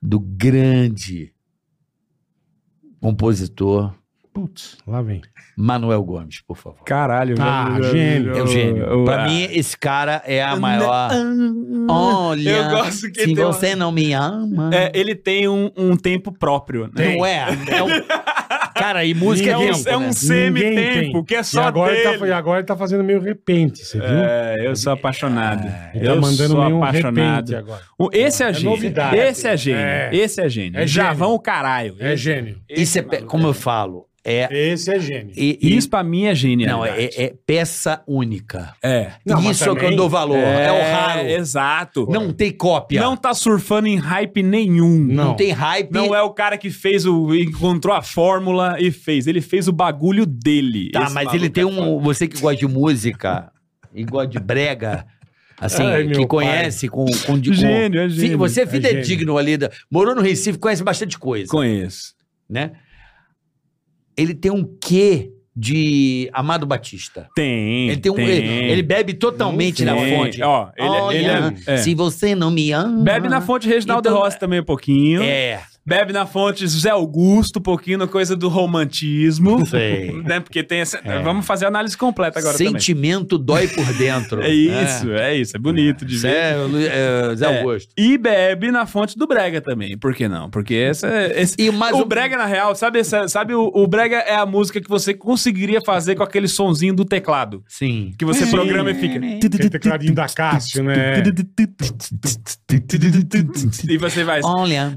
C: do grande compositor
B: Putz, lá vem.
C: Manuel Gomes, por favor.
D: Caralho,
B: Ah,
D: velho.
B: gênio.
C: É o gênio.
D: Eu-
C: Pra
D: ah.
C: mim, esse cara é a maior. Olha,
D: Eu gosto que
C: se
D: tem uma-
C: você não me ama,
D: É, ele tem um, um tempo próprio, né?
C: não é. é
D: *laughs*
C: um- Cara, e música
D: É um,
C: é
B: Ninguém-
C: tempo,
D: é um
C: né?
B: Ninguém
D: semi-tempo
B: tem.
D: que é só
B: e agora
D: dele.
B: Ele tá, e agora ele tá fazendo meio repente, você viu?
D: É, eu sou apaixonado.
B: ele
D: eu
B: tá mandando
D: sou
B: meio um repente
D: apaixonado.
B: agora.
D: O- Esse é, gênio.
B: novidade.
D: Esse é gênio.
B: É.
D: Esse é gênio.
B: É
D: Já
B: gênio.
D: vão o caralho.
B: É gênio.
C: Isso é, pe- como eu falo, é.
B: Esse é gênio.
C: e- e-
D: né? Isso pra mim é gênio.
C: não, é, é peça única.
D: É.
B: Não, mas
C: Isso é o que eu
B: também-
C: dou valor. É, o raro.
D: Exato.
C: Não tem cópia.
D: Não tá surfando em hype nenhum.
B: Não.
C: Não tem hype.
D: Não é o cara que fez o. encontrou a fórmula e fez. Ele fez o bagulho dele.
C: Tá,
D: Esse
C: mas
D: maluco
C: ele tem
D: é
C: um.
D: foda.
C: Você que gosta de música e gosta de brega, assim,
B: Ai, meu
C: que conhece com, com, de- com-
D: Gênio, é gênio.
C: Sim, Você é
B: É
C: vida
B: gênio.
C: digno ali. da- morou no Recife, conhece bastante coisa,
D: Conheço.
C: né? Ele tem um quê de Amado Batista.
D: Tem.
C: Ele tem um. Ele, ele bebe totalmente na
D: Tem.
C: fonte.
D: Ó, ele, ele
C: Olha,
D: é, é.
C: Se você não me ama.
D: Bebe na fonte Reginaldo
C: Então-
D: Rossi também um pouquinho.
C: É.
D: Bebe na fonte José Augusto um pouquinho, na coisa do romantismo.
C: *laughs*
D: *laughs*
C: Sei. É.
D: né? Porque tem essa. Vamos fazer a análise completa agora também.
C: Sentimento dói por dentro.
D: *laughs* É isso, é. isso. É bonito de ver.
C: Zé, Lu- é, Zé
D: É.
C: Augusto.
D: E bebe na fonte do Brega também. Por que não? Porque essa,
C: *laughs*
D: é esse.
C: E mais
D: o
C: um-
D: Brega, na real, sabe, essa- sabe o, o Brega é a música que você conseguiria fazer com aquele sonzinho do teclado.
C: Sim.
D: Que você programa e fica.
B: Aquele tecladinho da Cássio, né?
D: É. E você vai.
C: Olha.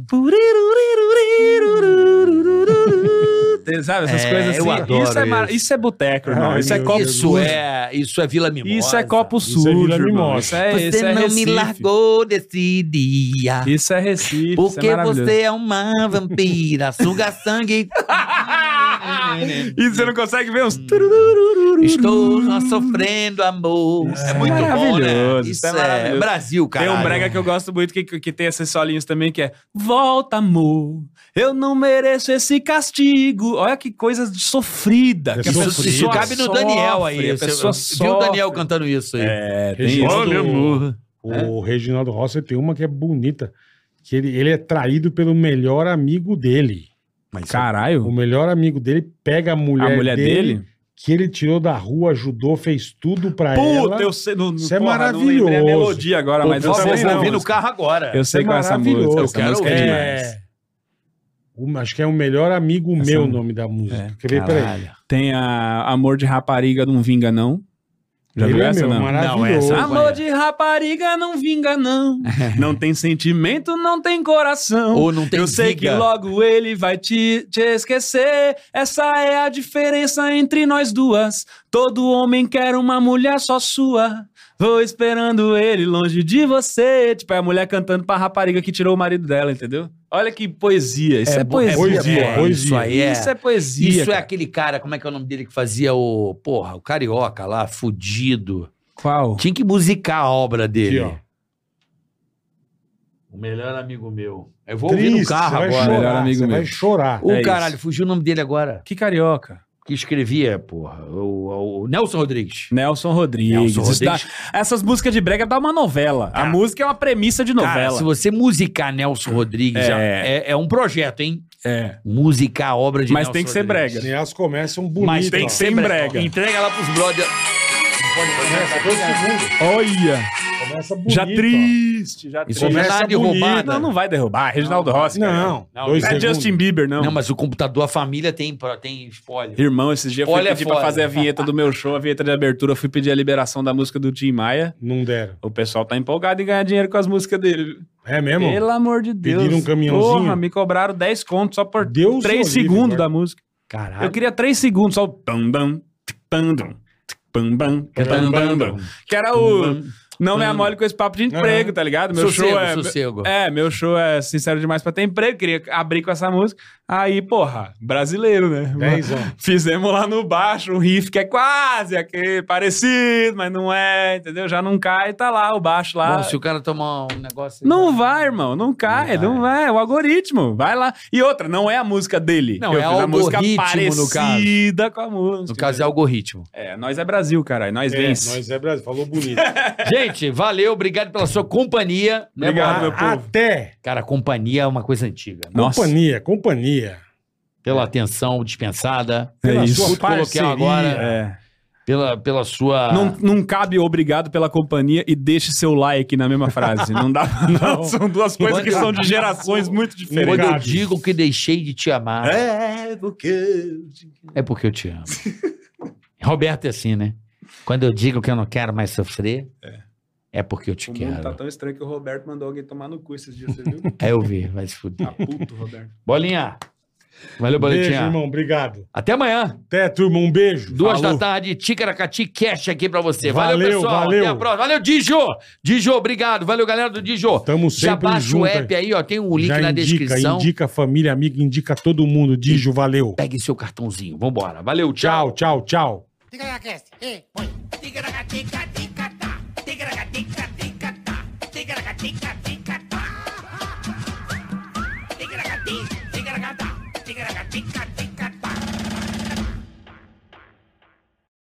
D: Sabe, essas
C: É,
D: coisas assim.
C: eu adoro
D: isso, é mar-
C: isso.
D: isso é boteco, irmão.
B: Ai,
D: isso é
B: meu
D: copo
B: Deus.
D: sujo.
C: Isso é, isso é Vila Mimosa.
D: Isso é copo
B: Isso é
D: sujo,
B: Vila
D: irmão.
B: Mimosa.
D: Isso é,
C: Você
D: isso é
C: não
D: Recife.
C: me largou desse dia.
D: Isso é Recife. isso
C: Porque
D: é maravilhoso.
C: você é uma vampira, suga sangue.
D: E você não consegue ver uns.
C: Hum. Estou só sofrendo amor. é muito bom, né?
D: maravilhoso,
C: Isso,
D: isso é
C: é,
D: maravilhoso.
C: Brasil, cara.
D: Tem um brega que eu gosto muito, que, que tem esses solinhos também, que é Volta, amor, eu não mereço esse castigo. Olha que coisa de sofrida.
B: É
D: que a
C: Isso,
D: pessoa
C: isso cabe no Daniel
D: sofre,
C: aí.
D: A
C: Você viu
D: pessoa
C: o
D: sofre.
C: Daniel cantando isso aí?
D: É, tem isso.
B: Reginaldo-
C: amor.
B: O Reginaldo Rossi tem uma que é bonita. Que ele, ele é traído pelo melhor amigo dele.
D: Caralho,
B: O melhor amigo dele pega a mulher,
D: a mulher dele?
B: que ele tirou da rua, ajudou, fez tudo pra ela.
D: Puta, eu sei. Não,
B: Isso é
D: porra, não lembrei a
B: maravilhoso.
D: melodia agora, mas eu
E: Por favor,
D: sei.
E: vou
D: não.
E: vir no carro agora.
D: Eu sei
B: É
D: qual é essa
B: maravilhoso.
D: música.
B: Eu
D: Essa
E: quero
D: música é
E: ouvir.
D: demais.
B: Uma- acho que é o melhor amigo
D: Essa
B: meu, o
D: não-
B: nome da música.
D: É,
B: Quer ver? Peraí.
E: Caralho.
D: Tem a Amor de Rapariga Não Vinga Não. Já
B: Ele
D: viu
B: é
D: essa,
B: meu,
D: não?
B: maravilhoso.
E: Não, essa é uma-
D: Amor de rapariga não vinga, *laughs* não. Não tem sentimento, não tem coração.
C: Ou não tem
D: Eu sei que
C: viga.
D: logo ele vai te, te esquecer. Essa é a diferença entre nós duas. Todo homem quer uma mulher só sua. Vou esperando ele longe de você. Tipo, é a mulher cantando pra rapariga que tirou o marido dela, entendeu? Olha que poesia. Isso é,
C: bo-
D: poesia.
B: poesia,
D: pô.
C: é, Isso
B: poesia.
C: aí é.
D: Isso é poesia.
C: Isso é
D: cara.
C: aquele cara, como é que é o nome dele que fazia o. Porra, o carioca lá, fudido.
D: Qual?
C: Tinha que musicar a obra dele.
B: Aqui, ó.
C: O melhor amigo meu. Eu vou ouvir no
B: Triste,
C: carro
B: você vai
C: agora.
B: chorar,
D: melhor amigo
B: você
D: meu.
B: vai chorar.
C: O
D: É isso.
C: caralho, fugiu o nome dele agora.
D: Que carioca.
C: Que escrevia, porra. O, o- o Nelson Rodrigues.
D: Nelson Rodrigues.
C: Nelson
D: Isso dá- Essas músicas de brega dá uma novela. A música é uma premissa de
C: Cara,
D: novela.
C: se você musicar Nelson Rodrigues,
D: É.
C: é, é um projeto, hein?
D: É.
C: Musicar a obra de
D: Mas
C: Nelson
D: tem que ser
C: Rodrigues.
D: brega.
B: Elas começam bonito.
D: Mas tem
B: ó.
D: que ser em brega.
C: Entrega lá pros brothers.
B: Começa dois segundos.
D: Olha.
B: Começa bonito.
D: Já triste, já
C: Isso
D: triste.
C: não é nada de
B: bonito.
C: roubada.
D: Não, não vai derrubar. Reginaldo
B: ó.
D: Rossi. cara.
B: Não,
C: Não,
B: dois
D: Não é
B: segundos.
D: Justin Bieber, não.
C: Não, mas o computador, a família tem, pro- tem spoiler.
D: Irmão, esses dias eu fui
C: Olha
D: pedir pra
C: fora.
D: fazer a vinheta do meu show, a vinheta de abertura. Eu fui pedir a liberação da música do Tim Maia.
B: Não deram.
D: O pessoal tá empolgado em ganhar dinheiro com as músicas dele.
B: É mesmo?
D: Pelo amor de Deus.
B: Pediram um caminhãozinho?
D: Porra, me cobraram 10 contos só por
B: Deus
D: 3
B: o livre,
D: segundos
B: guarda.
D: da música.
C: Caralho.
D: Eu queria três segundos, só o pam bam, tic, pam dum, tic, pam bam, pam bam, bam. Que era o. Não me amole com esse papo de emprego, tá ligado? Meu
C: É. sossego,
D: show é.
C: sossego.
D: É, meu show é sincero demais pra ter emprego. Queria abrir com essa música. Aí, porra, brasileiro, né?
C: É
B: Dez anos.
D: Fizemos lá no baixo um riff que é quase aquele parecido, mas não é, entendeu? Já não cai, tá lá o baixo lá.
C: Bom, se o cara tomar um negócio... aí-
D: Não vai, irmão, não cai, não vai. É o algoritmo, vai lá. E outra, não é a música dele.
C: Não,
D: Eu
C: é
D: fiz a música
C: algoritmo, no caso.
D: parecida com a música.
C: No caso, é algoritmo.
D: É, nós é Brasil, caralho. Nós
B: É,
D: vence.
B: nós é Brasil. Falou
D: *laughs*
B: bonito.
C: Gente, valeu. Obrigado pela sua companhia. né, mano?
D: Obrigado, meu
B: A-
D: povo.
B: Até.
C: Cara, companhia é uma coisa antiga. né?
D: Nossa.
B: Companhia, companhia.
C: Pela atenção dispensada.
B: Pela
D: é isso.
B: sua
C: Coloquei
B: parceria.
C: agora.
D: É.
C: Pela, pela sua...
D: Ah. Não, não cabe obrigado pela companhia e deixe seu like na mesma frase. Não dá.
B: Não.
D: São duas coisas que são de gerações muito
C: Quando
D: diferentes.
C: eu
B: Obrigado.
C: digo que deixei de te amar, é,
E: É, porque.
C: porque eu te amo. Roberto é assim, né? Quando eu digo que eu não quero mais sofrer, é, porque eu te
D: O mundo
C: quero.
D: tá tão estranho que o Roberto mandou alguém tomar no cu esses dias, você viu?
C: Aí eu vi, vai se
D: Tá
C: fuder.
D: puto, Roberto.
C: Bolinha. Valeu,
B: Beijo,
C: Boletinha.
B: irmão. Obrigado.
C: Até amanhã.
B: Até, turma. Um beijo.
C: Duas
D: Falou.
C: da tarde, Ticaracati Cash aqui pra você. Valeu,
B: Valeu,
C: pessoal.
B: valeu.
C: Até a próxima. Valeu, Dijo. Dijo, obrigado. Valeu, galera do Dijo.
B: Tamo
C: Já
B: sempre
C: baixa o
B: junto.
C: app aí, ó. Tem o link
B: Já
C: na descrição.
B: Indica a família, amiga, indica todo mundo. Dijo, valeu.
C: Pegue seu cartãozinho. Vambora. Valeu, tchau.
B: Tchau, tchau, tchau.
A: Ticaracast, e põe. Ticaracatica, ticatá. Ticaracatica, ticatá. Ticaracatica, ticatá.